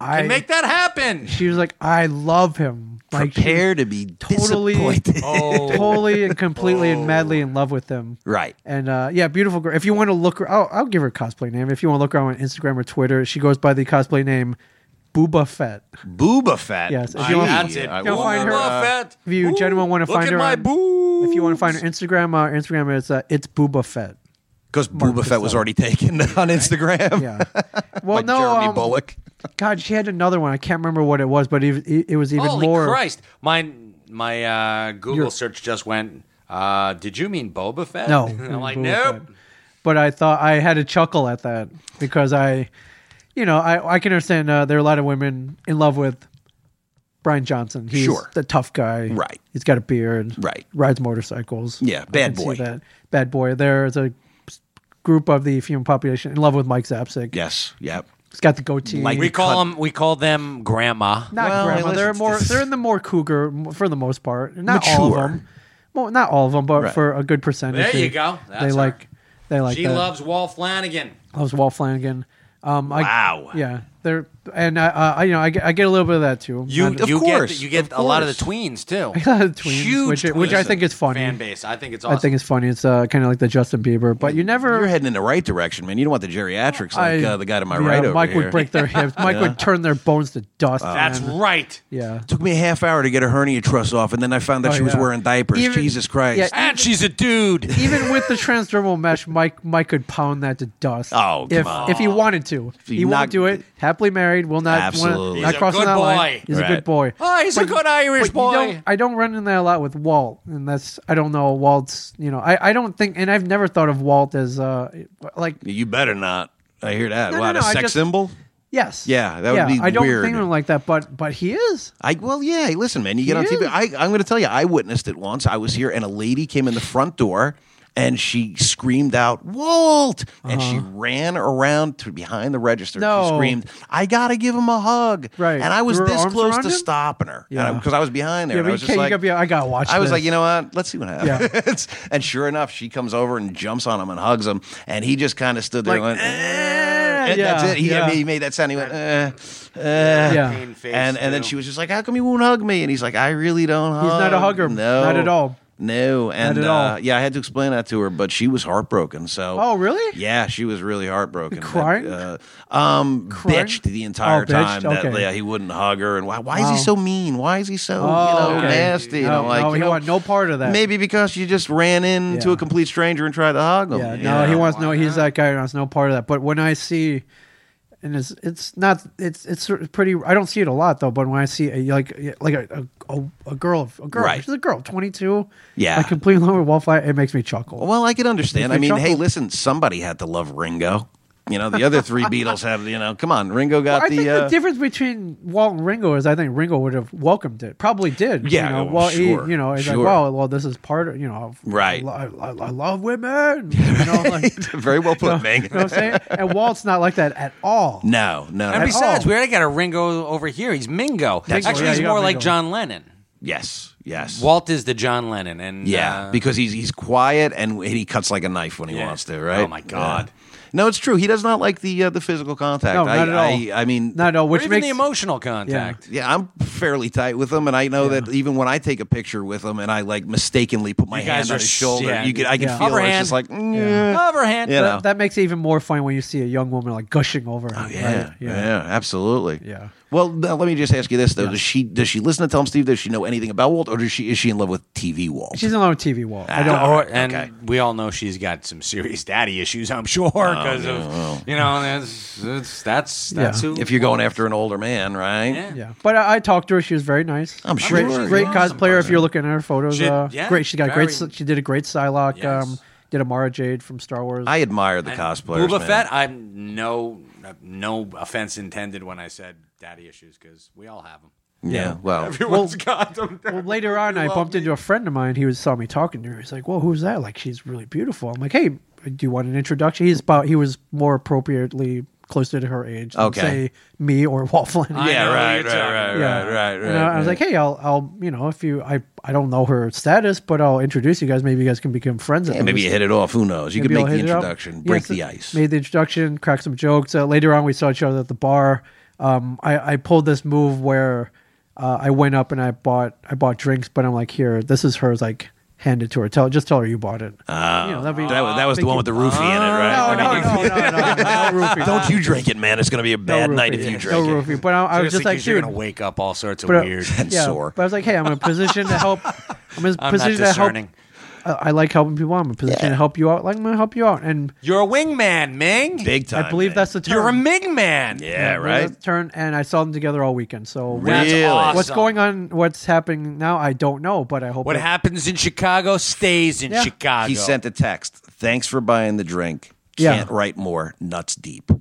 [SPEAKER 11] I
[SPEAKER 12] Can make that happen.
[SPEAKER 11] She was like, "I love him." Like she
[SPEAKER 10] Prepare to be
[SPEAKER 11] totally,
[SPEAKER 10] disappointed. Oh.
[SPEAKER 11] totally and completely and madly in love with him.
[SPEAKER 10] Right.
[SPEAKER 11] And uh, yeah, beautiful girl. If you want to look her, I'll, I'll give her a cosplay name. If you want to look her on Instagram or Twitter, she goes by the cosplay name Booba Fett.
[SPEAKER 10] Booba Fett.
[SPEAKER 11] Yes, if
[SPEAKER 10] I-
[SPEAKER 11] you want,
[SPEAKER 10] that's
[SPEAKER 11] if
[SPEAKER 10] it.
[SPEAKER 11] you
[SPEAKER 10] I
[SPEAKER 11] wanna
[SPEAKER 10] will
[SPEAKER 11] find her,
[SPEAKER 10] never, uh,
[SPEAKER 11] if you gentlemen want to
[SPEAKER 10] look
[SPEAKER 11] find
[SPEAKER 10] at
[SPEAKER 11] her,
[SPEAKER 10] my
[SPEAKER 11] on- If you want to find her Instagram, uh, Instagram is uh, it's Booba Fett.
[SPEAKER 10] Because Booba Fett was already taken on Instagram.
[SPEAKER 11] Yeah. Well,
[SPEAKER 10] like
[SPEAKER 11] no,
[SPEAKER 10] Jeremy
[SPEAKER 11] um,
[SPEAKER 10] Bullock.
[SPEAKER 11] God, she had another one. I can't remember what it was, but it, it was even
[SPEAKER 12] Holy
[SPEAKER 11] more.
[SPEAKER 12] Christ! My my uh, Google search just went. Uh, did you mean Boba Fett?
[SPEAKER 11] No,
[SPEAKER 12] I'm like,
[SPEAKER 11] Boba
[SPEAKER 12] nope.
[SPEAKER 11] but I thought I had a chuckle at that because I, you know, I, I can understand uh, there are a lot of women in love with Brian Johnson. He's
[SPEAKER 10] Sure.
[SPEAKER 11] the tough guy.
[SPEAKER 10] Right.
[SPEAKER 11] He's got a beard.
[SPEAKER 10] Right.
[SPEAKER 11] Rides motorcycles.
[SPEAKER 10] Yeah,
[SPEAKER 11] I
[SPEAKER 10] bad
[SPEAKER 11] can see
[SPEAKER 10] boy.
[SPEAKER 11] that. Bad boy. There's a group of the human population in love with Mike Zapsik.
[SPEAKER 10] Yes. Yep.
[SPEAKER 11] He's got the goatee.
[SPEAKER 12] we call them we call them grandma.
[SPEAKER 11] Not grandma. They're more. They're in the more cougar m- for the most part. Not all
[SPEAKER 12] Mature.
[SPEAKER 11] of them. Well, not all of them, but
[SPEAKER 12] Right.
[SPEAKER 11] for a good percentage.
[SPEAKER 12] There you
[SPEAKER 11] they-
[SPEAKER 12] go. That's
[SPEAKER 11] they
[SPEAKER 12] her.
[SPEAKER 11] like. They like.
[SPEAKER 12] she
[SPEAKER 11] that.
[SPEAKER 12] loves Walt Flanagan.
[SPEAKER 11] loves Walt Flanagan. Um, I,
[SPEAKER 12] Wow.
[SPEAKER 11] Yeah, there and I, uh, I, you know, I, get- I get a little bit of that too.
[SPEAKER 12] You,
[SPEAKER 11] Not-
[SPEAKER 12] you get you get a lot of the tweens too.
[SPEAKER 11] I got the tweens,
[SPEAKER 12] Huge
[SPEAKER 11] which, which I
[SPEAKER 12] tweens
[SPEAKER 11] think is funny.
[SPEAKER 12] Fan base. I think it's
[SPEAKER 11] I
[SPEAKER 12] awesome.
[SPEAKER 11] think it's funny. It's uh, kind of like the Justin Bieber, but you never.
[SPEAKER 10] You're heading in the right direction, man. You don't want the geriatrics
[SPEAKER 11] I-
[SPEAKER 10] like uh, the guy to my
[SPEAKER 11] yeah,
[SPEAKER 10] right over
[SPEAKER 11] Mike
[SPEAKER 10] here.
[SPEAKER 11] would break their hips. Mike
[SPEAKER 10] Yeah.
[SPEAKER 11] would turn their bones to dust.
[SPEAKER 10] That's
[SPEAKER 11] man.
[SPEAKER 12] right.
[SPEAKER 11] Yeah.
[SPEAKER 10] Took me a half hour to get her hernia truss off, and then I found that
[SPEAKER 11] Oh,
[SPEAKER 10] she was
[SPEAKER 11] yeah.
[SPEAKER 10] wearing diapers.
[SPEAKER 11] Even-
[SPEAKER 10] Jesus Christ!
[SPEAKER 11] yeah,
[SPEAKER 12] and she's a dude.
[SPEAKER 11] Even with the transdermal mesh, Mike Mike could pound that to dust.
[SPEAKER 10] Oh, come
[SPEAKER 11] if
[SPEAKER 10] on.
[SPEAKER 11] if he wanted to,
[SPEAKER 10] If he
[SPEAKER 11] he
[SPEAKER 10] knocked-
[SPEAKER 11] won't do it. Happily married, will not.
[SPEAKER 10] Absolutely.
[SPEAKER 11] Wanna, not
[SPEAKER 10] He's a
[SPEAKER 11] crossing
[SPEAKER 10] good
[SPEAKER 11] that
[SPEAKER 10] boy. Ah,
[SPEAKER 11] line. He's a
[SPEAKER 10] Right.
[SPEAKER 11] good boy.
[SPEAKER 12] Oh, he's a good Irish
[SPEAKER 11] but you don't-
[SPEAKER 12] boy.
[SPEAKER 11] I don't run into that a lot with Walt, and that's I don't know Walt's. You know, I, I don't think, and I've never thought of Walt as uh like
[SPEAKER 10] You better not. I hear that.
[SPEAKER 11] No, no,
[SPEAKER 10] what
[SPEAKER 11] no,
[SPEAKER 10] a
[SPEAKER 11] I
[SPEAKER 10] sex
[SPEAKER 11] just-
[SPEAKER 10] symbol?
[SPEAKER 11] yes,
[SPEAKER 10] Yeah, that would
[SPEAKER 11] yeah,
[SPEAKER 10] be
[SPEAKER 11] I don't
[SPEAKER 10] weird.
[SPEAKER 11] think of him like that, but but he is.
[SPEAKER 10] I well, yeah. hey, Listen, man, you get
[SPEAKER 11] He
[SPEAKER 10] on TV.
[SPEAKER 11] is.
[SPEAKER 10] I, I'm going to tell you, I witnessed it once. I was here, and a lady came in the front door. and she screamed out, Walt! And she ran around to behind the register. She
[SPEAKER 11] Uh-huh. No.
[SPEAKER 10] screamed, I gotta give him a hug. Right. And I was
[SPEAKER 11] Were her
[SPEAKER 10] this
[SPEAKER 11] arms
[SPEAKER 10] close
[SPEAKER 11] around
[SPEAKER 10] to
[SPEAKER 11] him?
[SPEAKER 10] stopping her.
[SPEAKER 11] Yeah.
[SPEAKER 10] Because I was behind there.
[SPEAKER 11] Yeah,
[SPEAKER 10] and
[SPEAKER 11] but
[SPEAKER 10] I
[SPEAKER 11] you
[SPEAKER 10] was just
[SPEAKER 11] can't- you
[SPEAKER 10] like,
[SPEAKER 11] gotta be- I gotta watch
[SPEAKER 10] I was
[SPEAKER 11] this.
[SPEAKER 10] like, you know what? Let's see what happens. and sure enough, she comes over and jumps on him and hugs him. And he just kind of stood there
[SPEAKER 11] Like,
[SPEAKER 10] and went,
[SPEAKER 11] "Eh,"
[SPEAKER 10] and that's
[SPEAKER 11] yeah,
[SPEAKER 10] it. He,
[SPEAKER 11] yeah.
[SPEAKER 10] he made that sound. He went, eh, eh.
[SPEAKER 11] Yeah. Pain face,
[SPEAKER 10] And, and then
[SPEAKER 11] too.
[SPEAKER 10] she was just like, how come you won't hug me? And he's like, I really don't hug.
[SPEAKER 11] He's not a hugger.
[SPEAKER 10] No.
[SPEAKER 11] Not at all.
[SPEAKER 10] No. And
[SPEAKER 11] at
[SPEAKER 10] uh,
[SPEAKER 11] all.
[SPEAKER 10] yeah, I had to explain that to her, but she was heartbroken. So.
[SPEAKER 11] Oh, really?
[SPEAKER 10] Yeah, she was really heartbroken.
[SPEAKER 11] Crying?
[SPEAKER 10] That, uh, um,
[SPEAKER 11] Crying?
[SPEAKER 10] bitched the entire
[SPEAKER 11] Oh, bitched?
[SPEAKER 10] time. That,
[SPEAKER 11] Okay.
[SPEAKER 10] Yeah, he wouldn't hug her. And why, why is
[SPEAKER 11] Wow.
[SPEAKER 10] he so mean? Why is he
[SPEAKER 11] Oh,
[SPEAKER 10] so you know,
[SPEAKER 11] okay.
[SPEAKER 10] nasty? You
[SPEAKER 11] No,
[SPEAKER 10] know, like,
[SPEAKER 11] no,
[SPEAKER 10] you
[SPEAKER 11] he
[SPEAKER 10] know,
[SPEAKER 11] want no part of that.
[SPEAKER 10] Maybe because you just ran into
[SPEAKER 11] Yeah.
[SPEAKER 10] a complete stranger and tried to hug him.
[SPEAKER 11] Yeah,
[SPEAKER 10] you
[SPEAKER 11] no, he
[SPEAKER 10] know?
[SPEAKER 11] wants no. He's that guy who wants no part of that. But when I see, and it's it's not it's it's sort of pretty. I don't see it a lot though. But when I see a, like like a a, a, a girl a girl
[SPEAKER 10] Right.
[SPEAKER 11] she's a girl twenty two
[SPEAKER 10] Yeah.
[SPEAKER 11] like completely in love with wallflower it makes me chuckle.
[SPEAKER 10] Well, I can understand.
[SPEAKER 11] If
[SPEAKER 10] I
[SPEAKER 11] you
[SPEAKER 10] mean,
[SPEAKER 11] chuckle-
[SPEAKER 10] hey, listen, somebody had to love Ringo. You know, the other three Beatles have, you know, come on, Ringo got
[SPEAKER 11] I
[SPEAKER 10] the.
[SPEAKER 11] think
[SPEAKER 10] uh,
[SPEAKER 11] the difference between Walt and Ringo is I think Ringo would have welcomed it. Probably did.
[SPEAKER 10] Yeah,
[SPEAKER 11] You know,
[SPEAKER 10] oh,
[SPEAKER 11] well, he-
[SPEAKER 10] sure,
[SPEAKER 11] you know, he's
[SPEAKER 10] sure.
[SPEAKER 11] like, well, well, this is part of you know,
[SPEAKER 10] Right.
[SPEAKER 11] I, lo- I, I love women. You know, like,
[SPEAKER 10] Very well put, Ming.
[SPEAKER 11] you know what I'm saying? And Walt's not like that at all.
[SPEAKER 10] No, no.
[SPEAKER 11] At
[SPEAKER 12] And besides,
[SPEAKER 11] all.
[SPEAKER 12] we already got a Ringo over here. He's Mingo.
[SPEAKER 10] That's
[SPEAKER 12] Actually,
[SPEAKER 10] right.
[SPEAKER 12] he's
[SPEAKER 10] Yeah, you
[SPEAKER 12] more
[SPEAKER 10] got
[SPEAKER 12] like
[SPEAKER 10] Mingo.
[SPEAKER 12] John Lennon.
[SPEAKER 10] Yes, yes.
[SPEAKER 12] Walt is the John Lennon, and
[SPEAKER 10] Yeah,
[SPEAKER 12] uh,
[SPEAKER 10] because he's he's quiet and and he cuts like a knife when he wants to, right?
[SPEAKER 12] Oh, my God.
[SPEAKER 10] Yeah. No, it's true. He does not like the uh, the physical contact.
[SPEAKER 11] No, not
[SPEAKER 10] I,
[SPEAKER 11] at all.
[SPEAKER 10] I, I mean,
[SPEAKER 11] Not at all. Which
[SPEAKER 12] or even
[SPEAKER 11] makes
[SPEAKER 12] the emotional contact.
[SPEAKER 10] Yeah. I'm fairly tight with him, and I know that even when I take a picture with him and I like mistakenly put my
[SPEAKER 12] You
[SPEAKER 10] hand
[SPEAKER 12] guys
[SPEAKER 10] on
[SPEAKER 12] are
[SPEAKER 10] his shoulder,
[SPEAKER 12] shit.
[SPEAKER 10] you could I could
[SPEAKER 11] Yeah.
[SPEAKER 10] feel
[SPEAKER 11] Hover
[SPEAKER 10] it. it's
[SPEAKER 11] hand.
[SPEAKER 10] just like mm,
[SPEAKER 11] Yeah.
[SPEAKER 12] Cover hand.
[SPEAKER 10] You
[SPEAKER 11] That-
[SPEAKER 10] know. Oh,
[SPEAKER 11] that, makes it even more fun when you see a young woman like gushing over. him, right?
[SPEAKER 10] yeah, yeah, absolutely.
[SPEAKER 11] Yeah.
[SPEAKER 10] Well, now, let me just ask you this though: Does she does she listen to Tom Steve? Does she know anything about Walt, or does she is she in love with TV Walt?
[SPEAKER 11] She's on a TV wall.
[SPEAKER 10] Ah.
[SPEAKER 11] I don't.
[SPEAKER 12] Or- and we all know she's got some serious daddy issues, I'm sure, because
[SPEAKER 10] Oh, yeah,
[SPEAKER 12] of
[SPEAKER 10] well.
[SPEAKER 12] you know that's that's that's,
[SPEAKER 11] Yeah.
[SPEAKER 12] that's who.
[SPEAKER 10] If you're going after an older man, right?
[SPEAKER 11] Yeah, but I, I talked to her. She was very nice.
[SPEAKER 10] I'm
[SPEAKER 11] Great,
[SPEAKER 10] Oh, sure.
[SPEAKER 11] great
[SPEAKER 10] She's an awesome
[SPEAKER 11] cosplayer. If you're looking at her photos,
[SPEAKER 10] She-
[SPEAKER 11] uh,
[SPEAKER 10] yeah,
[SPEAKER 11] great. She got a great.
[SPEAKER 10] very-
[SPEAKER 11] She did a great Psylocke. Um, did Amara Jade from Star Wars.
[SPEAKER 10] I admire the cosplayers.
[SPEAKER 12] Boba
[SPEAKER 10] man.
[SPEAKER 12] Fett, I'm no no offense intended when I said daddy issues because we all have them.
[SPEAKER 10] Yeah. Well,
[SPEAKER 12] Everyone's got them.
[SPEAKER 11] Well, later on, I bumped into a friend of mine. He was saw me talking to her. He's like, "Well, who's that? Like, she's really beautiful." I'm like, "Hey, do you want an introduction?" He's about. He was more appropriately closer to her age. Than
[SPEAKER 10] Okay.
[SPEAKER 11] Say me or Waffle.
[SPEAKER 10] yeah. Right. Right.
[SPEAKER 12] you're talking
[SPEAKER 10] Right.
[SPEAKER 11] Yeah.
[SPEAKER 10] Right. Right. Right.
[SPEAKER 11] And I, I was
[SPEAKER 10] right.
[SPEAKER 11] like, hey, I'll, I'll, you know, if you, I, I don't know her status, but I'll introduce you guys. Maybe you guys can become friends. at
[SPEAKER 10] Yeah, maybe
[SPEAKER 11] least.
[SPEAKER 10] you hit it off. Who knows? You
[SPEAKER 11] Maybe
[SPEAKER 10] can
[SPEAKER 11] I'll
[SPEAKER 10] make the
[SPEAKER 11] hit it up.
[SPEAKER 10] introduction, break
[SPEAKER 11] Yes,
[SPEAKER 10] the ice.
[SPEAKER 11] Made the introduction, cracked some jokes. Uh, later on, we saw each other at the bar. Um, I, I pulled this move where uh, I went up and I bought, I bought drinks, but I'm like, here, this is hers. Like, hand it to her. Tell, just tell her you bought it.
[SPEAKER 10] Ah.
[SPEAKER 11] You know, that'd be-
[SPEAKER 10] that, was, that was the
[SPEAKER 11] Thank
[SPEAKER 10] one
[SPEAKER 11] you.
[SPEAKER 10] with the roofie
[SPEAKER 12] Oh,
[SPEAKER 10] in it,
[SPEAKER 11] No,
[SPEAKER 10] right?
[SPEAKER 11] no, no, no, no, no, no roofie.
[SPEAKER 10] Don't you drink it, man. It's going to be a bad
[SPEAKER 11] roofie,
[SPEAKER 10] night if
[SPEAKER 11] yeah.
[SPEAKER 10] you
[SPEAKER 11] No
[SPEAKER 10] drink it.
[SPEAKER 11] roofie, but I- I was
[SPEAKER 12] Seriously,
[SPEAKER 11] just like,
[SPEAKER 12] 'cause you're
[SPEAKER 11] dude.
[SPEAKER 12] gonna wake up all sorts of
[SPEAKER 11] But, uh,
[SPEAKER 12] weird
[SPEAKER 11] yeah, But I was like, hey, I'm in a position to help. I'm in a
[SPEAKER 12] I'm not
[SPEAKER 11] position to help.
[SPEAKER 12] discerning.
[SPEAKER 11] Uh, I like helping people. I'm in a position to help you out. Like I'm gonna help you out, and
[SPEAKER 12] You're a wingman, Ming.
[SPEAKER 10] Big time.
[SPEAKER 11] I believe that's the term.
[SPEAKER 12] You're a Ming man.
[SPEAKER 10] Yeah,
[SPEAKER 11] I believe
[SPEAKER 10] right?
[SPEAKER 11] that's the Turn and I saw them together all weekend. So
[SPEAKER 12] That's Really? awesome.
[SPEAKER 11] what's going on? What's happening now? I don't know, but I hope.
[SPEAKER 12] What
[SPEAKER 11] it-
[SPEAKER 12] happens in Chicago stays in
[SPEAKER 11] Yeah.
[SPEAKER 12] Chicago.
[SPEAKER 10] He sent a text. Thanks for buying the drink.
[SPEAKER 11] Yeah.
[SPEAKER 10] Can't write more. Nuts deep.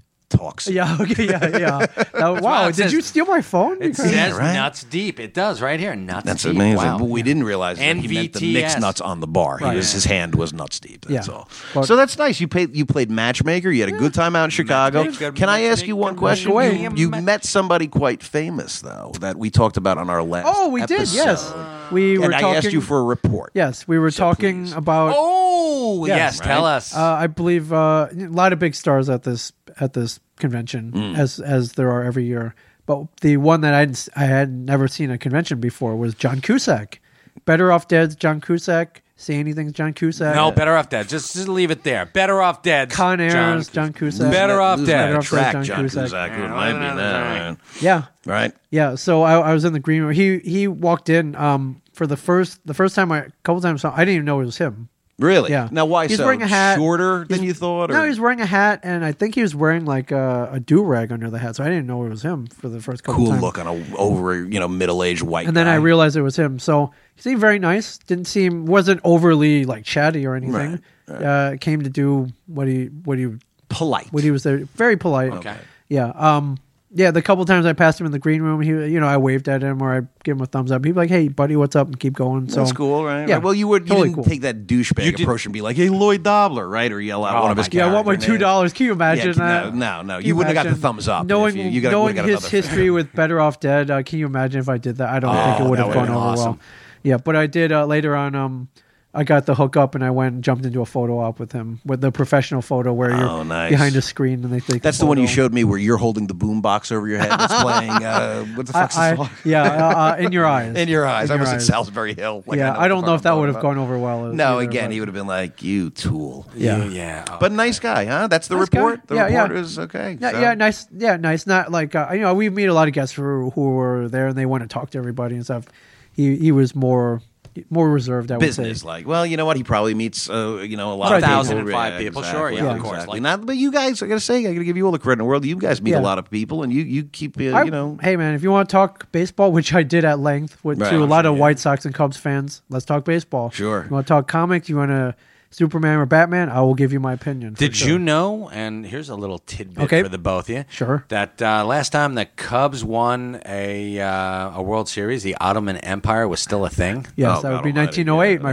[SPEAKER 10] Talks.
[SPEAKER 11] Yeah, okay, yeah, yeah. Now, wow,
[SPEAKER 12] it
[SPEAKER 11] did
[SPEAKER 12] says.
[SPEAKER 11] you steal my phone?
[SPEAKER 12] It
[SPEAKER 11] Because-
[SPEAKER 12] says
[SPEAKER 10] right?
[SPEAKER 12] nuts deep. It does right here. Nuts
[SPEAKER 10] That's
[SPEAKER 12] deep.
[SPEAKER 10] amazing.
[SPEAKER 12] Wow.
[SPEAKER 10] But we didn't realize that he meant the mix
[SPEAKER 12] NVTS.
[SPEAKER 10] nuts on the bar. He
[SPEAKER 12] Right.
[SPEAKER 10] was, his hand was nuts deep. That's
[SPEAKER 11] Yeah.
[SPEAKER 10] all.
[SPEAKER 11] But-
[SPEAKER 10] so that's nice. You played. You played matchmaker. You had a good time out in Chicago.
[SPEAKER 12] Matchmaker,
[SPEAKER 10] Can I ask you one question?
[SPEAKER 11] matchmaker,
[SPEAKER 10] You, you met somebody quite famous though that we talked about on our last.
[SPEAKER 11] Oh, we did. Yes,
[SPEAKER 10] episode.
[SPEAKER 11] we were
[SPEAKER 10] and I
[SPEAKER 11] talking.
[SPEAKER 10] asked you for a report.
[SPEAKER 11] Yes, we were talking about.
[SPEAKER 12] Oh yes,
[SPEAKER 11] Yes.
[SPEAKER 12] tell us.
[SPEAKER 11] Uh, I believe uh, a lot of big stars at this at this convention,
[SPEAKER 12] Mm.
[SPEAKER 11] as as there are every year. But the one that I'd, s- I had never seen at a convention before was John Cusack. Better off dead's John Cusack. Say anything's John Cusack.
[SPEAKER 12] no, better off dead. Just, just leave it there. Better off dead.
[SPEAKER 11] Con Air's John Cusack.
[SPEAKER 12] Better off
[SPEAKER 10] Losing
[SPEAKER 12] dead.
[SPEAKER 10] that
[SPEAKER 11] Better off
[SPEAKER 10] track,
[SPEAKER 11] John
[SPEAKER 10] John
[SPEAKER 11] Cusack.
[SPEAKER 10] Cusack. It might be that, man.
[SPEAKER 11] Yeah,
[SPEAKER 10] Right.
[SPEAKER 11] yeah. So I, I was in the green room. He he walked in um, for the first the first time I a couple times I didn't even know it was him.
[SPEAKER 10] Really?
[SPEAKER 11] Yeah.
[SPEAKER 10] Now why
[SPEAKER 11] He's
[SPEAKER 10] so
[SPEAKER 11] wearing a hat.
[SPEAKER 10] shorter than you thought? Or?
[SPEAKER 11] No, he was wearing a hat, and I think he was wearing like a, a do rag under the hat, so I didn't know it was him for the first couple
[SPEAKER 10] cool
[SPEAKER 11] times.
[SPEAKER 10] look on a over you know middle aged white.
[SPEAKER 11] and then
[SPEAKER 10] guy.
[SPEAKER 11] I realized it was him. So he seemed very nice. Didn't seem wasn't overly like chatty or anything. Uh, came to do what he what he
[SPEAKER 10] polite.
[SPEAKER 11] what he was there. Very polite.
[SPEAKER 10] Okay.
[SPEAKER 11] Yeah. Um. Yeah, the couple times I passed him in the green room, he, you know, I waved at him or I give him a thumbs up. He'd be like, "Hey, buddy, what's up?" and keep going. So
[SPEAKER 10] That's cool, right?
[SPEAKER 11] Yeah,
[SPEAKER 10] Right. Well, you would you
[SPEAKER 11] totally
[SPEAKER 10] didn't
[SPEAKER 11] cool.
[SPEAKER 10] take that douchebag
[SPEAKER 11] You did-
[SPEAKER 10] approach and be like, "Hey, Lloyd Dobler," right? Or yell out one
[SPEAKER 11] Oh
[SPEAKER 10] of his.
[SPEAKER 11] my God. Yeah, I want my
[SPEAKER 10] character names.
[SPEAKER 11] $2. Can you imagine
[SPEAKER 10] yeah,
[SPEAKER 11] that?
[SPEAKER 10] No, no, no.
[SPEAKER 11] Can
[SPEAKER 10] You wouldn't have got the
[SPEAKER 11] imagine?
[SPEAKER 10] thumbs up. if
[SPEAKER 11] Knowing,
[SPEAKER 10] you, you got,
[SPEAKER 11] knowing
[SPEAKER 10] got
[SPEAKER 11] his
[SPEAKER 10] another-
[SPEAKER 11] history with Better Off Dead, uh, can you imagine if I did that? I don't think
[SPEAKER 10] Oh,
[SPEAKER 11] it would
[SPEAKER 10] that
[SPEAKER 11] have
[SPEAKER 10] would've
[SPEAKER 11] gone
[SPEAKER 10] been
[SPEAKER 11] over well.
[SPEAKER 10] awesome.
[SPEAKER 11] Yeah, but I did uh, later on. Um, I got the hook up and I went and jumped into a photo op with him with the professional photo where you're
[SPEAKER 10] Oh, nice.
[SPEAKER 11] behind a screen and they take.
[SPEAKER 10] That's the one you
[SPEAKER 11] photo.
[SPEAKER 10] showed me where you're holding the boom box over your head. and It's playing. Uh, what the
[SPEAKER 11] I-
[SPEAKER 10] fuck's
[SPEAKER 11] I-
[SPEAKER 10] this? song?
[SPEAKER 11] yeah, uh, uh, In Your Eyes.
[SPEAKER 10] in your
[SPEAKER 11] In
[SPEAKER 10] eyes. I
[SPEAKER 11] Your
[SPEAKER 10] was at
[SPEAKER 11] Eyes.
[SPEAKER 10] Salisbury Hill. Like,
[SPEAKER 11] yeah,
[SPEAKER 10] know
[SPEAKER 11] I, don't
[SPEAKER 10] the
[SPEAKER 11] know
[SPEAKER 10] fuck
[SPEAKER 11] if that
[SPEAKER 10] I'm
[SPEAKER 11] would have
[SPEAKER 10] talking
[SPEAKER 11] gone over well.
[SPEAKER 10] about. No,
[SPEAKER 11] either,
[SPEAKER 10] again,
[SPEAKER 11] but-
[SPEAKER 10] he would have been like, "You tool."
[SPEAKER 11] Yeah.
[SPEAKER 12] yeah.
[SPEAKER 10] But nice guy, huh? That's the
[SPEAKER 11] Nice guy.
[SPEAKER 10] report. The
[SPEAKER 11] Yeah, yeah.
[SPEAKER 10] report is okay.
[SPEAKER 11] Yeah,
[SPEAKER 10] so.
[SPEAKER 11] yeah, nice. Yeah, nice. Not like uh, you know, we meet a lot of guests who who were there and they want to talk to everybody and stuff. He he was more more reserved. I
[SPEAKER 10] business
[SPEAKER 11] would say.
[SPEAKER 10] like. Well, you know what? He probably meets uh, you know a lot
[SPEAKER 11] Right.
[SPEAKER 10] of people.
[SPEAKER 12] 1,005 people, sure, yeah, of course,
[SPEAKER 10] Exactly.
[SPEAKER 12] like-
[SPEAKER 10] Not, but you guys, I gotta say, I gotta give you all the credit in the world. You guys meet
[SPEAKER 11] Yeah.
[SPEAKER 10] a lot of people, and you you keep uh,
[SPEAKER 11] I-
[SPEAKER 10] you know.
[SPEAKER 11] hey man, if you want to talk baseball, which I did at length with
[SPEAKER 10] Right,
[SPEAKER 11] to a
[SPEAKER 10] I'm
[SPEAKER 11] lot
[SPEAKER 10] sure,
[SPEAKER 11] of
[SPEAKER 10] yeah.
[SPEAKER 11] White Sox and Cubs fans, let's talk baseball.
[SPEAKER 10] Sure.
[SPEAKER 11] You want to talk comics? You want to Superman or Batman? I will give you my opinion. for
[SPEAKER 12] Did
[SPEAKER 11] sure.
[SPEAKER 12] you know? And here's a little tidbit
[SPEAKER 11] Okay.
[SPEAKER 12] for the both of you.
[SPEAKER 11] Sure.
[SPEAKER 12] That uh, last time the Cubs won a uh, a World Series, the Ottoman Empire was still a thing.
[SPEAKER 10] Oh,
[SPEAKER 11] Yes, that would be 1908, my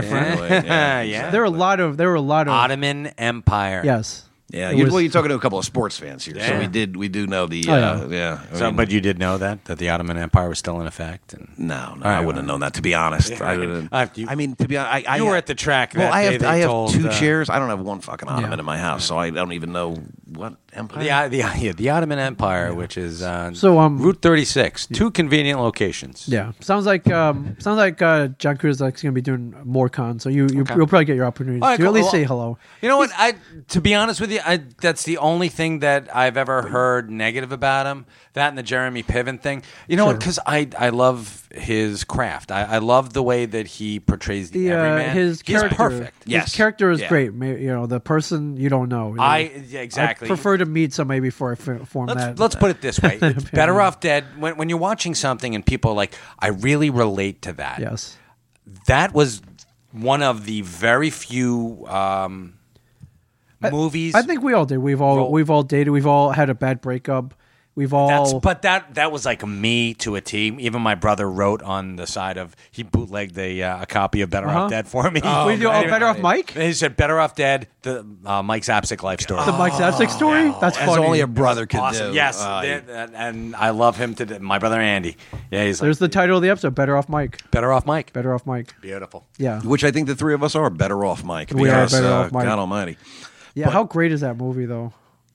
[SPEAKER 11] friend.
[SPEAKER 12] Yeah.
[SPEAKER 11] There were a lot of there were a lot of
[SPEAKER 12] Ottoman Empire.
[SPEAKER 11] Yes.
[SPEAKER 10] Yeah,
[SPEAKER 11] It
[SPEAKER 10] you,
[SPEAKER 11] was-
[SPEAKER 10] well, you're talking to a couple of sports fans here, so
[SPEAKER 12] Yeah.
[SPEAKER 10] we did we do know the
[SPEAKER 12] Oh, yeah.
[SPEAKER 10] uh, yeah. I
[SPEAKER 12] So,
[SPEAKER 10] mean,
[SPEAKER 12] but you did know that that the Ottoman Empire was still in effect. And
[SPEAKER 10] no, no,
[SPEAKER 12] All right,
[SPEAKER 10] I wouldn't have known that to be honest.
[SPEAKER 12] Yeah,
[SPEAKER 10] I,
[SPEAKER 12] I-
[SPEAKER 10] wouldn't-
[SPEAKER 12] I- you-
[SPEAKER 10] I mean, to be honest, I, I
[SPEAKER 12] You were at the track
[SPEAKER 10] Well,
[SPEAKER 12] that
[SPEAKER 10] I
[SPEAKER 12] day,
[SPEAKER 10] have
[SPEAKER 12] they
[SPEAKER 10] I have
[SPEAKER 12] told,
[SPEAKER 10] two
[SPEAKER 12] uh,
[SPEAKER 10] chairs. I don't have one fucking ottoman in my house, so I don't even know what empire.
[SPEAKER 12] The, uh, the, yeah, the Ottoman Empire, which is uh,
[SPEAKER 11] So, um,
[SPEAKER 12] Route 36, two convenient locations.
[SPEAKER 11] Yeah, sounds like um, sounds like uh, John Kuzak's gonna be doing more cons, so you, you
[SPEAKER 12] Okay.
[SPEAKER 11] you'll probably get your opportunity
[SPEAKER 12] All right,
[SPEAKER 11] to at
[SPEAKER 12] cool.
[SPEAKER 11] least
[SPEAKER 12] Well,
[SPEAKER 11] say hello.
[SPEAKER 12] You know what? I to be honest with you, I, that's the only thing that I've ever heard negative about him. That and the Jeremy Piven thing. You know what?
[SPEAKER 11] Sure.
[SPEAKER 12] Because I I love his craft. I, I love the way that he portrays the,
[SPEAKER 11] The, uh,
[SPEAKER 12] everyman.
[SPEAKER 11] his
[SPEAKER 12] He's
[SPEAKER 11] character,
[SPEAKER 12] perfect.
[SPEAKER 11] His character is
[SPEAKER 12] Yeah.
[SPEAKER 11] great. May- You know, the person you don't know. you know.
[SPEAKER 12] I- yeah, exactly.
[SPEAKER 11] I prefer to meet somebody before I f- form
[SPEAKER 12] Let's,
[SPEAKER 11] that.
[SPEAKER 12] let's put it this way: it's
[SPEAKER 11] opinion.
[SPEAKER 12] better off dead when, when you're watching something and people are like, "I really relate to that."
[SPEAKER 11] Yes.
[SPEAKER 12] that was one of the very few um, movies.
[SPEAKER 11] I think we all did. We've all
[SPEAKER 12] Roll.
[SPEAKER 11] we've all dated. We've all had a bad breakup. We've
[SPEAKER 12] That's,
[SPEAKER 11] all.
[SPEAKER 12] but that that was like me to a team. Even my brother wrote on the side of he bootlegged a, uh, a copy of Better
[SPEAKER 11] Uh-huh.
[SPEAKER 12] Off Dead for me.
[SPEAKER 11] Oh, We do- oh, man. Better Off Mike?
[SPEAKER 12] He said Better Off Dead, the uh, Mike Zapsik life story.
[SPEAKER 11] the Mike
[SPEAKER 12] Oh,
[SPEAKER 11] Zapsik story? That's
[SPEAKER 10] as
[SPEAKER 11] funny.
[SPEAKER 10] only a brother could
[SPEAKER 12] Awesome.
[SPEAKER 10] do.
[SPEAKER 12] Yes,
[SPEAKER 10] Uh,
[SPEAKER 12] th- and- and I love him to d- my brother Andy. Yeah, he's like,
[SPEAKER 11] There's the title of the episode. Better off Mike.
[SPEAKER 12] Better off Mike.
[SPEAKER 11] Better off Mike.
[SPEAKER 12] beautiful.
[SPEAKER 11] Yeah.
[SPEAKER 10] Which I think the three of us are better off, Mike.
[SPEAKER 11] We are
[SPEAKER 10] because,
[SPEAKER 11] better
[SPEAKER 10] uh,
[SPEAKER 11] off, Mike.
[SPEAKER 10] God Almighty.
[SPEAKER 11] Yeah. how great is that movie though?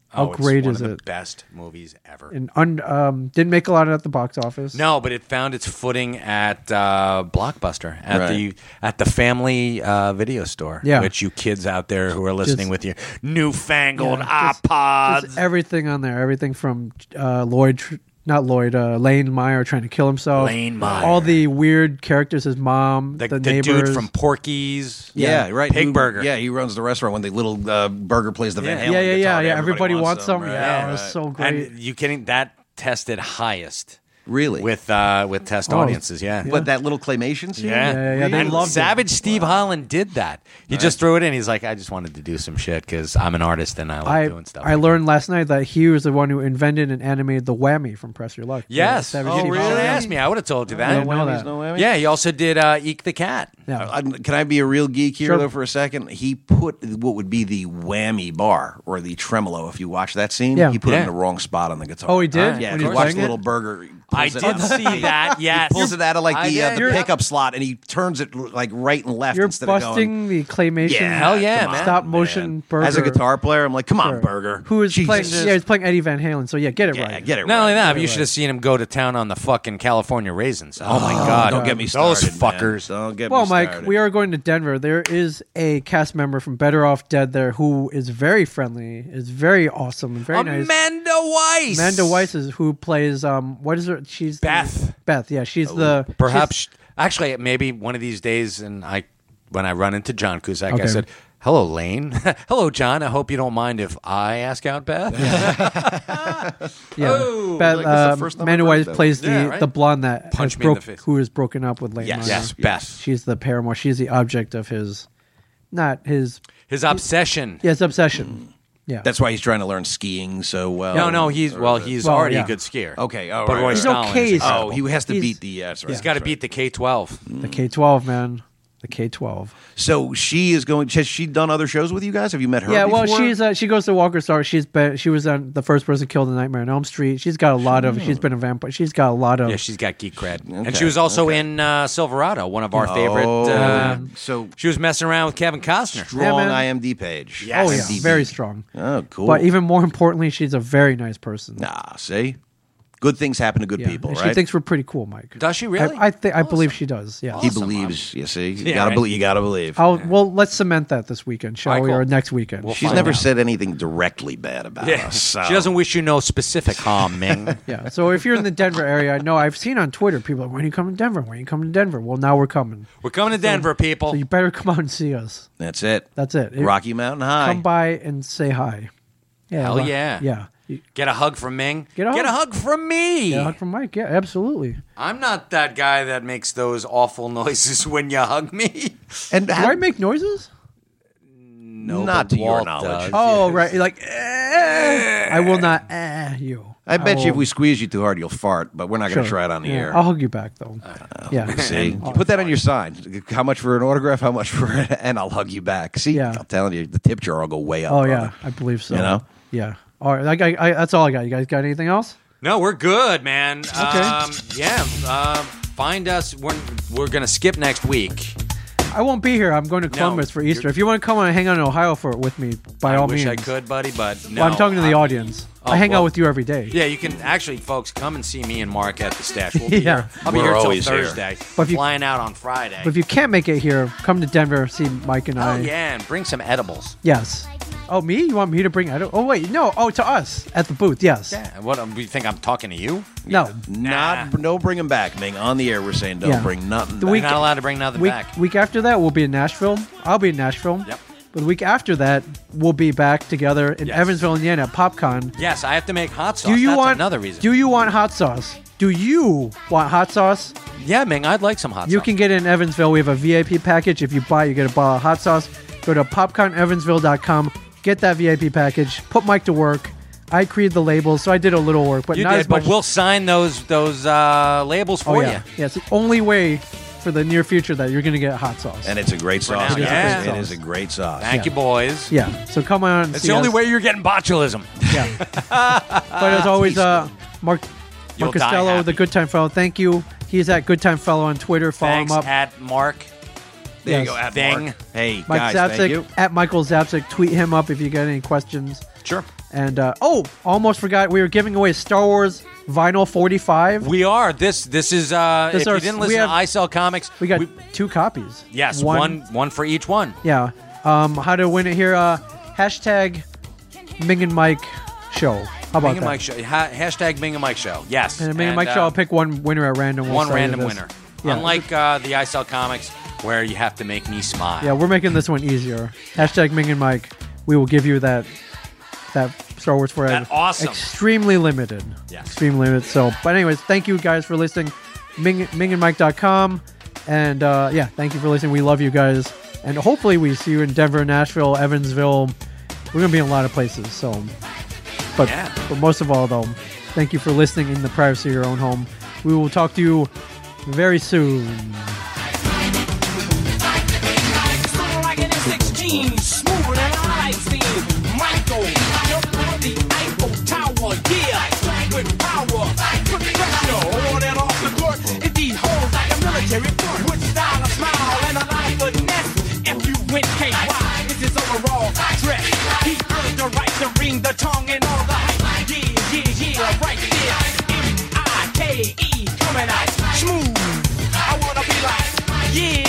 [SPEAKER 11] How
[SPEAKER 12] oh, it's
[SPEAKER 11] great
[SPEAKER 12] one
[SPEAKER 11] is
[SPEAKER 12] of the
[SPEAKER 11] it?
[SPEAKER 12] Best movies ever.
[SPEAKER 11] And un, um, didn't make a lot at the box office.
[SPEAKER 12] No, but it found its footing at uh, Blockbuster at
[SPEAKER 11] Right.
[SPEAKER 12] the at the family uh, video store.
[SPEAKER 11] Yeah.
[SPEAKER 12] which you kids out there who are listening
[SPEAKER 11] Just-
[SPEAKER 12] with your newfangled
[SPEAKER 11] Yeah, just-
[SPEAKER 12] iPods.
[SPEAKER 11] There's everything on there. Everything from uh, Lloyd, tr- not Lloyd, uh, Lane Meyer trying to kill himself.
[SPEAKER 12] Lane Meyer.
[SPEAKER 11] All the weird characters. His mom,
[SPEAKER 12] the
[SPEAKER 11] the,
[SPEAKER 12] the
[SPEAKER 11] neighbors.
[SPEAKER 12] dude from Porky's,
[SPEAKER 10] Yeah, right.
[SPEAKER 12] Pig
[SPEAKER 10] Who-
[SPEAKER 12] Burger.
[SPEAKER 10] Yeah, he runs the restaurant when the little uh, burger plays the Van
[SPEAKER 11] Yeah,
[SPEAKER 10] Halen.
[SPEAKER 11] yeah, yeah, yeah,
[SPEAKER 10] guitar.
[SPEAKER 11] yeah. Everybody wants some.
[SPEAKER 10] right?
[SPEAKER 11] Yeah, it was so great.
[SPEAKER 12] And you kidding? That tested highest.
[SPEAKER 10] Really?
[SPEAKER 12] With uh, with test
[SPEAKER 10] Oh,
[SPEAKER 12] audiences, yeah.
[SPEAKER 10] But that little claymation
[SPEAKER 12] yeah.
[SPEAKER 10] scene?
[SPEAKER 12] yeah,
[SPEAKER 10] Really?
[SPEAKER 12] and Savage Steve Holland did that. He just threw it in. He's like, I just wanted to do some shit because I'm an artist and I like
[SPEAKER 11] I,
[SPEAKER 12] doing stuff.
[SPEAKER 11] I learned last night that he was the one who invented and animated the whammy from Press Your Luck.
[SPEAKER 12] Yes.
[SPEAKER 11] Savage
[SPEAKER 12] oh,
[SPEAKER 11] Steve
[SPEAKER 12] you should have
[SPEAKER 11] Holland.
[SPEAKER 12] asked me. I would have told you
[SPEAKER 11] I
[SPEAKER 12] that.
[SPEAKER 11] didn't know that. No
[SPEAKER 10] whammies.
[SPEAKER 12] Yeah, he also did uh, Eek the Cat.
[SPEAKER 11] Yeah.
[SPEAKER 10] I- Uh, can I be a real geek here
[SPEAKER 12] Sure.
[SPEAKER 10] though for a second? He put what would be the whammy bar or the tremolo. If you watch that scene,
[SPEAKER 11] Yeah.
[SPEAKER 10] he put it
[SPEAKER 11] Yeah.
[SPEAKER 10] in the wrong spot on the guitar.
[SPEAKER 11] Oh, he did?
[SPEAKER 10] Yeah,
[SPEAKER 11] When
[SPEAKER 10] if
[SPEAKER 11] he
[SPEAKER 10] you
[SPEAKER 11] was
[SPEAKER 10] watch
[SPEAKER 11] playing
[SPEAKER 10] the
[SPEAKER 11] it?
[SPEAKER 10] little burger. he
[SPEAKER 12] I
[SPEAKER 10] pulls it
[SPEAKER 12] did
[SPEAKER 10] out of the
[SPEAKER 12] see
[SPEAKER 10] thing.
[SPEAKER 12] that, yes.
[SPEAKER 10] he pulls it out of like
[SPEAKER 12] I
[SPEAKER 10] the, uh,
[SPEAKER 12] did.
[SPEAKER 10] the
[SPEAKER 12] You're-
[SPEAKER 10] pickup slot, and he turns it like right and left.
[SPEAKER 11] You're
[SPEAKER 10] instead of going,
[SPEAKER 11] busting the claymation.
[SPEAKER 10] Yeah, Hell yeah, come on,
[SPEAKER 11] Stop
[SPEAKER 10] man.
[SPEAKER 11] motion burger.
[SPEAKER 10] As a guitar player, I'm like, come
[SPEAKER 11] Sure.
[SPEAKER 10] on, Burger.
[SPEAKER 11] Who is
[SPEAKER 10] Jesus.
[SPEAKER 11] playing? Yeah, he's playing Eddie Van Halen. So yeah, get it right.
[SPEAKER 10] Get it
[SPEAKER 12] Not only
[SPEAKER 10] right.
[SPEAKER 12] that, but you should have seen him go to town on the fucking California raisins. Oh, my
[SPEAKER 10] Oh,
[SPEAKER 12] god!
[SPEAKER 10] don't get me
[SPEAKER 12] Those
[SPEAKER 10] started, man.
[SPEAKER 12] fuckers.
[SPEAKER 10] Don't get
[SPEAKER 11] Well, Mike, we are going to Denver. There is a cast member from Better Off Dead there who is very friendly, is very awesome, and very nice.
[SPEAKER 12] Amanda Weiss.
[SPEAKER 11] Amanda Weiss is who plays um what is her she's the-
[SPEAKER 12] Beth.
[SPEAKER 11] Beth, yeah, she's the
[SPEAKER 12] Oh, Perhaps, actually, maybe one of these days, and I, when I run into John Cusack, I
[SPEAKER 11] Okay.
[SPEAKER 12] said, "Hello, Lane. Hello, John. I hope you don't mind if I ask out Beth."
[SPEAKER 11] she's- yeah.
[SPEAKER 12] Oh,
[SPEAKER 11] Beth,
[SPEAKER 12] like, that's the
[SPEAKER 11] um,
[SPEAKER 12] first time
[SPEAKER 11] Amanda
[SPEAKER 12] I've heard
[SPEAKER 11] Weiss
[SPEAKER 12] that.
[SPEAKER 11] plays the
[SPEAKER 12] Yeah, right?
[SPEAKER 11] the blonde that
[SPEAKER 12] Punch
[SPEAKER 11] has
[SPEAKER 12] me in the
[SPEAKER 11] broke-
[SPEAKER 12] face.
[SPEAKER 11] who is broken up with Lane.
[SPEAKER 12] Yes.
[SPEAKER 11] Meyer.
[SPEAKER 12] Yes, Beth.
[SPEAKER 11] She's the paramour. She's the object of his, not his
[SPEAKER 12] His obsession. Mm.
[SPEAKER 11] Yes, obsession. Yeah.
[SPEAKER 10] That's why he's trying to learn skiing so well.
[SPEAKER 11] Oh,
[SPEAKER 12] No, no, he's
[SPEAKER 10] Or
[SPEAKER 11] uh,
[SPEAKER 12] well,
[SPEAKER 10] the-
[SPEAKER 12] he's already a good skier.
[SPEAKER 10] Okay, oh,
[SPEAKER 12] but
[SPEAKER 10] right,
[SPEAKER 12] Roy
[SPEAKER 10] right.
[SPEAKER 12] Stalin is
[SPEAKER 10] Oh,
[SPEAKER 12] incredible.
[SPEAKER 10] he has to beat the. Yeah, that's right.
[SPEAKER 12] He's got to beat the K twelve.
[SPEAKER 11] The K twelve man, the K twelve.
[SPEAKER 10] So she is going. Has she done other shows with you guys? Have you met her?
[SPEAKER 11] Yeah, well,
[SPEAKER 10] before?
[SPEAKER 11] she's uh, she goes to Walker Star. She's been she was on the first person killed in Nightmare on Elm Street. She's got a lot of. She's been a vampire. She's got a lot of.
[SPEAKER 12] Yeah, she's got geek cred,
[SPEAKER 11] Okay,
[SPEAKER 12] and she was also in uh, Silverado, one of our
[SPEAKER 11] Oh,
[SPEAKER 12] favorite. Uh,
[SPEAKER 11] man.
[SPEAKER 10] so
[SPEAKER 12] she was messing around with Kevin Costner.
[SPEAKER 11] Strong Yeah, man.
[SPEAKER 10] IMD page.
[SPEAKER 12] Yes.
[SPEAKER 11] Oh yeah, very strong.
[SPEAKER 10] Oh, cool.
[SPEAKER 11] But even more importantly, she's a very nice person.
[SPEAKER 10] Nah, see, good things happen to good
[SPEAKER 11] Yeah,
[SPEAKER 10] people,
[SPEAKER 11] and
[SPEAKER 10] right?
[SPEAKER 11] She thinks we're pretty cool, Mike.
[SPEAKER 12] Does she really?
[SPEAKER 11] I, I think I believe she does. Yeah.
[SPEAKER 10] he believes. You see, you
[SPEAKER 11] Yeah,
[SPEAKER 10] gotta
[SPEAKER 11] right.
[SPEAKER 10] believe. You gotta believe.
[SPEAKER 11] I'll, well, let's cement that this weekend, shall we, or next weekend?
[SPEAKER 10] she's never said anything directly bad about
[SPEAKER 12] Yeah.
[SPEAKER 10] us. So.
[SPEAKER 12] She doesn't wish you no specific harm, Ming.
[SPEAKER 11] Yeah. So if you're in the Denver area, I know I've seen on Twitter people are like, when are you coming to Denver? When are you coming to Denver? Well, now we're coming.
[SPEAKER 12] We're coming to Denver, people.
[SPEAKER 11] So you better come out and see us.
[SPEAKER 10] That's it.
[SPEAKER 11] That's it. It-
[SPEAKER 10] Rocky Mountain High.
[SPEAKER 11] Come by and say hi. Yeah.
[SPEAKER 12] Hell
[SPEAKER 11] well,
[SPEAKER 12] yeah.
[SPEAKER 11] Yeah.
[SPEAKER 12] Get a hug from Ming.
[SPEAKER 11] Get a,
[SPEAKER 12] hug from me.
[SPEAKER 11] Get a hug from Mike. Yeah, absolutely.
[SPEAKER 12] I'm not that guy that makes those awful noises when you hug me.
[SPEAKER 10] And
[SPEAKER 11] Do I make noises?
[SPEAKER 10] No, not to your knowledge.
[SPEAKER 11] Oh, right. Like, eh, I will not eh, you.
[SPEAKER 10] I bet you if
[SPEAKER 11] will-
[SPEAKER 10] we squeeze you too hard, you'll fart. But we're not going to
[SPEAKER 11] Sure.
[SPEAKER 10] try it on the
[SPEAKER 11] Yeah,
[SPEAKER 10] air.
[SPEAKER 11] I'll hug you back though. yeah.
[SPEAKER 10] See, put that on your sign. How much for an autograph? How much for? And I'll hug you back. See, I'm telling you, the tip jar will go way up.
[SPEAKER 11] Oh
[SPEAKER 10] brother.
[SPEAKER 11] yeah, I believe so.
[SPEAKER 10] You know?
[SPEAKER 11] Yeah. All right. I, I, I, that's all I got. You guys got anything else?
[SPEAKER 12] No, we're good, man. Um, yeah. Uh, find us. We're, we're going to skip next week.
[SPEAKER 11] I won't be here. I'm going to Columbus for Easter. If you want to come and hang out in Ohio for it with me, by
[SPEAKER 12] I
[SPEAKER 11] all
[SPEAKER 12] wish
[SPEAKER 11] means.
[SPEAKER 12] I could, buddy, but no.
[SPEAKER 11] Well, I'm talking to the audience.
[SPEAKER 12] Oh,
[SPEAKER 11] I hang
[SPEAKER 12] well.
[SPEAKER 11] out with you every day.
[SPEAKER 12] Yeah, you can actually, folks, come and see me and Mark at the stash. We'll be
[SPEAKER 11] Yeah.
[SPEAKER 12] here. I'll be
[SPEAKER 10] We're
[SPEAKER 12] here until
[SPEAKER 10] always here.
[SPEAKER 12] Thursday.
[SPEAKER 11] But if you-
[SPEAKER 12] flying out on Friday.
[SPEAKER 11] But if you can't make it here, come to Denver, see Mike and
[SPEAKER 12] oh
[SPEAKER 11] I.
[SPEAKER 12] yeah, and bring some edibles.
[SPEAKER 11] Yes. Oh, me? You want me to bring? I don't. Oh wait, no. Oh, to us at the booth. Yes.
[SPEAKER 12] Yeah. What um, you think I'm talking to you?
[SPEAKER 11] No.
[SPEAKER 10] Not no bring them back, Ming. On the air, we're saying don't
[SPEAKER 11] Yeah.
[SPEAKER 10] bring nothing.
[SPEAKER 11] The
[SPEAKER 10] back.
[SPEAKER 11] week- Not allowed
[SPEAKER 12] to bring nothing
[SPEAKER 11] Week week after that, we'll be in Nashville. I'll be in Nashville. Yep. But the week after that, we'll be back together in Evansville, Indiana, at PopCon.
[SPEAKER 12] Yes, I have to make hot sauce.
[SPEAKER 11] Do you
[SPEAKER 12] That's
[SPEAKER 11] want
[SPEAKER 12] another reason?
[SPEAKER 11] Do you want hot sauce? Do you want hot sauce?
[SPEAKER 12] yeah, Ming, I'd like some hot
[SPEAKER 11] you
[SPEAKER 12] sauce.
[SPEAKER 11] can get it in Evansville. We have a VIP package. If you buy, you get a bottle of hot sauce. Go to popcornevansville.com. Get that VIP package. Put Mike to work. I created the labels, so I did a little work, but
[SPEAKER 12] you
[SPEAKER 11] not
[SPEAKER 12] did,
[SPEAKER 11] as much.
[SPEAKER 12] but we'll sign those those uh, labels
[SPEAKER 11] oh
[SPEAKER 12] for
[SPEAKER 11] yeah, yeah. It's the only way for the near future that you're going to get hot sauce.
[SPEAKER 10] and it's a great
[SPEAKER 12] For
[SPEAKER 10] sauce.
[SPEAKER 12] now,
[SPEAKER 10] guys.
[SPEAKER 12] yeah.
[SPEAKER 10] It is a great sauce.
[SPEAKER 12] you. Thank you, boys.
[SPEAKER 11] Yeah. So come on. and
[SPEAKER 12] It's
[SPEAKER 11] see
[SPEAKER 12] the only
[SPEAKER 11] us.
[SPEAKER 12] way you're getting botulism.
[SPEAKER 11] Yeah. But as always, uh, Mark, Mark
[SPEAKER 12] You'll die
[SPEAKER 11] Costello, the Good Time Fellow. Thank you. He's at Good Time Fellow on Twitter. Follow
[SPEAKER 12] Thanks
[SPEAKER 11] him up.
[SPEAKER 12] at Mark.
[SPEAKER 11] There you Yes. go,
[SPEAKER 10] at
[SPEAKER 12] Thing.
[SPEAKER 10] Mark. Hey,
[SPEAKER 11] Mike Zapsik at Michael Zapsik. Tweet him up if you got any questions.
[SPEAKER 12] Sure.
[SPEAKER 11] And uh, oh, almost forgot. We were giving away Star Wars vinyl 45.
[SPEAKER 12] We are this. This is. Uh,
[SPEAKER 11] This
[SPEAKER 12] if
[SPEAKER 11] are-
[SPEAKER 12] you didn't
[SPEAKER 11] we
[SPEAKER 12] listen
[SPEAKER 11] have-
[SPEAKER 12] to I Sell Comics,
[SPEAKER 11] We got two copies.
[SPEAKER 12] yes,
[SPEAKER 11] One-
[SPEAKER 12] one one for each one.
[SPEAKER 11] Yeah. Um, how to win it here? Uh, hashtag Ming and Mike Show. How about
[SPEAKER 12] Bing and
[SPEAKER 11] that?
[SPEAKER 12] Mike Show. Ha- hashtag Bing and Mike Show. Yes.
[SPEAKER 11] And Ming and, Mike
[SPEAKER 12] uh,
[SPEAKER 11] Show. I'll pick one winner at random. We'll
[SPEAKER 12] one
[SPEAKER 11] sell you
[SPEAKER 12] random
[SPEAKER 11] this.
[SPEAKER 12] winner.
[SPEAKER 11] Yeah.
[SPEAKER 12] Unlike uh, the I Sell Comics, where you have to make me smile.
[SPEAKER 11] Yeah, we're making this one easier. Hashtag Ming and Mike. We will give you that that Star Wars forever.
[SPEAKER 12] That awesome.
[SPEAKER 11] Extremely limited.
[SPEAKER 12] Yes.
[SPEAKER 11] Extremely limited. So, but anyways, thank you guys for listening. Ming mingandmike.com and uh, yeah, thank you for listening. We love you guys, and hopefully we see you in Denver, Nashville, Evansville. We're gonna be in a lot of places. So, but
[SPEAKER 12] Yeah.
[SPEAKER 11] but most of all though, thank you for listening in the privacy of your own home. We will talk to you very soon.
[SPEAKER 1] Sound like an M16, smooth and I seem Michael, jump on the Eiffel Tower, yeah, strike with power, put pressure on and off the court. It holds like a military court with style, a smile, and a lot of finesse. If you win KY, it's his overall dress. He earned the right to ring the tongue and all the hype. Yeah, yeah, yeah, right there. M I K E coming out smooth. I wanna be like, yeah.